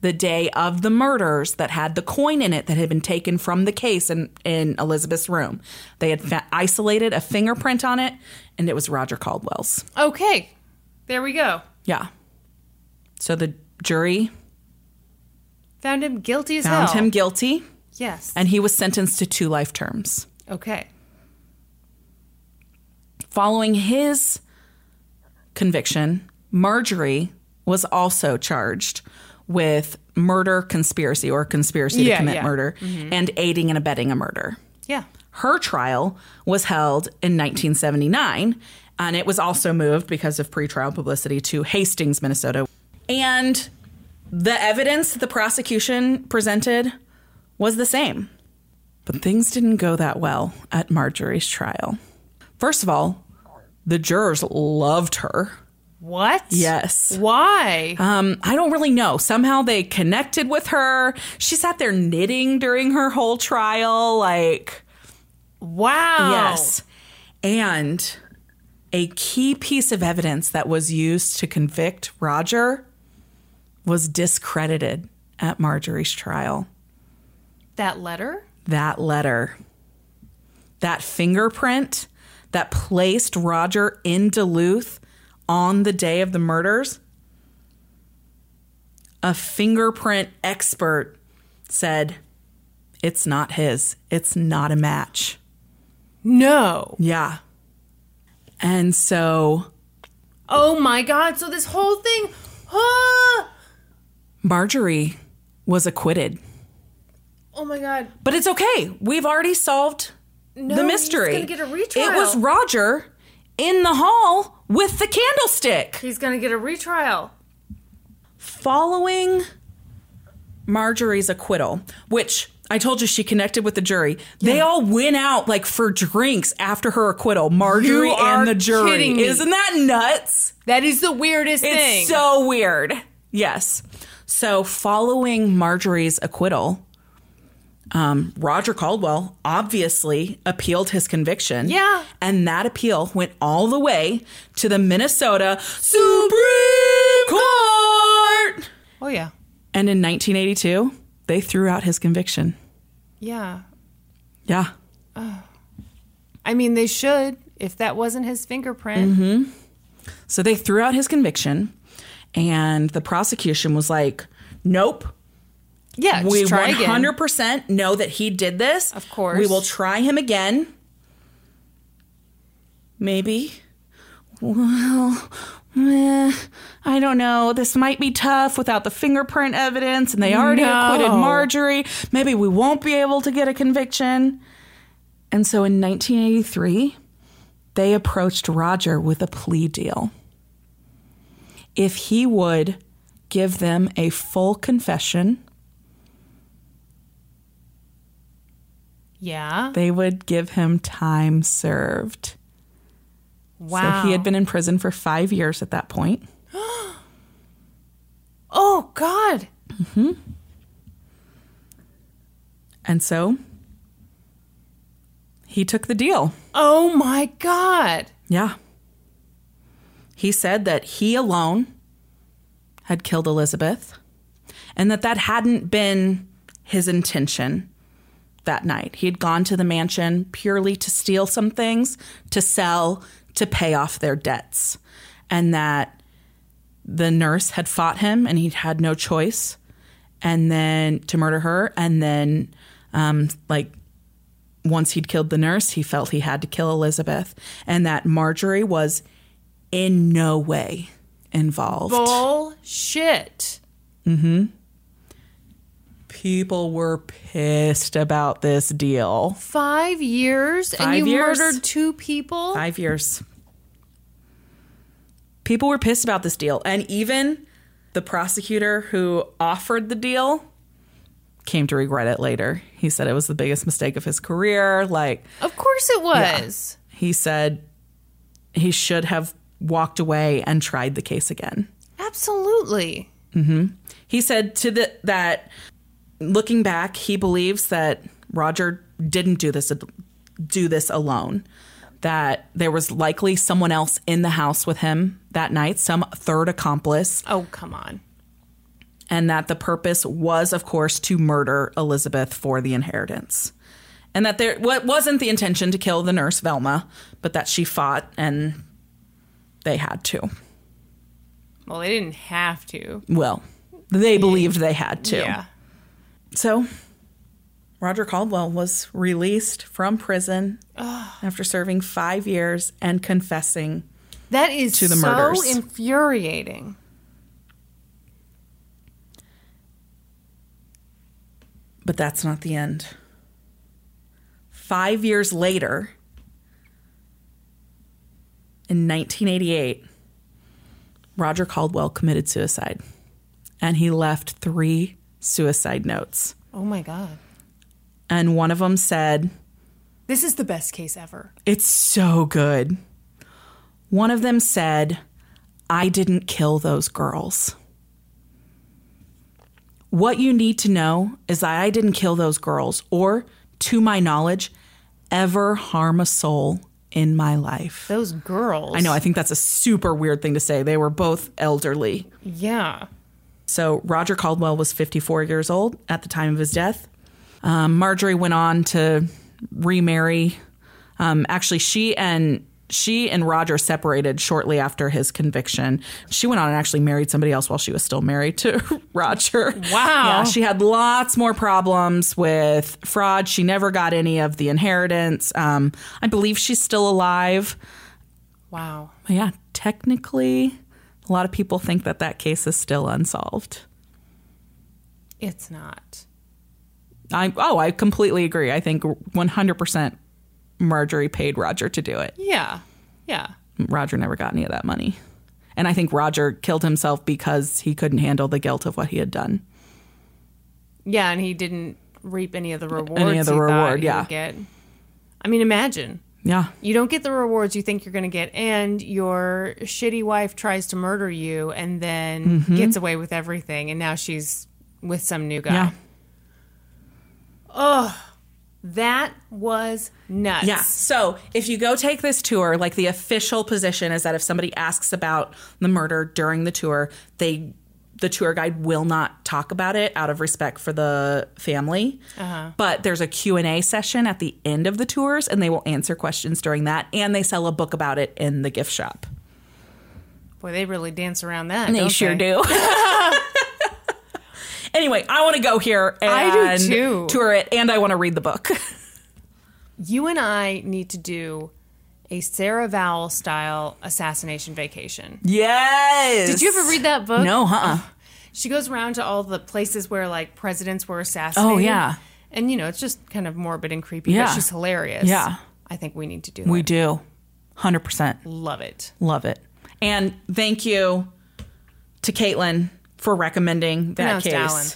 Speaker 3: the day of the murders that had the coin in it that had been taken from the case in, in Elizabeth's room. They had fa- isolated a fingerprint on it, and it was Roger Caldwell's.
Speaker 2: Okay, there we go.
Speaker 3: Yeah. So the jury
Speaker 2: Found him guilty as
Speaker 3: found
Speaker 2: hell.
Speaker 3: him guilty.
Speaker 2: Yes.
Speaker 3: and he was sentenced to two life terms.
Speaker 2: okay.
Speaker 3: Following his conviction, Marjorie was also charged with murder conspiracy or conspiracy
Speaker 2: Yeah,
Speaker 3: to commit
Speaker 2: yeah. Mm-hmm.
Speaker 3: murder and aiding and abetting a murder.
Speaker 2: Yeah.
Speaker 3: Her trial was held in 1979, and it was also moved because of pretrial publicity to Hastings, Minnesota. And the evidence that the prosecution presented was the same. But things didn't go that well at Marjorie's trial. First of all, the jurors loved her.
Speaker 2: What?
Speaker 3: Yes.
Speaker 2: Why?
Speaker 3: Um, I don't really know. Somehow they connected with her. She sat there knitting during her whole trial. Like,
Speaker 2: Oh. wow.
Speaker 3: Yes. And a key piece of evidence that was used to convict Roger was discredited at Marjorie's trial.
Speaker 2: That letter?
Speaker 3: That letter, that fingerprint that placed Roger in Duluth on the day of the murders, a fingerprint expert said, It's not his, it's not a match.
Speaker 2: No.
Speaker 3: Yeah. And so
Speaker 2: Oh my God. So this whole thing. Ah!
Speaker 3: Marjorie was acquitted.
Speaker 2: Oh my God.
Speaker 3: But it's okay. We've already solved the
Speaker 2: he's
Speaker 3: mystery.
Speaker 2: gonna get a retrial.
Speaker 3: It was Roger in the hall with the candlestick.
Speaker 2: He's going to get a retrial.
Speaker 3: Following Marjorie's acquittal, which I told you she connected with the jury. They all went out like for drinks after her acquittal. Marjorie
Speaker 2: You are
Speaker 3: and the jury.
Speaker 2: kidding me.
Speaker 3: Isn't that nuts?
Speaker 2: That is the weirdest thing.
Speaker 3: It's so weird. Yes. So following Marjorie's acquittal, um, Roger Caldwell obviously appealed his conviction.
Speaker 2: Yeah.
Speaker 3: And that appeal went all the way to the Minnesota Supreme Court.
Speaker 2: oh, yeah.
Speaker 3: And in 1982, they threw out his conviction.
Speaker 2: Yeah.
Speaker 3: Yeah.
Speaker 2: I mean, they should if that wasn't his fingerprint.
Speaker 3: Mm-hmm. So they threw out his conviction, and the prosecution was like, nope,
Speaker 2: Yeah,
Speaker 3: we
Speaker 2: just try again.
Speaker 3: 100% know that he did this.
Speaker 2: Of course.
Speaker 3: We will try him again. Maybe. Well, eh, I don't know. This might be tough without the fingerprint evidence, and they already acquitted
Speaker 2: No.
Speaker 3: Marjorie. Maybe we won't be able to get a conviction. And so in 1983, they approached Roger with a plea deal. If he would give them a full confession,
Speaker 2: Yeah.
Speaker 3: they would give him time served.
Speaker 2: Wow.
Speaker 3: So he had been in prison for five years at that point.
Speaker 2: Oh, God.
Speaker 3: And so he took the deal.
Speaker 2: Oh, my God.
Speaker 3: Yeah. He said that he alone had killed Elizabeth and that that hadn't been his intention that night. He had gone to the mansion purely to steal some things, to sell, to pay off their debts, and that the nurse had fought him and he'd had no choice and then to murder her and then um, like once he'd killed the nurse, he felt he had to kill Elizabeth, and that Marjorie was in no way involved.
Speaker 2: Bullshit.
Speaker 3: People were pissed about this deal.
Speaker 2: Five years and
Speaker 3: Five
Speaker 2: you
Speaker 3: years.
Speaker 2: murdered two people?
Speaker 3: Five years. People were pissed about this deal, and even the prosecutor who offered the deal came to regret it later. He said it was the biggest mistake of his career. Like,
Speaker 2: Of course it was.
Speaker 3: he said he should have walked away and tried the case again.
Speaker 2: Absolutely.
Speaker 3: He said to the that looking back, he believes that Roger didn't do this do this alone. That there was likely someone else in the house with him that night, some third accomplice,
Speaker 2: Oh, come on.
Speaker 3: and that the purpose was, of course, to murder Elizabeth for the inheritance. And that there what wasn't the intention to kill the nurse Velma, but that she fought and they had to.
Speaker 2: Well, they didn't have to.
Speaker 3: Well, they believed they had to.
Speaker 2: Yeah.
Speaker 3: So, Roger Caldwell was released from prison after serving five years and confessing.
Speaker 2: That is
Speaker 3: To the
Speaker 2: so
Speaker 3: murders.
Speaker 2: infuriating.
Speaker 3: But that's not the end. Five years later, in 1988, Roger Caldwell committed suicide and he left three suicide notes.
Speaker 2: Oh, my God.
Speaker 3: And one of them said,
Speaker 2: This is the best case ever.
Speaker 3: It's so good. One of them said, I didn't kill those girls. What you need to know is that I didn't kill those girls or, to my knowledge, ever harm a soul in my life.
Speaker 2: Those girls.
Speaker 3: I know, I think that's a super weird thing to say. They were both elderly.
Speaker 2: Yeah.
Speaker 3: So Roger Caldwell was 54 years old at the time of his death. Um, Marjorie went on to remarry. Um, actually, she and she and Roger separated shortly after his conviction. She went on and actually married somebody else while she was still married to Roger.
Speaker 2: Wow.
Speaker 3: Yeah, she had lots more problems with fraud. She never got any of the inheritance. Um, I believe she's still alive.
Speaker 2: Wow.
Speaker 3: But yeah, technically, a lot of people think that that case is still unsolved.
Speaker 2: It's not.
Speaker 3: I oh, I completely agree. I think 100% Marjorie paid Roger to do it.
Speaker 2: Yeah. Yeah.
Speaker 3: Roger never got any of that money. And I think Roger killed himself because he couldn't handle the guilt of what he had done.
Speaker 2: Yeah, and he didn't reap any of the rewards.
Speaker 3: Any of the
Speaker 2: he thought
Speaker 3: reward,
Speaker 2: he
Speaker 3: yeah.
Speaker 2: would get. I mean, imagine.
Speaker 3: Yeah.
Speaker 2: You don't get the rewards you think you're going to get, and your shitty wife tries to murder you and then
Speaker 3: Mm-hmm.
Speaker 2: gets away with everything, and now she's with some new guy.
Speaker 3: Yeah.
Speaker 2: That was nuts.
Speaker 3: Yeah. So if you go take this tour, like the official position is that if somebody asks about the murder during the tour, they the tour guide will not talk about it out of respect for the family. But there's a Q&A session at the end of the tours and they will answer questions during that and they sell a book about it in the gift shop.
Speaker 2: Boy, they really dance around that.
Speaker 3: They
Speaker 2: don't
Speaker 3: sure do. anyway, I want to go here and
Speaker 2: I do too.
Speaker 3: tour it and I want to read the book.
Speaker 2: You and I need to do a Sarah Vowell style assassination vacation.
Speaker 3: yes.
Speaker 2: Did you ever read that book?
Speaker 3: No, uh-uh. huh?
Speaker 2: she goes around to all the places where like presidents were assassinated.
Speaker 3: Oh, yeah.
Speaker 2: and you know it's just kind of morbid and creepy. but
Speaker 3: Yeah.
Speaker 2: she's hilarious.
Speaker 3: Yeah.
Speaker 2: I think we need to do.
Speaker 3: We
Speaker 2: that.
Speaker 3: do. 100%.
Speaker 2: love it.
Speaker 3: Love it. And thank you to Caitlin for recommending that
Speaker 2: Pronounced
Speaker 3: case.
Speaker 2: Allen.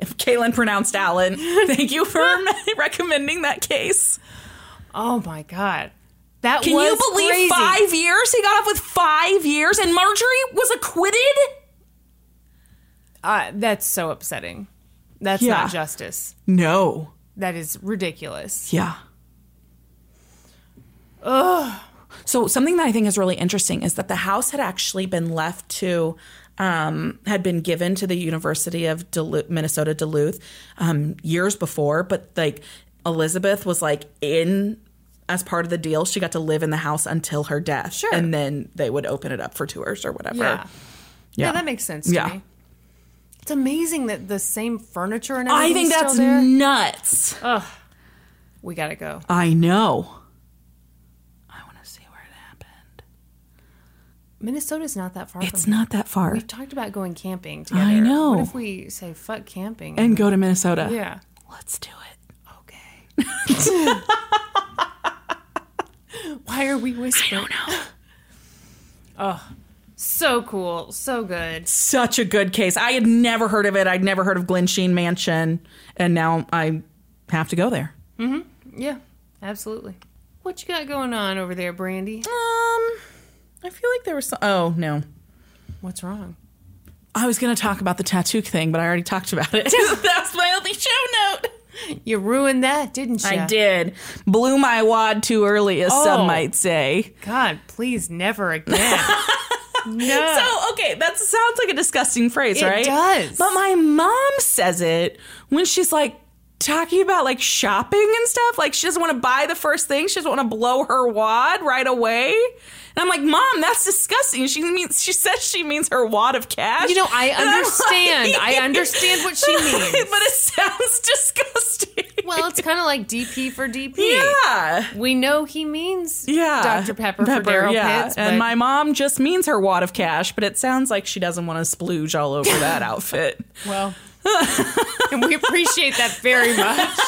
Speaker 3: If Caitlin pronounced Allen, thank you for recommending that case.
Speaker 2: Oh my god, that
Speaker 3: Can
Speaker 2: was
Speaker 3: you believe
Speaker 2: crazy.
Speaker 3: five years? He got off with five years and Marjorie was acquitted?
Speaker 2: Uh, that's so upsetting. That's
Speaker 3: Yeah.
Speaker 2: not justice.
Speaker 3: No.
Speaker 2: That is ridiculous.
Speaker 3: Yeah. Ugh. So something that I think is really interesting is that the house had actually been left to, um, had been given to the University of Duluth, Minnesota Duluth, um, years before. But like Elizabeth was like in as part of the deal, she got to live in the house until her death.
Speaker 2: Sure.
Speaker 3: and then they would open it up for tours or whatever.
Speaker 2: Yeah. Yeah, that makes sense to
Speaker 3: Yeah.
Speaker 2: me. It's amazing that the same furniture and everything
Speaker 3: I think
Speaker 2: is
Speaker 3: that's
Speaker 2: still there. Oh.
Speaker 3: nuts.
Speaker 2: we gotta go.
Speaker 3: I know. I want to see where it happened.
Speaker 2: Minnesota's not that far.
Speaker 3: It's
Speaker 2: from
Speaker 3: not that far.
Speaker 2: We've talked about going camping together.
Speaker 3: know.
Speaker 2: What if we say fuck camping?
Speaker 3: And go to Minnesota.
Speaker 2: yeah.
Speaker 3: Let's do it.
Speaker 2: Okay. Why are we whispering? oh, so cool. So good.
Speaker 3: Such a good case. I had never heard of it. I'd never heard of Glen Sheen Mansion, and now I have to go there.
Speaker 2: Yeah, absolutely. What you got going on over there, Brandy?
Speaker 3: Um, I feel like there was. Some, oh no,
Speaker 2: What's wrong?
Speaker 3: I was going to talk about the tattoo thing, but I already talked about it. That's my only show note.
Speaker 2: You ruined that, didn't you?
Speaker 3: I did. Blew my wad too early, as
Speaker 2: Oh.
Speaker 3: some might say.
Speaker 2: God, please never again. no.
Speaker 3: So okay, that sounds like a disgusting phrase,
Speaker 2: It
Speaker 3: right?
Speaker 2: does.
Speaker 3: But my mom says it when she's like talking about like shopping and stuff. Like she doesn't want to buy the first thing. She doesn't want to blow her wad right away. And I'm like, Mom, that's disgusting. She means she says she means her wad of cash.
Speaker 2: you know, I
Speaker 3: And I'm
Speaker 2: understand.
Speaker 3: like-
Speaker 2: I understand what she means.
Speaker 3: but it sounds disgusting.
Speaker 2: Well, it's kind of like DP for DP.
Speaker 3: yeah.
Speaker 2: We know he means
Speaker 3: Yeah.
Speaker 2: Dr. Pepper, for Daryl
Speaker 3: yeah.
Speaker 2: Pitts.
Speaker 3: And
Speaker 2: but-
Speaker 3: my mom just means her wad of cash, but it sounds like she doesn't want to splooge all over that outfit.
Speaker 2: Well, and we appreciate that very much.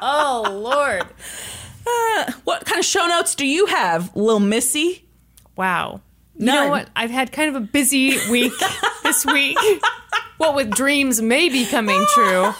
Speaker 2: oh, Lord.
Speaker 3: Uh, What kind of show notes do you have, Lil Missy?
Speaker 2: Wow. You
Speaker 3: None.
Speaker 2: know what? I've had kind of a busy week this week. What with dreams maybe coming true,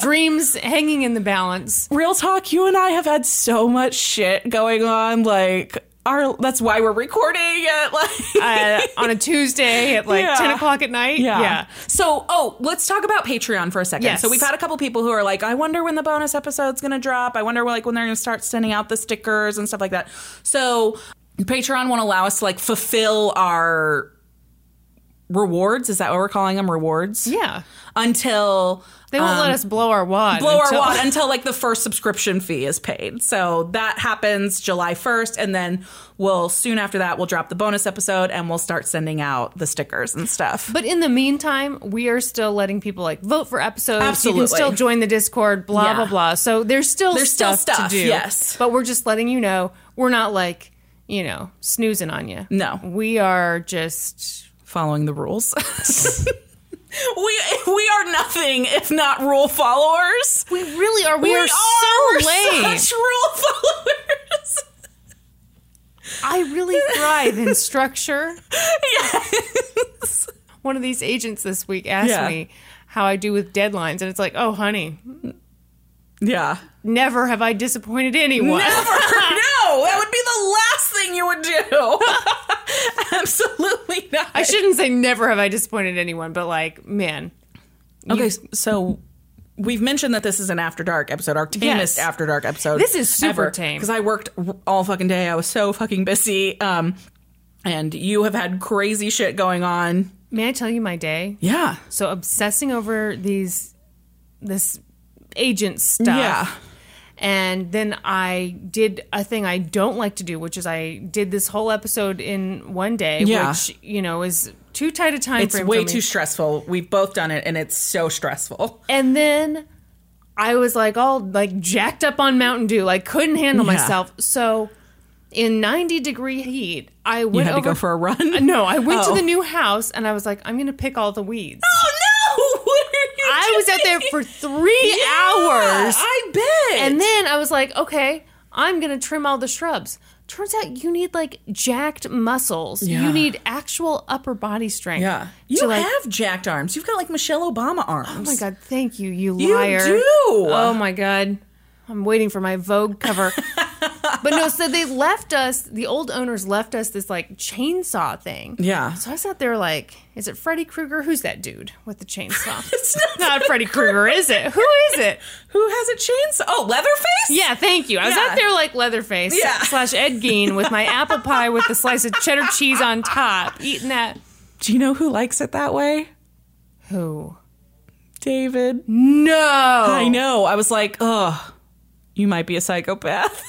Speaker 2: dreams hanging in the balance.
Speaker 3: Real talk, you and I have had so much shit going on. Like, our that's why we're recording at like
Speaker 2: uh, on a Tuesday at like
Speaker 3: Yeah.
Speaker 2: 10 o'clock at night.
Speaker 3: Yeah. So, oh, let's talk about Patreon for a second.
Speaker 2: Yes.
Speaker 3: So, we've had a couple people who are like, I wonder when the bonus episode's going to drop. I wonder like when they're going to start sending out the stickers and stuff like that. So, Patreon won't allow us to like fulfill our rewards. Is that what we're calling them? Rewards?
Speaker 2: Yeah.
Speaker 3: Until
Speaker 2: They won't let us blow our wad.
Speaker 3: Um, blow
Speaker 2: until-
Speaker 3: our wad until like the first subscription fee is paid. So that happens July 1st and then we'll soon after that we'll drop the bonus episode and we'll start sending out the stickers and stuff.
Speaker 2: But in the meantime, we are still letting people like vote for episodes. You
Speaker 3: Absolutely.
Speaker 2: can still join the Discord, blah,
Speaker 3: Yeah.
Speaker 2: blah, blah. So there's still,
Speaker 3: There's still
Speaker 2: stuff,
Speaker 3: stuff,
Speaker 2: to do.
Speaker 3: yes.
Speaker 2: But we're just letting you know we're not like, you know, snoozing on you.
Speaker 3: No.
Speaker 2: We are just.
Speaker 3: following the rules. we we are nothing if not rule followers.
Speaker 2: We really are. We,
Speaker 3: We
Speaker 2: are, so lame.
Speaker 3: such rule followers.
Speaker 2: I really thrive in structure. Yes. One of these agents this week asked
Speaker 3: Yeah.
Speaker 2: me how I do with deadlines, and it's like, oh, honey,
Speaker 3: Yeah.
Speaker 2: never have I disappointed anyone.
Speaker 3: no, that would be the last thing you would do. Absolutely not.
Speaker 2: I shouldn't say never have I disappointed anyone, but like, man,
Speaker 3: okay, so we've mentioned that this is an after dark episode, our tamest
Speaker 2: Yes.
Speaker 3: after dark episode.
Speaker 2: This is super tame.
Speaker 3: because I worked r- all fucking day. I was so fucking busy. Um, and you have had crazy shit going on.
Speaker 2: may I tell you my day?
Speaker 3: Yeah.
Speaker 2: So obsessing over these, this agent stuff.
Speaker 3: Yeah.
Speaker 2: And then I did a thing I don't like to do, which is I did this whole episode in one day,
Speaker 3: Yeah.
Speaker 2: which you know is too tight a time
Speaker 3: It's
Speaker 2: frame.
Speaker 3: way
Speaker 2: for me.
Speaker 3: too stressful. We've both done it, and it's so stressful.
Speaker 2: And then I was like all like jacked up on Mountain Dew, like couldn't handle
Speaker 3: Yeah.
Speaker 2: myself. So in 90 degree heat, I went
Speaker 3: had to
Speaker 2: over
Speaker 3: go for a run?
Speaker 2: Uh, No, I went
Speaker 3: Oh.
Speaker 2: to the new house and I was like, I'm gonna pick all the weeds.
Speaker 3: Oh no! What are you
Speaker 2: I was out there for three hours,
Speaker 3: I bet.
Speaker 2: and then I was like, okay, I'm gonna trim all the shrubs. Turns out you need like jacked muscles. You
Speaker 3: Yeah.
Speaker 2: need actual upper body strength.
Speaker 3: yeah,
Speaker 2: to,
Speaker 3: you
Speaker 2: like-
Speaker 3: have jacked arms. You've got like Michelle Obama arms.
Speaker 2: Oh my god, thank you, you
Speaker 3: You
Speaker 2: liar.
Speaker 3: do.
Speaker 2: Oh my god. I'm waiting for my Vogue cover. but no, so they left us, the old owners left us this like chainsaw thing.
Speaker 3: Yeah.
Speaker 2: So I was out there like, is it Freddy Krueger? Who's that dude with the chainsaw? it's not, Freddy Krueger, is it? Who is it?
Speaker 3: Who has a chainsaw? Oh, Leatherface.
Speaker 2: Yeah, thank you. I was
Speaker 3: Yeah.
Speaker 2: out there like Leatherface
Speaker 3: Yeah.
Speaker 2: slash Ed Gein with my apple pie with the slice of cheddar cheese on top, eating that.
Speaker 3: Do you know who likes it that way?
Speaker 2: Who?
Speaker 3: David.
Speaker 2: No.
Speaker 3: I know. I was like, oh, you might be a psychopath.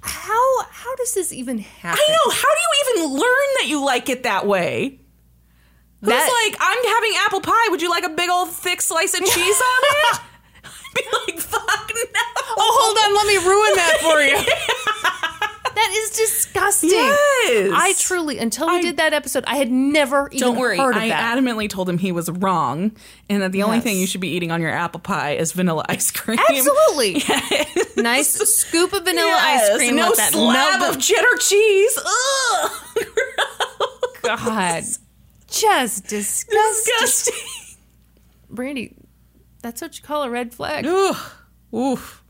Speaker 2: How how does this even happen?
Speaker 3: I know. How do you even learn that you like it that way? Who's
Speaker 2: That-
Speaker 3: like, I'm having apple pie. Would you like a big old thick slice of cheese on it? I'd be like, fuck no.
Speaker 2: Oh, hold on. Let me ruin that for you. that is disgusting.
Speaker 3: Yes.
Speaker 2: I truly, until we did that episode, I had never even
Speaker 3: Don't worry.
Speaker 2: heard of
Speaker 3: I
Speaker 2: that.
Speaker 3: adamantly told him he was wrong and that the only
Speaker 2: Yes.
Speaker 3: thing you should be eating on your apple pie is vanilla ice cream.
Speaker 2: Absolutely. Nice scoop of vanilla ice
Speaker 3: Yes,
Speaker 2: cream.
Speaker 3: no
Speaker 2: let that
Speaker 3: slab
Speaker 2: melt
Speaker 3: of cheddar cheese. Ugh.
Speaker 2: the- God. Just disgusting.
Speaker 3: Disgusting.
Speaker 2: Brandy, that's what you call a red flag.
Speaker 3: Oof. Oof.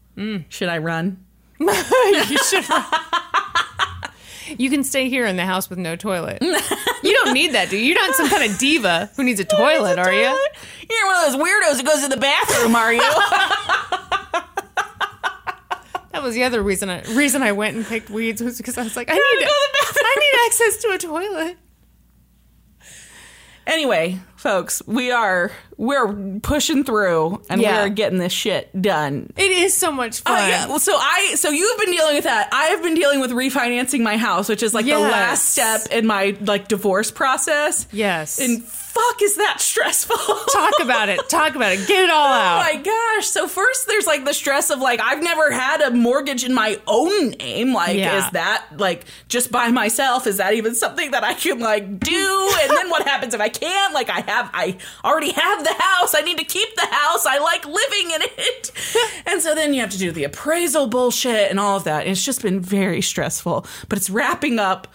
Speaker 3: Should I run?
Speaker 2: you should. You can stay here in the house with no toilet. you don't need that, do you? You're not some kind of diva who needs a toilet, are you?
Speaker 3: You're one of those weirdos who goes to the bathroom, are you?
Speaker 2: That was the other reason I, reason I went and picked weeds was because I was like, I need I need access to a toilet.
Speaker 3: anyway, folks, we are we're pushing through and
Speaker 2: Yeah.
Speaker 3: we're getting this shit done.
Speaker 2: It is so much fun.
Speaker 3: Oh, yeah. Well, so I so you've been dealing with that. I have been dealing with refinancing my house, which is like the
Speaker 2: Yes.
Speaker 3: last step in my like divorce process.
Speaker 2: Yes.
Speaker 3: And fuck is that stressful.
Speaker 2: Talk about it. Talk about it. Get it all
Speaker 3: Oh
Speaker 2: out.
Speaker 3: my gosh. So first there's like the stress of like I've never had a mortgage in my own name. Like
Speaker 2: Yeah.
Speaker 3: is that like just by myself is that even something that I can like do? And then what happens if I can't? Like I have I already have the house. I need to keep the house. I like living in it. and so then you have to do the appraisal bullshit and all of that. And it's just been very stressful. But it's wrapping up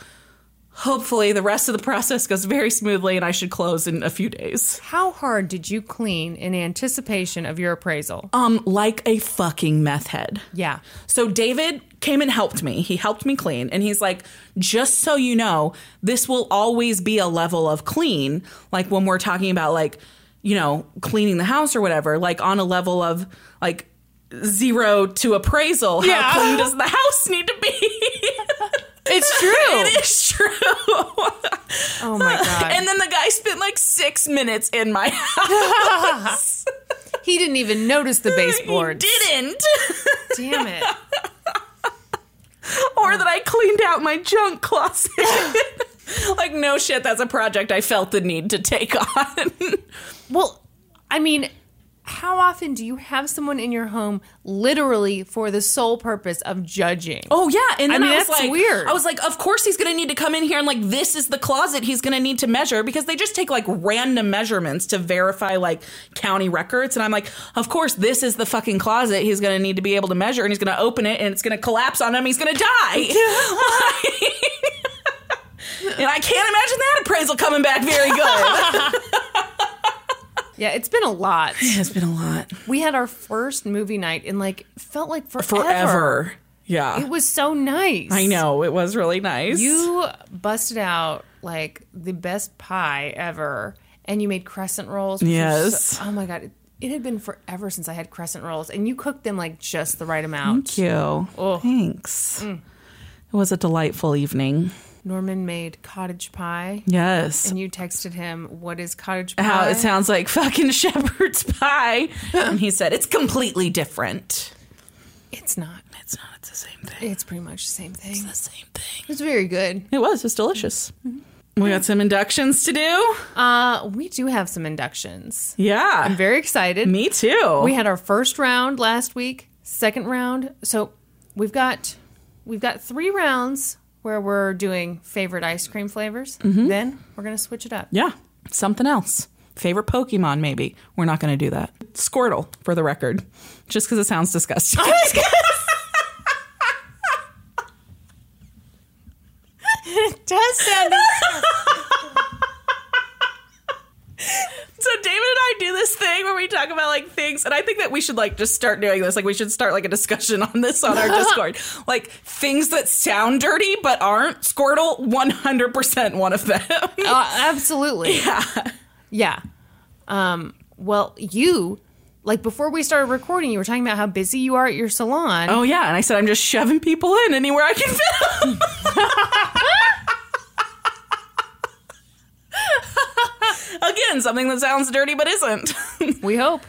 Speaker 3: Hopefully, the rest of the process goes very smoothly and I should close in a few days.
Speaker 2: How hard did you clean in anticipation of your appraisal?
Speaker 3: Um, like a fucking meth head.
Speaker 2: yeah.
Speaker 3: So David came and helped me. He helped me clean. And he's like, just so you know, this will always be a level of clean. Like when we're talking about like, you know, cleaning the house or whatever, like on a level of like zero to appraisal. How
Speaker 5: Yeah.
Speaker 3: clean does the house need to be?
Speaker 5: It's true.
Speaker 3: it is true.
Speaker 2: Oh my god.
Speaker 3: and then the guy spent like six minutes in my house.
Speaker 2: he didn't even notice the baseboards.
Speaker 3: Didn't.
Speaker 2: Damn it.
Speaker 3: or that I cleaned out my junk closet. like, no shit, that's a project I felt the need to take on.
Speaker 2: Well, I mean, how often do you have someone in your home literally for the sole purpose of judging?
Speaker 3: oh yeah, and then I,
Speaker 2: mean,
Speaker 3: was
Speaker 2: that's
Speaker 3: like,
Speaker 2: weird.
Speaker 3: I was like, of course he's gonna need to come in here and like this is the closet he's gonna need to measure because they just take like random measurements to verify like county records, and I'm like, of course this is the fucking closet he's gonna need to be able to measure, and he's gonna open it and it's gonna collapse on him, he's gonna die. and I can't imagine that appraisal coming back very good.
Speaker 2: Yeah, it's been a lot.
Speaker 3: it's been a lot.
Speaker 2: We had our first movie night and like felt like forever.
Speaker 3: forever. Yeah.
Speaker 2: It was so nice.
Speaker 3: I know. It was really nice.
Speaker 2: You busted out like the best pie ever and you made crescent rolls. which were
Speaker 3: Yes.
Speaker 2: so- oh my god. It, it had been forever since I had crescent rolls and you cooked them like just the right amount.
Speaker 3: Thank you. Thanks.
Speaker 2: Mm.
Speaker 3: It was a delightful evening.
Speaker 2: Norman made cottage pie.
Speaker 3: Yes.
Speaker 2: And you texted him, "What is cottage pie?"
Speaker 3: How it sounds like fucking shepherd's pie. and he said, it's completely different.
Speaker 2: It's not.
Speaker 3: It's not. It's the same thing.
Speaker 2: It's pretty much the same thing.
Speaker 3: The same thing.
Speaker 2: It's very good.
Speaker 3: It was. It's delicious.
Speaker 2: Mm-hmm.
Speaker 3: We got some inductions to do.
Speaker 2: Uh, we do have some inductions.
Speaker 3: Yeah.
Speaker 2: I'm very excited.
Speaker 3: Me too.
Speaker 2: We had our first round last week, second round. So we've got we've got three rounds where we're doing favorite ice cream flavors. Then we're gonna switch it up.
Speaker 3: yeah. Something else. Favorite Pokemon, maybe. We're not going to do that. Squirtle, for the record, just because it sounds disgusting.
Speaker 2: It does sound
Speaker 3: So David and I do this thing where we talk about like things, and I think that we should like just start doing this. Like we should start like a discussion on this on our Discord. Like things that sound dirty but aren't. Squirtle, one hundred percent one of them.
Speaker 2: uh, absolutely. Yeah. Yeah. Um, well, you like before we started recording, you were talking about how busy you are at your salon.
Speaker 3: Oh yeah, and I said I'm just shoving people in anywhere I can fit. them. Again, something that sounds dirty but isn't.
Speaker 2: We hope.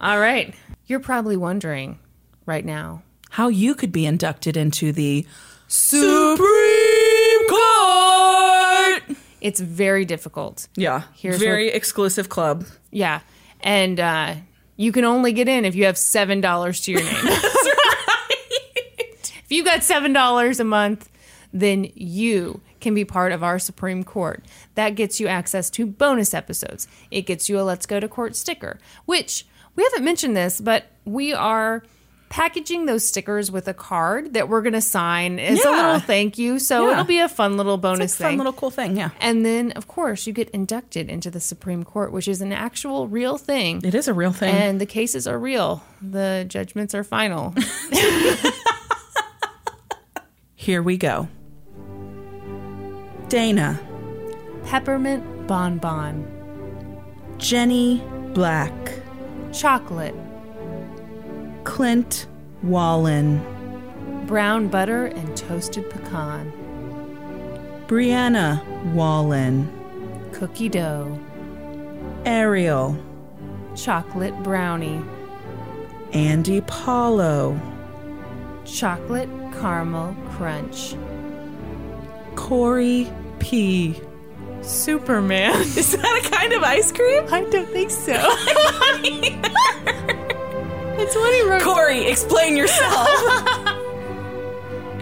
Speaker 2: All right. You're probably wondering right now.
Speaker 3: How you could be inducted into the Supreme Court.
Speaker 2: It's very difficult.
Speaker 3: Yeah.
Speaker 2: Here's
Speaker 3: Very exclusive club.
Speaker 2: Yeah. And uh, you can only get in if you have $7 to your name. If you got $7 a month, then you can be part of our Supreme Court. That gets you access to bonus episodes. It gets you a Let's Go to Court sticker, which we haven't mentioned this, but we are packaging those stickers with a card that we're going to sign as a
Speaker 3: Yeah.
Speaker 2: little thank you. So
Speaker 3: Yeah.
Speaker 2: it'll be a fun little bonus
Speaker 3: It's a fun
Speaker 2: thing.
Speaker 3: little cool thing, yeah.
Speaker 2: And then, of course, you get inducted into the Supreme Court, which is an actual real thing.
Speaker 3: It is a real thing.
Speaker 2: And the cases are real, the judgments are final.
Speaker 3: Here we go. Dana,
Speaker 2: Peppermint bonbon,
Speaker 3: Jenny Black,
Speaker 2: chocolate,
Speaker 3: Clint Wallen,
Speaker 2: brown butter, and toasted pecan,
Speaker 3: Brianna Wallen,
Speaker 2: cookie dough,
Speaker 3: Ariel,
Speaker 2: chocolate brownie,
Speaker 3: Andy Paulo,
Speaker 2: chocolate caramel crunch,
Speaker 3: Corey P.
Speaker 2: Superman.
Speaker 3: Is that a kind of ice cream?
Speaker 2: I don't think so. That's what he wrote.
Speaker 3: Corey, explain yourself.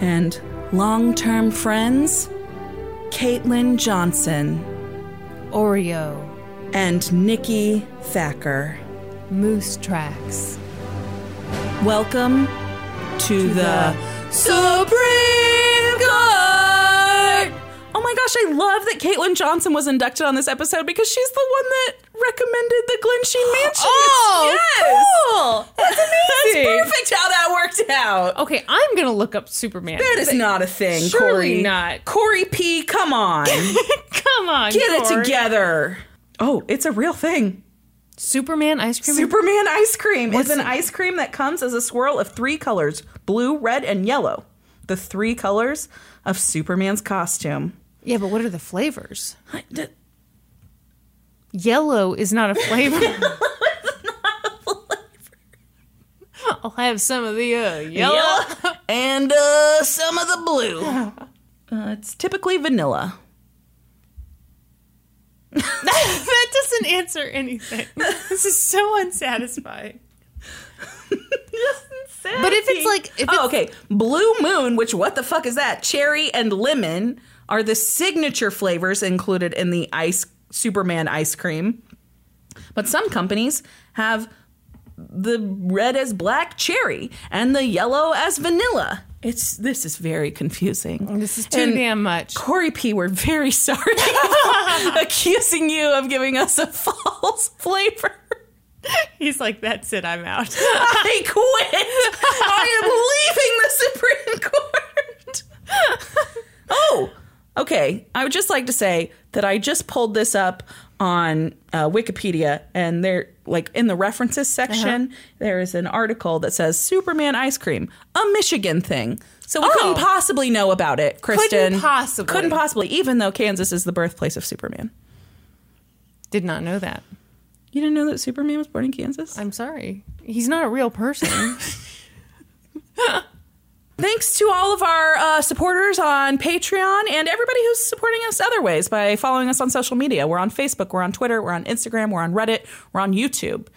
Speaker 3: and long term friends, Caitlin Johnson
Speaker 2: Oreo,
Speaker 3: and Nikki Thacker.
Speaker 2: moose tracks.
Speaker 3: Welcome to, the,
Speaker 2: the
Speaker 3: Supreme Court. Oh my my gosh, I love that Caitlin Johnson was inducted on this episode because she's the one that recommended the Glen Sheen Mansion.
Speaker 2: Oh,
Speaker 3: yes. cool. That's
Speaker 2: amazing.
Speaker 3: perfect how that worked out.
Speaker 2: Okay, I'm gonna look up Superman.
Speaker 3: That is not a thing,
Speaker 2: Surely
Speaker 3: Corey.
Speaker 2: not.
Speaker 3: Corey P, come on. Get
Speaker 2: Come on,
Speaker 3: it
Speaker 2: Corey.
Speaker 3: together. Oh, it's a real thing.
Speaker 2: Superman ice cream.
Speaker 3: Superman ice cream
Speaker 2: What's
Speaker 3: is an
Speaker 2: it-
Speaker 3: ice cream that comes as a swirl of three colors blue, red, and yellow. The three colors of Superman's costume.
Speaker 2: yeah, but what are the flavors? Yellow is not a flavor. I'll have some of the uh, yellow.
Speaker 3: and uh, some of the blue. Uh, it's typically vanilla.
Speaker 2: that doesn't answer anything. This is so unsatisfying. But if it's like, if
Speaker 3: oh,
Speaker 2: it's,
Speaker 3: okay, Blue Moon, which what the fuck is that? Cherry and lemon are the signature flavors included in the ice Superman ice cream. But some companies have the red as black cherry and the yellow as vanilla. It's this is very confusing.
Speaker 2: Oh, this is too
Speaker 3: And-
Speaker 2: damn much.
Speaker 3: Corey P, we're very sorry for accusing you of giving us a false flavor.
Speaker 2: He's like, that's it, I'm out.
Speaker 3: I quit. I am leaving the Supreme Court. oh, okay. I would just like to say that I just pulled this up on uh, Wikipedia, and there, like in the references section, there is an article that says Superman ice cream, a Michigan thing. So we
Speaker 2: Oh.
Speaker 3: couldn't possibly know about it, Kristen.
Speaker 2: possibly.
Speaker 3: Couldn't possibly, even though Kansas is the birthplace of Superman.
Speaker 2: Did not know that.
Speaker 3: You didn't know that Superman was born in Kansas?
Speaker 2: I'm sorry. He's not a real person.
Speaker 3: Thanks to all of our uh, supporters on Patreon and everybody who's supporting us other ways by following us on social media. We're on Facebook, we're on Twitter, we're on Instagram, we're on Reddit, we're on YouTube.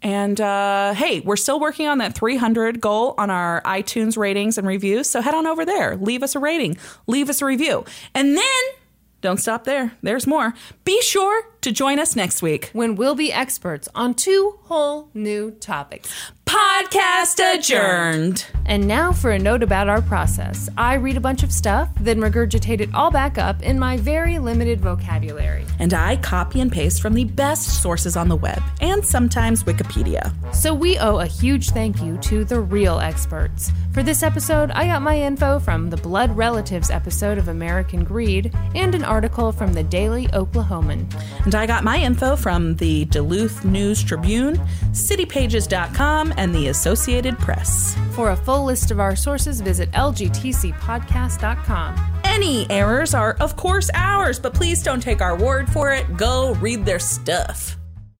Speaker 3: And uh, hey, we're still working on that 300 goal on our iTunes ratings and reviews. So head on over there, leave us a rating, leave us a review. And then don't stop there, there's more. Be sure to join us next week.
Speaker 2: when we'll be experts on two whole new topics.
Speaker 3: Podcast adjourned.
Speaker 2: And now for a note about our process. I read a bunch of stuff, then regurgitate it all back up in my very limited vocabulary.
Speaker 3: And I copy and paste from the best sources on the web and sometimes Wikipedia.
Speaker 2: So we owe a huge thank you to the real experts. For this episode, I got my info from the Blood Relatives episode of American Greed and an article from the Daily Oklahoman.
Speaker 3: And I got my info from the Duluth News Tribune, citypages.com, and the Associated Press.
Speaker 2: For a full list of our sources, visit lgtcpodcast.com.
Speaker 3: Any errors are, of course, ours, but please don't take our word for it. Go read their stuff.